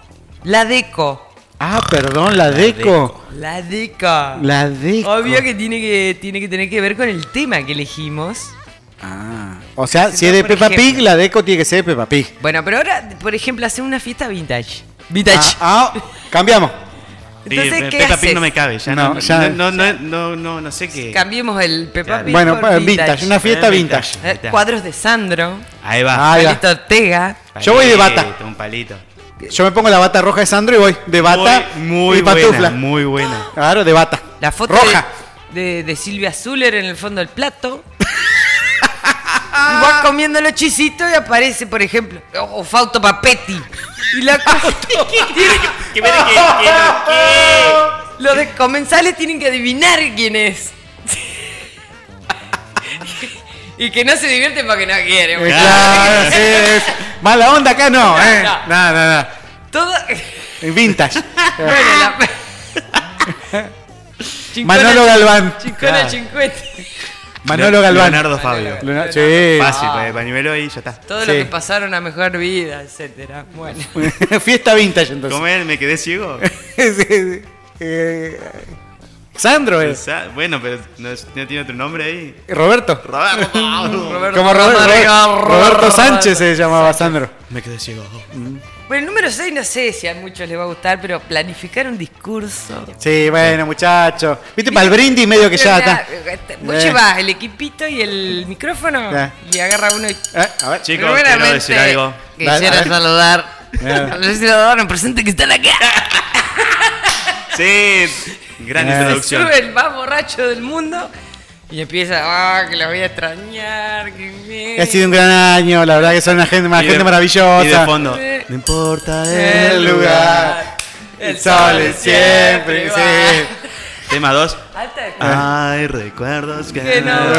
La deco.
Ah, perdón, la deco.
La deco.
La deco.
Obvio que tiene que, tiene que tener que ver con el tema que elegimos.
Ah. O sea, si
No,
es de
por
Peppa
ejemplo.
Pig, la deco tiene que ser de Peppa Pig.
Bueno, pero ahora, por ejemplo, hacer una fiesta vintage. Vintage.
Ah, ah, cambiamos.
Entonces,
Sí,
¿qué
Peppa
haces?
Pig no me cabe. Ya no,
No,
no,
ya-
no, no, no, no, no sé qué.
Cambiemos el Peppa
Claro.
Pig
Bueno,
por
pa- vintage, una fiesta
Eh,
vintage.
Eh, cuadros de Sandro.
Ahí va.
Ahí va.
Palito Ortega.
Ah, Yo voy de bata.
Palito, Un palito.
Yo me pongo la bata roja de Sandro y voy de bata
muy
y
buena,
pantufla.
muy buena.
Claro, de bata.
La foto
roja.
De, de- de Silvia Zuller en el fondo del plato. y vas comiendo los chisitos y aparece, por ejemplo, o, o Fauto Papetti. Y la
¿Qué, qué?
Los de- comensales tienen que adivinar quién es. y que no se divierten porque no quieren. pues.
Eh, claro, sí, es. Mala onda acá no,
No,
eh.
no.
No, no, no.
Todo.
En Vintage.
Bueno, la-
Manolo Galván.
Chincona
Claro.
Chincuete.
Manolo Galván.
Leonardo Fabio.
Leonardo- sí.
Fácil, eh, pañuelo y ya está.
Todo lo que pasaron a mejor vida, etcétera. Bueno.
Fiesta vintage entonces.
¿Cómo es? ¿Me quedé ciego?
Sí, sí. Eh, Sandro es.
Sa- Bueno, pero no, es- no tiene otro nombre ahí.
Roberto.
Roberto. Roberto
Como Robert-
Amarga.
Robert- Roberto Sánchez eh. se llamaba Sandro.
Me quedé ciego.
Bueno, el número 6 no sé si a muchos les va a gustar, pero planificar un discurso.
Sí, bueno, muchachos. Viste, para el brindis medio que ya está.
está. Vos
Eh.
llevas el equipito y el micrófono
Ya.
y agarra uno y.
Eh, a ver.
Chicos, quiero decir algo.
Quisiera saludar.
Bien.
A los saludadores presentes que están acá.
Sí, gran
Eh,
Se
introducción.
Sube el más borracho del mundo y empieza, ah, que la voy a extrañar, que mierda.
Ha sido un gran año, la verdad que son una gente, una
Y de-
gente maravillosa. Eh,
y de fondo,
no
importa
el lugar,
el
sol es siempre,
sí. Ah,
Tema 2.
Eh.
Alta de-
Hay recuerdos que,
Que no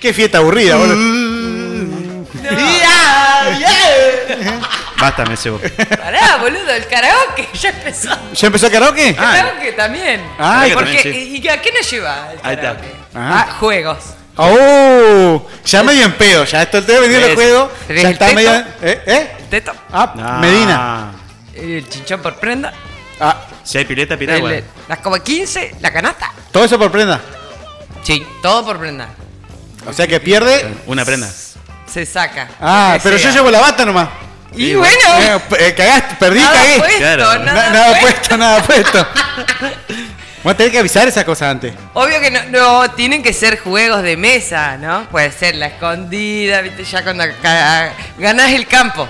Qué fiesta aburrida, boludo.
Mm.
Ya, ya.
Basta, me cebo.
Pará, boludo, el karaoke ya empezó.
¿Ya empezó el karaoke?
El karaoke también.
Ah, el
porque,
karaoke,
¿Y a qué nos lleva? el
Ahí está.
karaoke?
Ah.
Ah, juegos.
¡Oh! Ya medio en pedo, ya esto te venir el
¿Ves?
juego.
¿Ves
Ya
el
está
teto?
medio. ¿Eh? ¿Eh?
Teto.
Ah, Medina. Ah,
El chinchón por prenda.
Si hay pileta, piragua.
el- las como 15, la canasta.
Todo eso por prenda.
Sí, todo por prenda.
O sea que pierde.
Una prenda.
Se saca.
Ah,
Lo que
pero yo
sea.
llevo la bata nomás.
Y bueno.
Eh, p- eh, cagaste, perdí,
Nada
cagué.
puesto, Claro.
Na-
nada
puesto, nada puesto. Vamos a tener que avisar esas cosas antes.
Obvio que no, no, tienen que ser juegos de mesa, ¿no? Puede ser la escondida, viste, ya cuando ca- ganás el campo.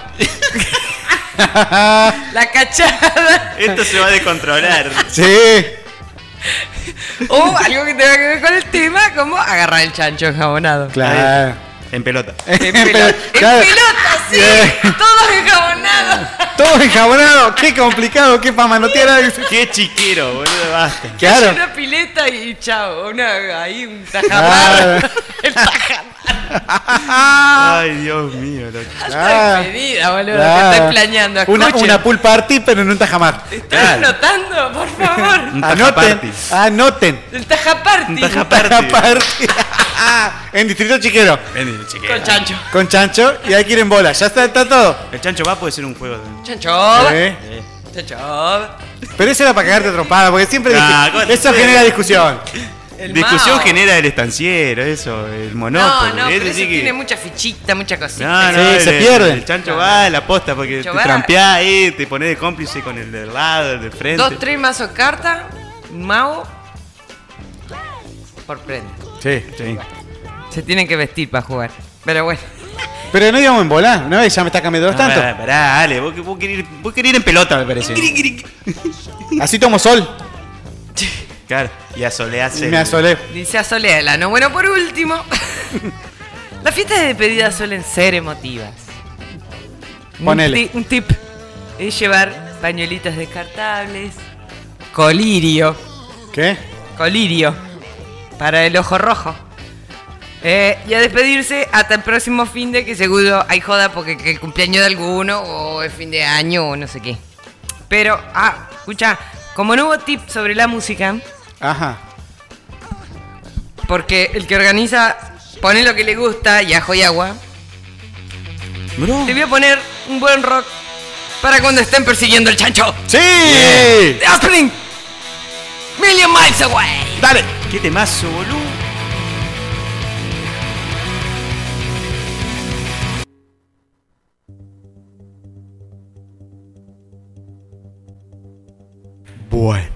la cachada.
Esto se va a descontrolar.
Sí.
O Uh, algo que tenga que ver con el tema, como agarrar el chancho enjabonado.
Claro.
En pelota.
En pelota, en
Claro.
pelota, sí. Todos enjabonados.
Todo enjabonado, qué complicado, qué para manotear.
Qué chiquero, boludo, basta.
Hay
Claro.
Una pileta y chao. Una, ahí un tajamar.
Claro.
el tajamar.
Ah.
Ay, Dios mío, loco.
Alta despedida, boludo. que
Claro.
estoy planeando.
Una,
Escuchen.
una pool party, pero no un tajamar.
¿Estás notando? Por favor.
Anoten, anoten.
El Taja Party.
Un tajaparty. en Distrito Chiquero.
Ven, chiquero.
Con chancho.
Con chancho y ahí quieren bola. Ya está, está todo.
El chancho va puede ser un juego. de-
Chancho.
Eh.
Chancho.
Pero eso era para cagarte a trompada, porque siempre
Ah,
dije-
¿cómo
eso
te-
genera discusión.
El
Discusión
Mao.
genera el estanciero, eso, el
No,
pues,
monóculo.
no,
este
Es
pero ese
decir que-
tiene mucha fichita, mucha cosita.
No, no, el- El chancho va a
el
la posta porque te
Chancho va.
trampeás ahí, te pones de cómplice con el del lado, el del frente.
Dos, tres mazos carta, mago, por prenda.
Sí,
sí.
Se tienen que vestir para jugar. Pero bueno.
Pero no íbamos en bola, una vez ya me está cambiando
No,
tanto.
Pará, pará, Ale, vos, que- vos querés, ir- vos querés ir en pelota, me parece.
Así tomo sol.
Claro, y asoleás el-
Me asolé.
Dice a Soledad, no bueno, por último. Las fiestas de despedida suelen ser emotivas.
Ponele.
Un, ti- un tip es llevar pañuelitos descartables, colirio,
¿Qué?
colirio, para el ojo rojo. Eh, y a despedirse hasta el próximo fin de que seguro hay joda porque que el cumpleaños de alguno o es fin de año o no sé qué. Pero, ah, escucha, como no hubo tip sobre la música,
Ajá.
Porque el que organiza pone lo que le gusta y ajo y agua. Te voy a poner un buen rock para cuando estén persiguiendo el chancho.
¡Sí!
The Offspring. Million Miles Away.
Dale.
Qué temazo, boludo. Bueno.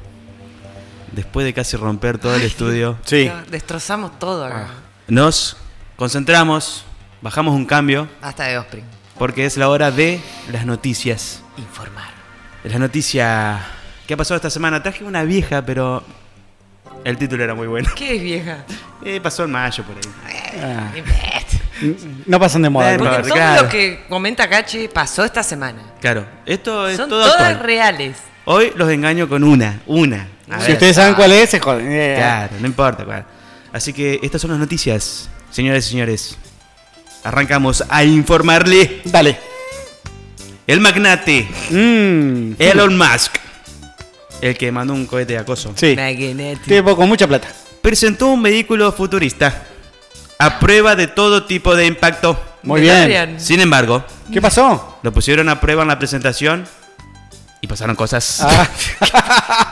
Después de casi romper todo el estudio.
No, Destrozamos todo acá.
Ah. Nos concentramos, bajamos un cambio,
Hasta The Offspring.
porque es la hora de las noticias.
Informar.
La noticia que ha pasado esta semana. Traje una vieja, pero el título era muy bueno.
¿Qué es vieja?
Eh, pasó en mayo por ahí.
Ah,
Ni
No pasan de moda.
Eh,
bro.
Porque todo
claro.
lo que comenta Cachi pasó esta semana.
Claro, esto es
Son
todo
todas
actual.
reales.
Hoy los engaño con una, una. A
Si
ver.
ustedes saben cuál es, se joden. Eh,
Claro, no importa. cuál. Así que estas son las noticias, señores y señores. Arrancamos a informarle.
Eh, Dale.
El magnate
Mm.
Elon Musk, el que mandó un cohete de acoso,
Sí. Tipo con mucha plata.
presentó un vehículo futurista a prueba de todo tipo de impacto.
Muy bien.
Sin embargo,
¿Qué pasó?
lo pusieron a prueba en la presentación Y pasaron cosas.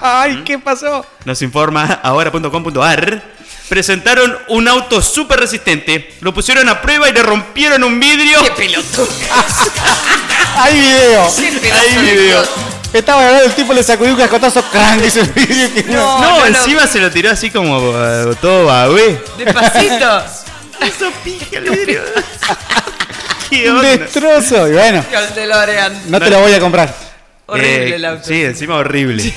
¡Ay, qué pasó!
Nos informa ahora.com.ar. Presentaron un auto súper resistente. Lo pusieron a prueba y le rompieron un vidrio. ¡Qué
pelotudo!
¡Hay video!
Sí, pero
¡Hay
son
video!
Estaba grabado el tipo, le sacudió un cascotazo, crank, dice el vidrio que
No, encima se lo tiró así como eh, todo babé.
Despacito.
Eso pija el vidrio. ¿Qué
Un
onda?
destrozo. Y bueno,
El DeLorean.
no te lo voy a comprar.
Horrible el auto.
Eh, Sí, encima horrible.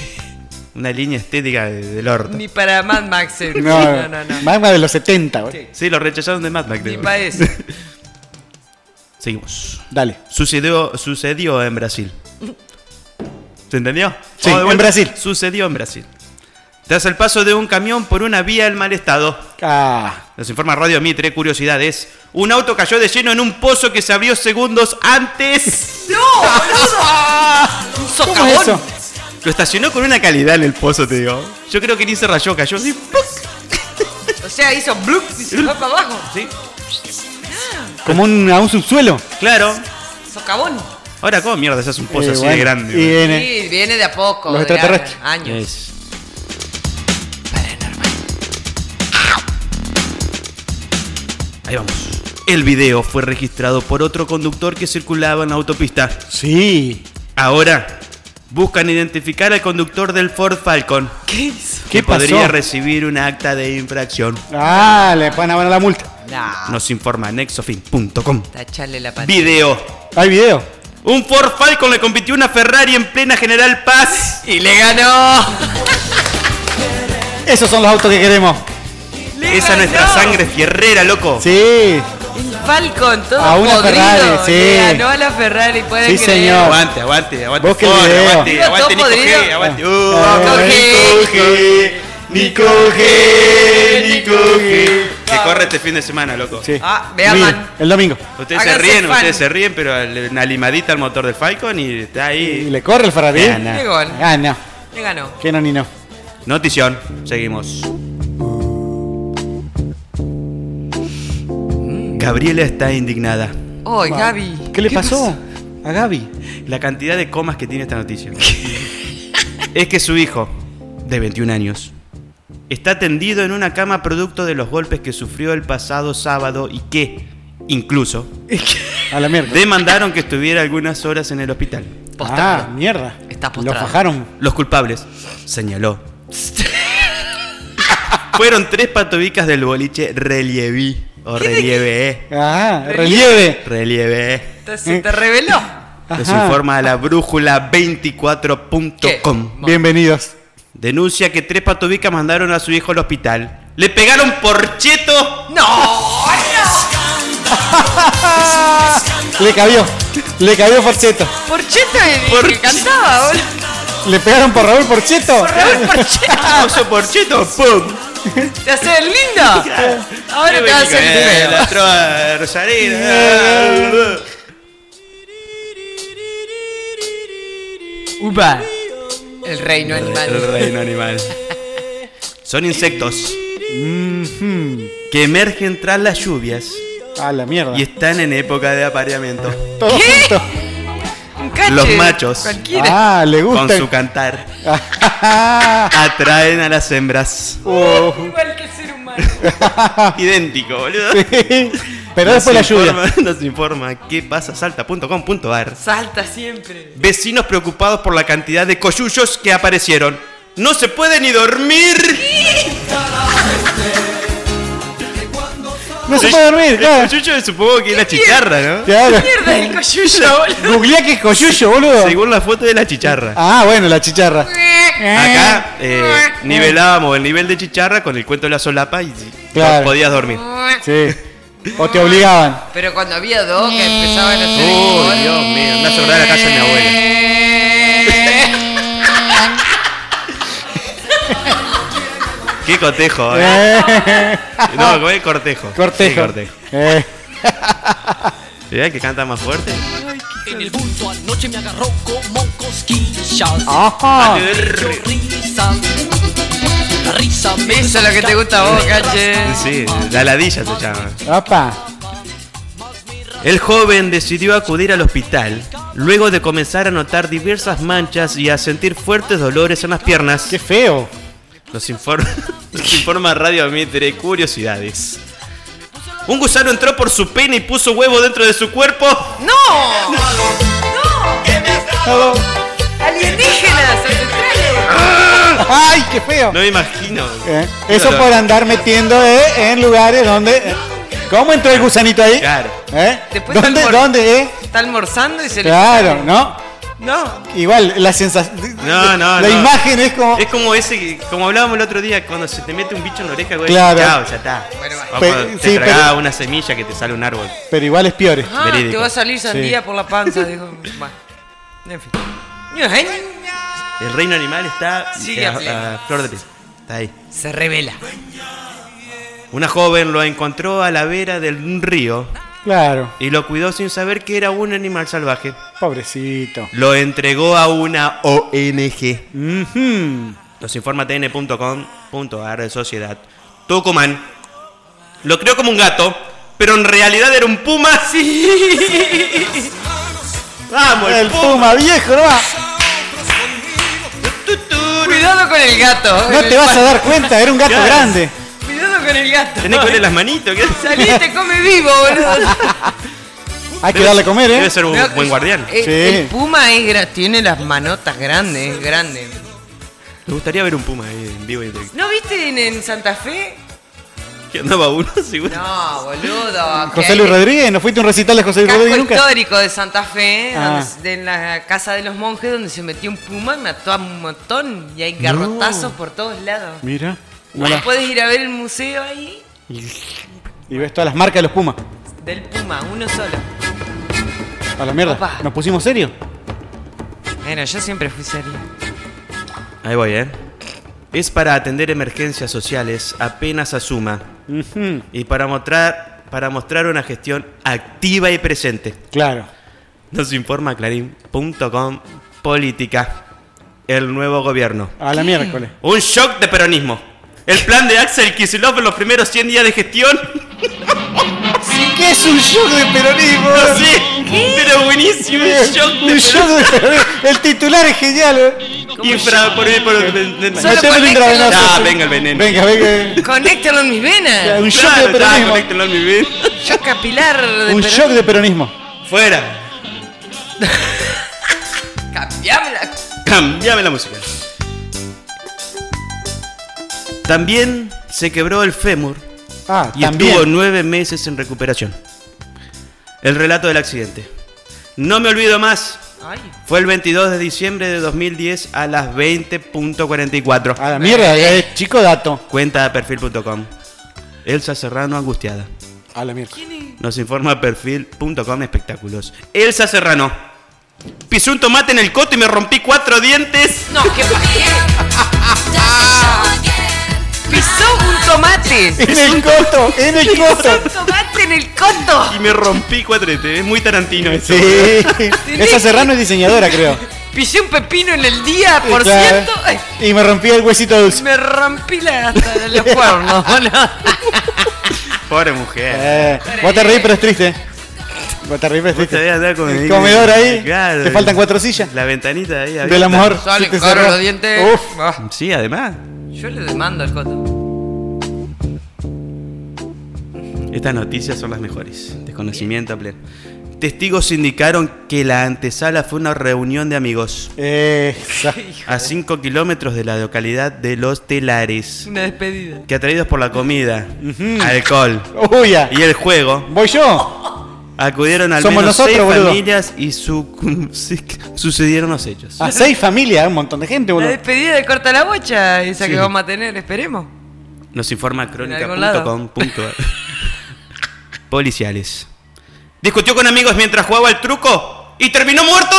Una línea estética de- del orto.
Ni para Mad Max. eh.
No, no, no. Magma de los 70, güey.
Sí, lo rechazaron de Mad Max.
Ni
creo.
para eso.
Seguimos.
Dale.
Sucedió, sucedió en Brasil. ¿Se entendió?
Sí,
Vamos de
en
vuelta.
Brasil.
Sucedió en Brasil. Tras el paso de un camión por una vía en mal estado,
Ah,
nos informa Radio Mitre, curiosidades, un auto cayó de lleno en un pozo que se abrió segundos antes.
Un
¿cómo es eso?
socavón.
Lo estacionó con una calidad en el pozo, te digo. Yo creo que ni se rayó, cayó así. ¡puc!
O sea, hizo blup y se fue para abajo.
Sí,
Como un, a un subsuelo.
claro.
Socavón.
Ahora, ¿cómo mierda se hace un pozo
Eh,
así
bueno,
de grande?
y
güey?
en-
Sí, viene de a poco.
Los
de
extraterrestres.
a- Años.
Es. Ahí vamos. El video fue registrado por otro conductor que circulaba en la autopista.
Sí.
Ahora buscan identificar al conductor del Ford Falcon,
¿Qué hizo?
¿Qué
que podría
pasó?
recibir una acta de infracción.
Ah, le van a poner la multa.
No.
Nos informa nexofin.com.
Tachale la patita.
Video.
¿Hay video?
Un Ford Falcon le compitió una Ferrari en plena General Paz.
Y le ganó.
Esos son los autos que queremos.
Le
Esa es nuestra
ganó.
sangre fierrera, loco.
Sí.
Falcon, todo
A una
podrido.
Ferrari, sí.
Le ganó a la Ferrari, pueden
Sí,
creer.
señor.
Aguante, aguante, aguante.
Busque el
Ford,
video.
Aguante,
Digo,
aguante,
todo
Nico
podrido.
G, aguante. Uh,
Nico
Nico G, Nico G. Que corre este fin de semana, loco.
Sí.
Ah, vean,
Domingo,
man.
El domingo.
Ustedes se
Háganse
ríen,
fan.
ustedes se ríen, pero le- una limadita al motor del Falcon y está
Y
ahí.
le corre el Ferrari.
Ya, nah.
Qué gol.
Ah, no.
Le ganó.
Que no ni no.
Notición, seguimos. Gabriela está indignada.
Oy, Gaby.
¿Qué le pasó? A Gaby.
La cantidad de comas que tiene esta noticia. es que su hijo, de 21 años, está tendido en una cama producto de los golpes que sufrió el pasado sábado y que, incluso,
A la mierda.
demandaron que estuviera algunas horas en el hospital.
Ah, mierda.
Está
Lo
postrado.
fajaron.
Los culpables, señaló. Fueron tres patobicas del boliche Relievi o Relieve. eh.
Ah, relieve.
Relieve. eh.
Te- Se te reveló.
Nos
Ajá.
informa la brújula 24.com.
Bienvenidos.
Denuncia que tres patobicas mandaron a su hijo al hospital. ¡Le pegaron porcheto!
No, no.
Le cabió. Le cabió Porcheto.
Porcheto el que
Porcheto.
cantaba, boludo.
Le pegaron por Raúl Porcheto.
Raúl Porcheto.
¡Famoso porcheto! ¡Pum!
Te haces el lindo. Ahora te vas a hacer
Eh,
el feo.
la trova eh. rosarina.
Uba. El reino
El
animal.
reino animal. Son insectos que emergen tras las lluvias
Hmm. A la mierda.
este
y están en época de apareamiento.
Todo
¿Qué?
junto.
Un cache.
Los machos.
Cualquiera.
Ah, le
Con
gusta.
su cantar atraen a las hembras.
Oh.
Igual que el ser humano.
Idéntico, boludo.
Ah. Pero
Nos
después la lluvia.
informa- Nos informa qué pasa salta.com.ar.
Salta siempre.
Vecinos preocupados por la cantidad de coyullos que aparecieron. ¡No se puede ni dormir!
No se puede dormir,
El
claro.
coyuyo supongo que es la chicharra, ¿no?
Claro.
Mierda el coyuyo, boludo.
Googleá que es coyuyo, boludo.
Según la foto de la chicharra.
Ah, bueno, la chicharra.
Acá eh, nivelábamos el nivel de chicharra con el cuento de la solapa y
Claro.
podías dormir.
Sí. O te obligaban.
Pero cuando había dos que empezaban a hacer el
Uy,
gol.
Dios mío, me hace acordar la casa de mi abuela. Qué cotejo, ¿eh?
Eh,
No, ¿cómo es cortejo. Sí,
cortejo.
cortejo.
Eh,
Mirá el que canta más fuerte.
En el bulto anoche me agarró como cosquillas.
ajá.
Yo risa. La risa me
Eso es lo que te gusta a vos, cache.
Sí, la ladilla se llama.
Opa.
El joven decidió acudir al hospital luego de comenzar a notar diversas manchas y a sentir fuertes dolores en las piernas. ¡Qué
feo!
Nos informa, nos informa Radio Mitre Curiosidades. Un gusano entró por su pene y puso huevo dentro de su cuerpo.
¡No! ¡No! ¡Alienígenas! ancestrales.
¡Ay, qué feo!
No me imagino.
Eh, Eso por andar metiendo eh, en lugares donde... eh, ¿Cómo entró el gusanito ahí?
Claro.
¿Eh?
Después está
¿Dónde,
almor-
dónde, eh?
Está almorzando y se le.
Claro, ¿no?
No.
Igual, la sensación...
No, no,
La
no.
imagen es como...
Es como ese, que- como hablábamos el otro día, cuando se te mete un bicho en la oreja, güey.
Claro.
Chao, ya está. O
Pe-
cuando te
sí,
tragaba
pero-
una semilla que te sale un árbol.
Pero igual es peor.
Ah, te
Verídico.
va a salir sandía
Sí.
por la panza, dijo. Bueno, En fin. Y bueno, ¿eh?
El reino animal está
Sigue
eh,
a pleno.
a- a flor de piel. Está ahí.
Se revela.
Una joven lo encontró a la vera del río
Claro.
y lo cuidó sin saber que era un animal salvaje.
Pobrecito.
Lo entregó a una ONG. Nos informa tn.com.ar de Sociedad Tucumán. Lo creó como un gato, pero en realidad era un puma. Sí. Vamos, el,
El
puma.
puma viejo, no va.
Cuidado con el gato.
No te vas a dar cuenta, era un gato
Claro.
grande.
Cuidado con el gato.
Tenés que ponerle las manitos. ¿qué?
Salí y te come vivo, boludo.
Hay que
Debe-
darle a comer, ¿eh?
Debe ser un
No,
buen guardián.
Eh, El puma es gra- tiene las manotas grandes, es grande.
Me gustaría ver un puma ahí en vivo y en directo.
¿No viste en, en Santa Fe?
¿Qué andaba uno? seguro?
No, boludo. que
José
hay
Luis
el
Rodríguez, ¿no fuiste a un recital de José Luis
casco
Rodríguez nunca?
histórico de Santa Fe,
Ah.
donde se- de en la casa de los monjes, donde se metió un puma y mató a un montón. Y hay garrotazos por todos lados.
Mira.
No
Hola.
puedes ir a ver el museo ahí
Y ves todas las marcas de los pumas.
del puma, uno solo.
A la mierda.
Opa.
¿Nos pusimos serio?
Bueno, yo siempre fui serio.
Ahí voy, ¿eh? Es para atender emergencias sociales apenas asuma y para mostrar, para mostrar una gestión activa y presente.
Claro.
Nos informa Clarín.com Política. El nuevo gobierno.
A la miércoles.
Un shock de peronismo. El plan de Axel Kicillof en los primeros 100 días de gestión.
Sí, que es un shock de peronismo.
No sé, pero buenísimo. Un shock de
Un shock de peronismo. El titular es genial, ¿eh?
Infra, por ahí, por
Solo Metele un conéctelo. intravenoso.
Ah, venga el veneno.
Venga, venga.
Conéctalo en mis venas.
Un shock de
está,
peronismo.
conéctelo en mi vida.
Yo capilar de
Un
Perón.
shock de peronismo.
Fuera.
Cambiame la-
Cambiame la música. También se quebró el fémur
Ah,
y estuvo
también.
nueve meses en recuperación. El relato del accidente. No me olvido más.
Ay,
Fue el 22 de diciembre de 2010 a las 20.44.
A la mierda, ya es chico dato.
Cuenta perfil.com. Elsa Serrano angustiada.
A la mierda.
Nos informa perfil.com espectáculos. Elsa Serrano. Pisé un tomate en el coto y me rompí cuatro dientes.
no, qué pajero. Pisó un tomate.
En el coto, en el coto.
Pisó un tomate en el coto.
Y me rompí cuatro dientes. Es muy tarantino eso.
Sí. Esa Serrano es diseñadora, creo.
Pisé un pepino en el día, por
Claro.
cierto. Ay,
Y me rompí el huesito dulce.
Me rompí la, hasta los cuernos, boludo.
Pobre mujer.
Eh, vos te reís, pero es triste. Vos te reís, pero es
Vos
triste.
te veas andar con
El comedor ahí.
Claro.
Te faltan cuatro sillas.
La ventanita ahí. abierta.
Del amor.
Salen
se te
caros
cerró.
los dientes.
Uf.
Ah,
Sí, además.
Yo le demando al coto.
Estas noticias son las mejores. Desconocimiento pleno. Testigos indicaron que la antesala fue una reunión de amigos
Esa.
a 5 kilómetros de la localidad de Los Telares,
Una despedida.
que atraídos por la comida, alcohol
Uy, ya.
y el juego,
Voy yo.
acudieron al
Somos
menos
nosotros,
seis
boludo.
familias y sucum- se- sucedieron los hechos.
A seis familias, un montón de gente,
La
boludo.
despedida de corta la bocha, esa
Sí.
que vamos a tener, esperemos.
Nos informa
algún lado.
crónica.com.ar Policiales. Discutió con amigos mientras jugaba al truco y terminó muerto.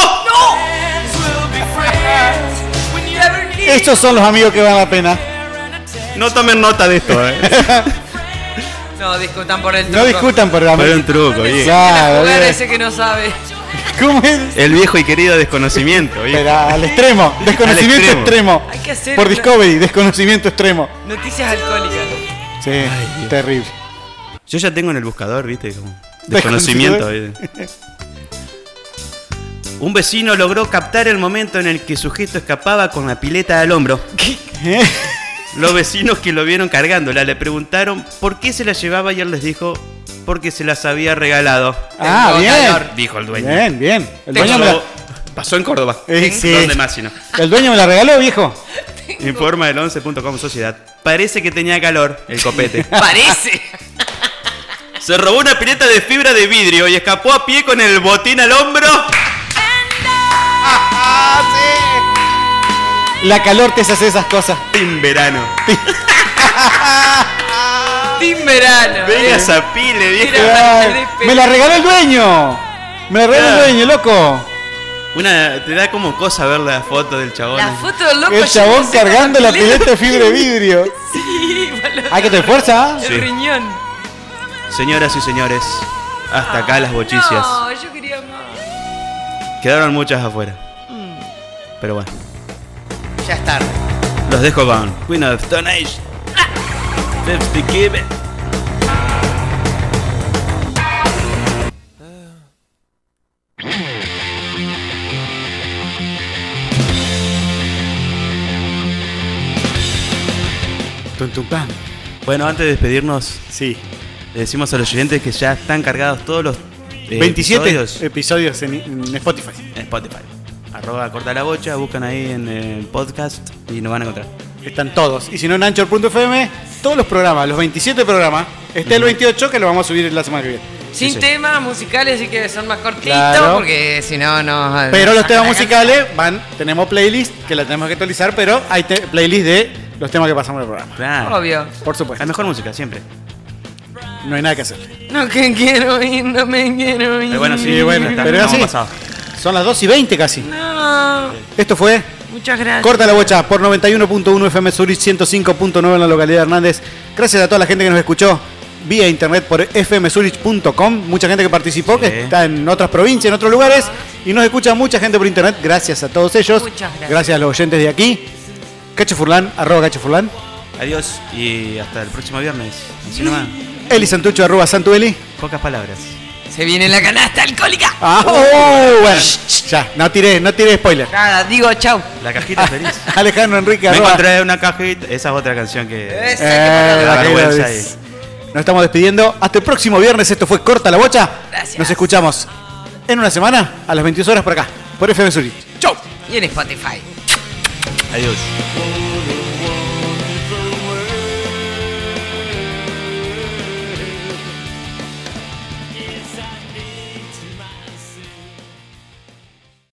Estos son los amigos que valen la pena.
No tomen nota de esto, eh.
No discutan Ah, por el truco.
No discutan por la
Fue un truco, bien.
Claro,
Jugar
bien.
ese que no sabe.
¿Cómo es?
El viejo y querido desconocimiento, bien.
Pero al extremo, desconocimiento
Al extremo.
extremo.
Hay que hacer
Por
una-
Discovery, desconocimiento extremo.
Noticias alcohólicas.
Sí, terrible.
Yo
¿eh?
ya tengo en el buscador, viste, como desconocimiento. ¿viste? Un vecino logró captar el momento en el que el sujeto escapaba con la pileta al hombro. ¿Eh? Los vecinos que lo vieron cargándola le preguntaron por qué se la llevaba y él les dijo porque se las había regalado.
Ah,
Tengo
bien.
calor, dijo el dueño.
Bien, bien. El dueño,
Pasó-
me la,
Pasó en Córdoba.
Eh, sí.
¿Dónde más si no?
el dueño me la regaló, viejo.
Informa el 11.com Sociedad. Parece que tenía calor el copete.
Parece.
Se robó una pileta de fibra de vidrio y escapó a pie con el botín al hombro.
La calor te hace esas cosas.
Tim verano.
Tim verano.
Venga, zapile, viejo.
Ay, me la regaló el dueño. Me la regaló el dueño, loco.
Una, te da como cosa ver la foto del chabón.
La foto del loco.
El chabón
llevándose
cargando la
pileta.
pileta de fibra de vidrio.
Sí, boludo.
Hay que te ¿ah? fuerza.
El riñón.
Señoras y señores, hasta acá las bochicias.
No, yo quería más.
Quedaron muchas afuera.
Mm,
Pero bueno,
ya es tarde.
los dejo con Queen of Stone Age. Fifty Give It. Bueno, antes de despedirnos,
sí.
le decimos a los oyentes que ya están cargados todos los eh,
27
episodios
episodios, en, en Spotify.
en Spotify. Arroba corta la bocha, buscan ahí en el podcast y nos van a encontrar.
Están todos. Y si no, en Anchor.fm, todos los programas, los 27 programas. Está el 28 que lo vamos a subir la semana que viene.
Sin
Sí, sí.
temas musicales, así que son más cortitos.
Claro.
Porque si no, no.
Pero los
sacan
temas
la
musicales van, tenemos playlist que la tenemos que actualizar, pero hay te- playlist de los temas que pasamos en el programa.
Claro.
Obvio.
Por supuesto.
La mejor música, siempre.
No hay nada que hacerle.
No, que quiero ir, no me quiero ir.
Pero bueno, sí,
Y bueno,
está,
Mm. pero es
estamos
así.
pasados.
Son las 2 y 20 casi.
No.
Esto fue
Muchas gracias.
Corta la bocha por 91.1 FM Zurich, 105.9 en la localidad de Hernández. Gracias a toda la gente que nos escuchó vía internet por fmzurich.com. Mucha gente que participó, que está en otras provincias, en otros lugares. Y nos escucha mucha gente por internet. Gracias a todos ellos.
Muchas gracias.
a los oyentes de aquí. Cacho Furlan, arroba Cacho Furlan.
Adiós y hasta el próximo viernes.
Mm.
Así nomás,
Eli Santucho, arroba Santueli.
pocas palabras.
Se viene la canasta alcohólica.
Ah, oh, bueno, ya, no tiré, no tiré spoiler.
Nada, digo chau.
La cajita feliz.
Alejandro Enrique,
Me
arroba.
encontré una cajita. Esa es otra canción que.
Esa
Eh,
que
la que
vergüenza
lo dice. Nos estamos despidiendo. Hasta el próximo viernes. Esto fue Corta la Bocha. Nos escuchamos en una semana a las 22 horas por acá, por FM Zurich.
Y en Spotify.
Adiós.
Whoa,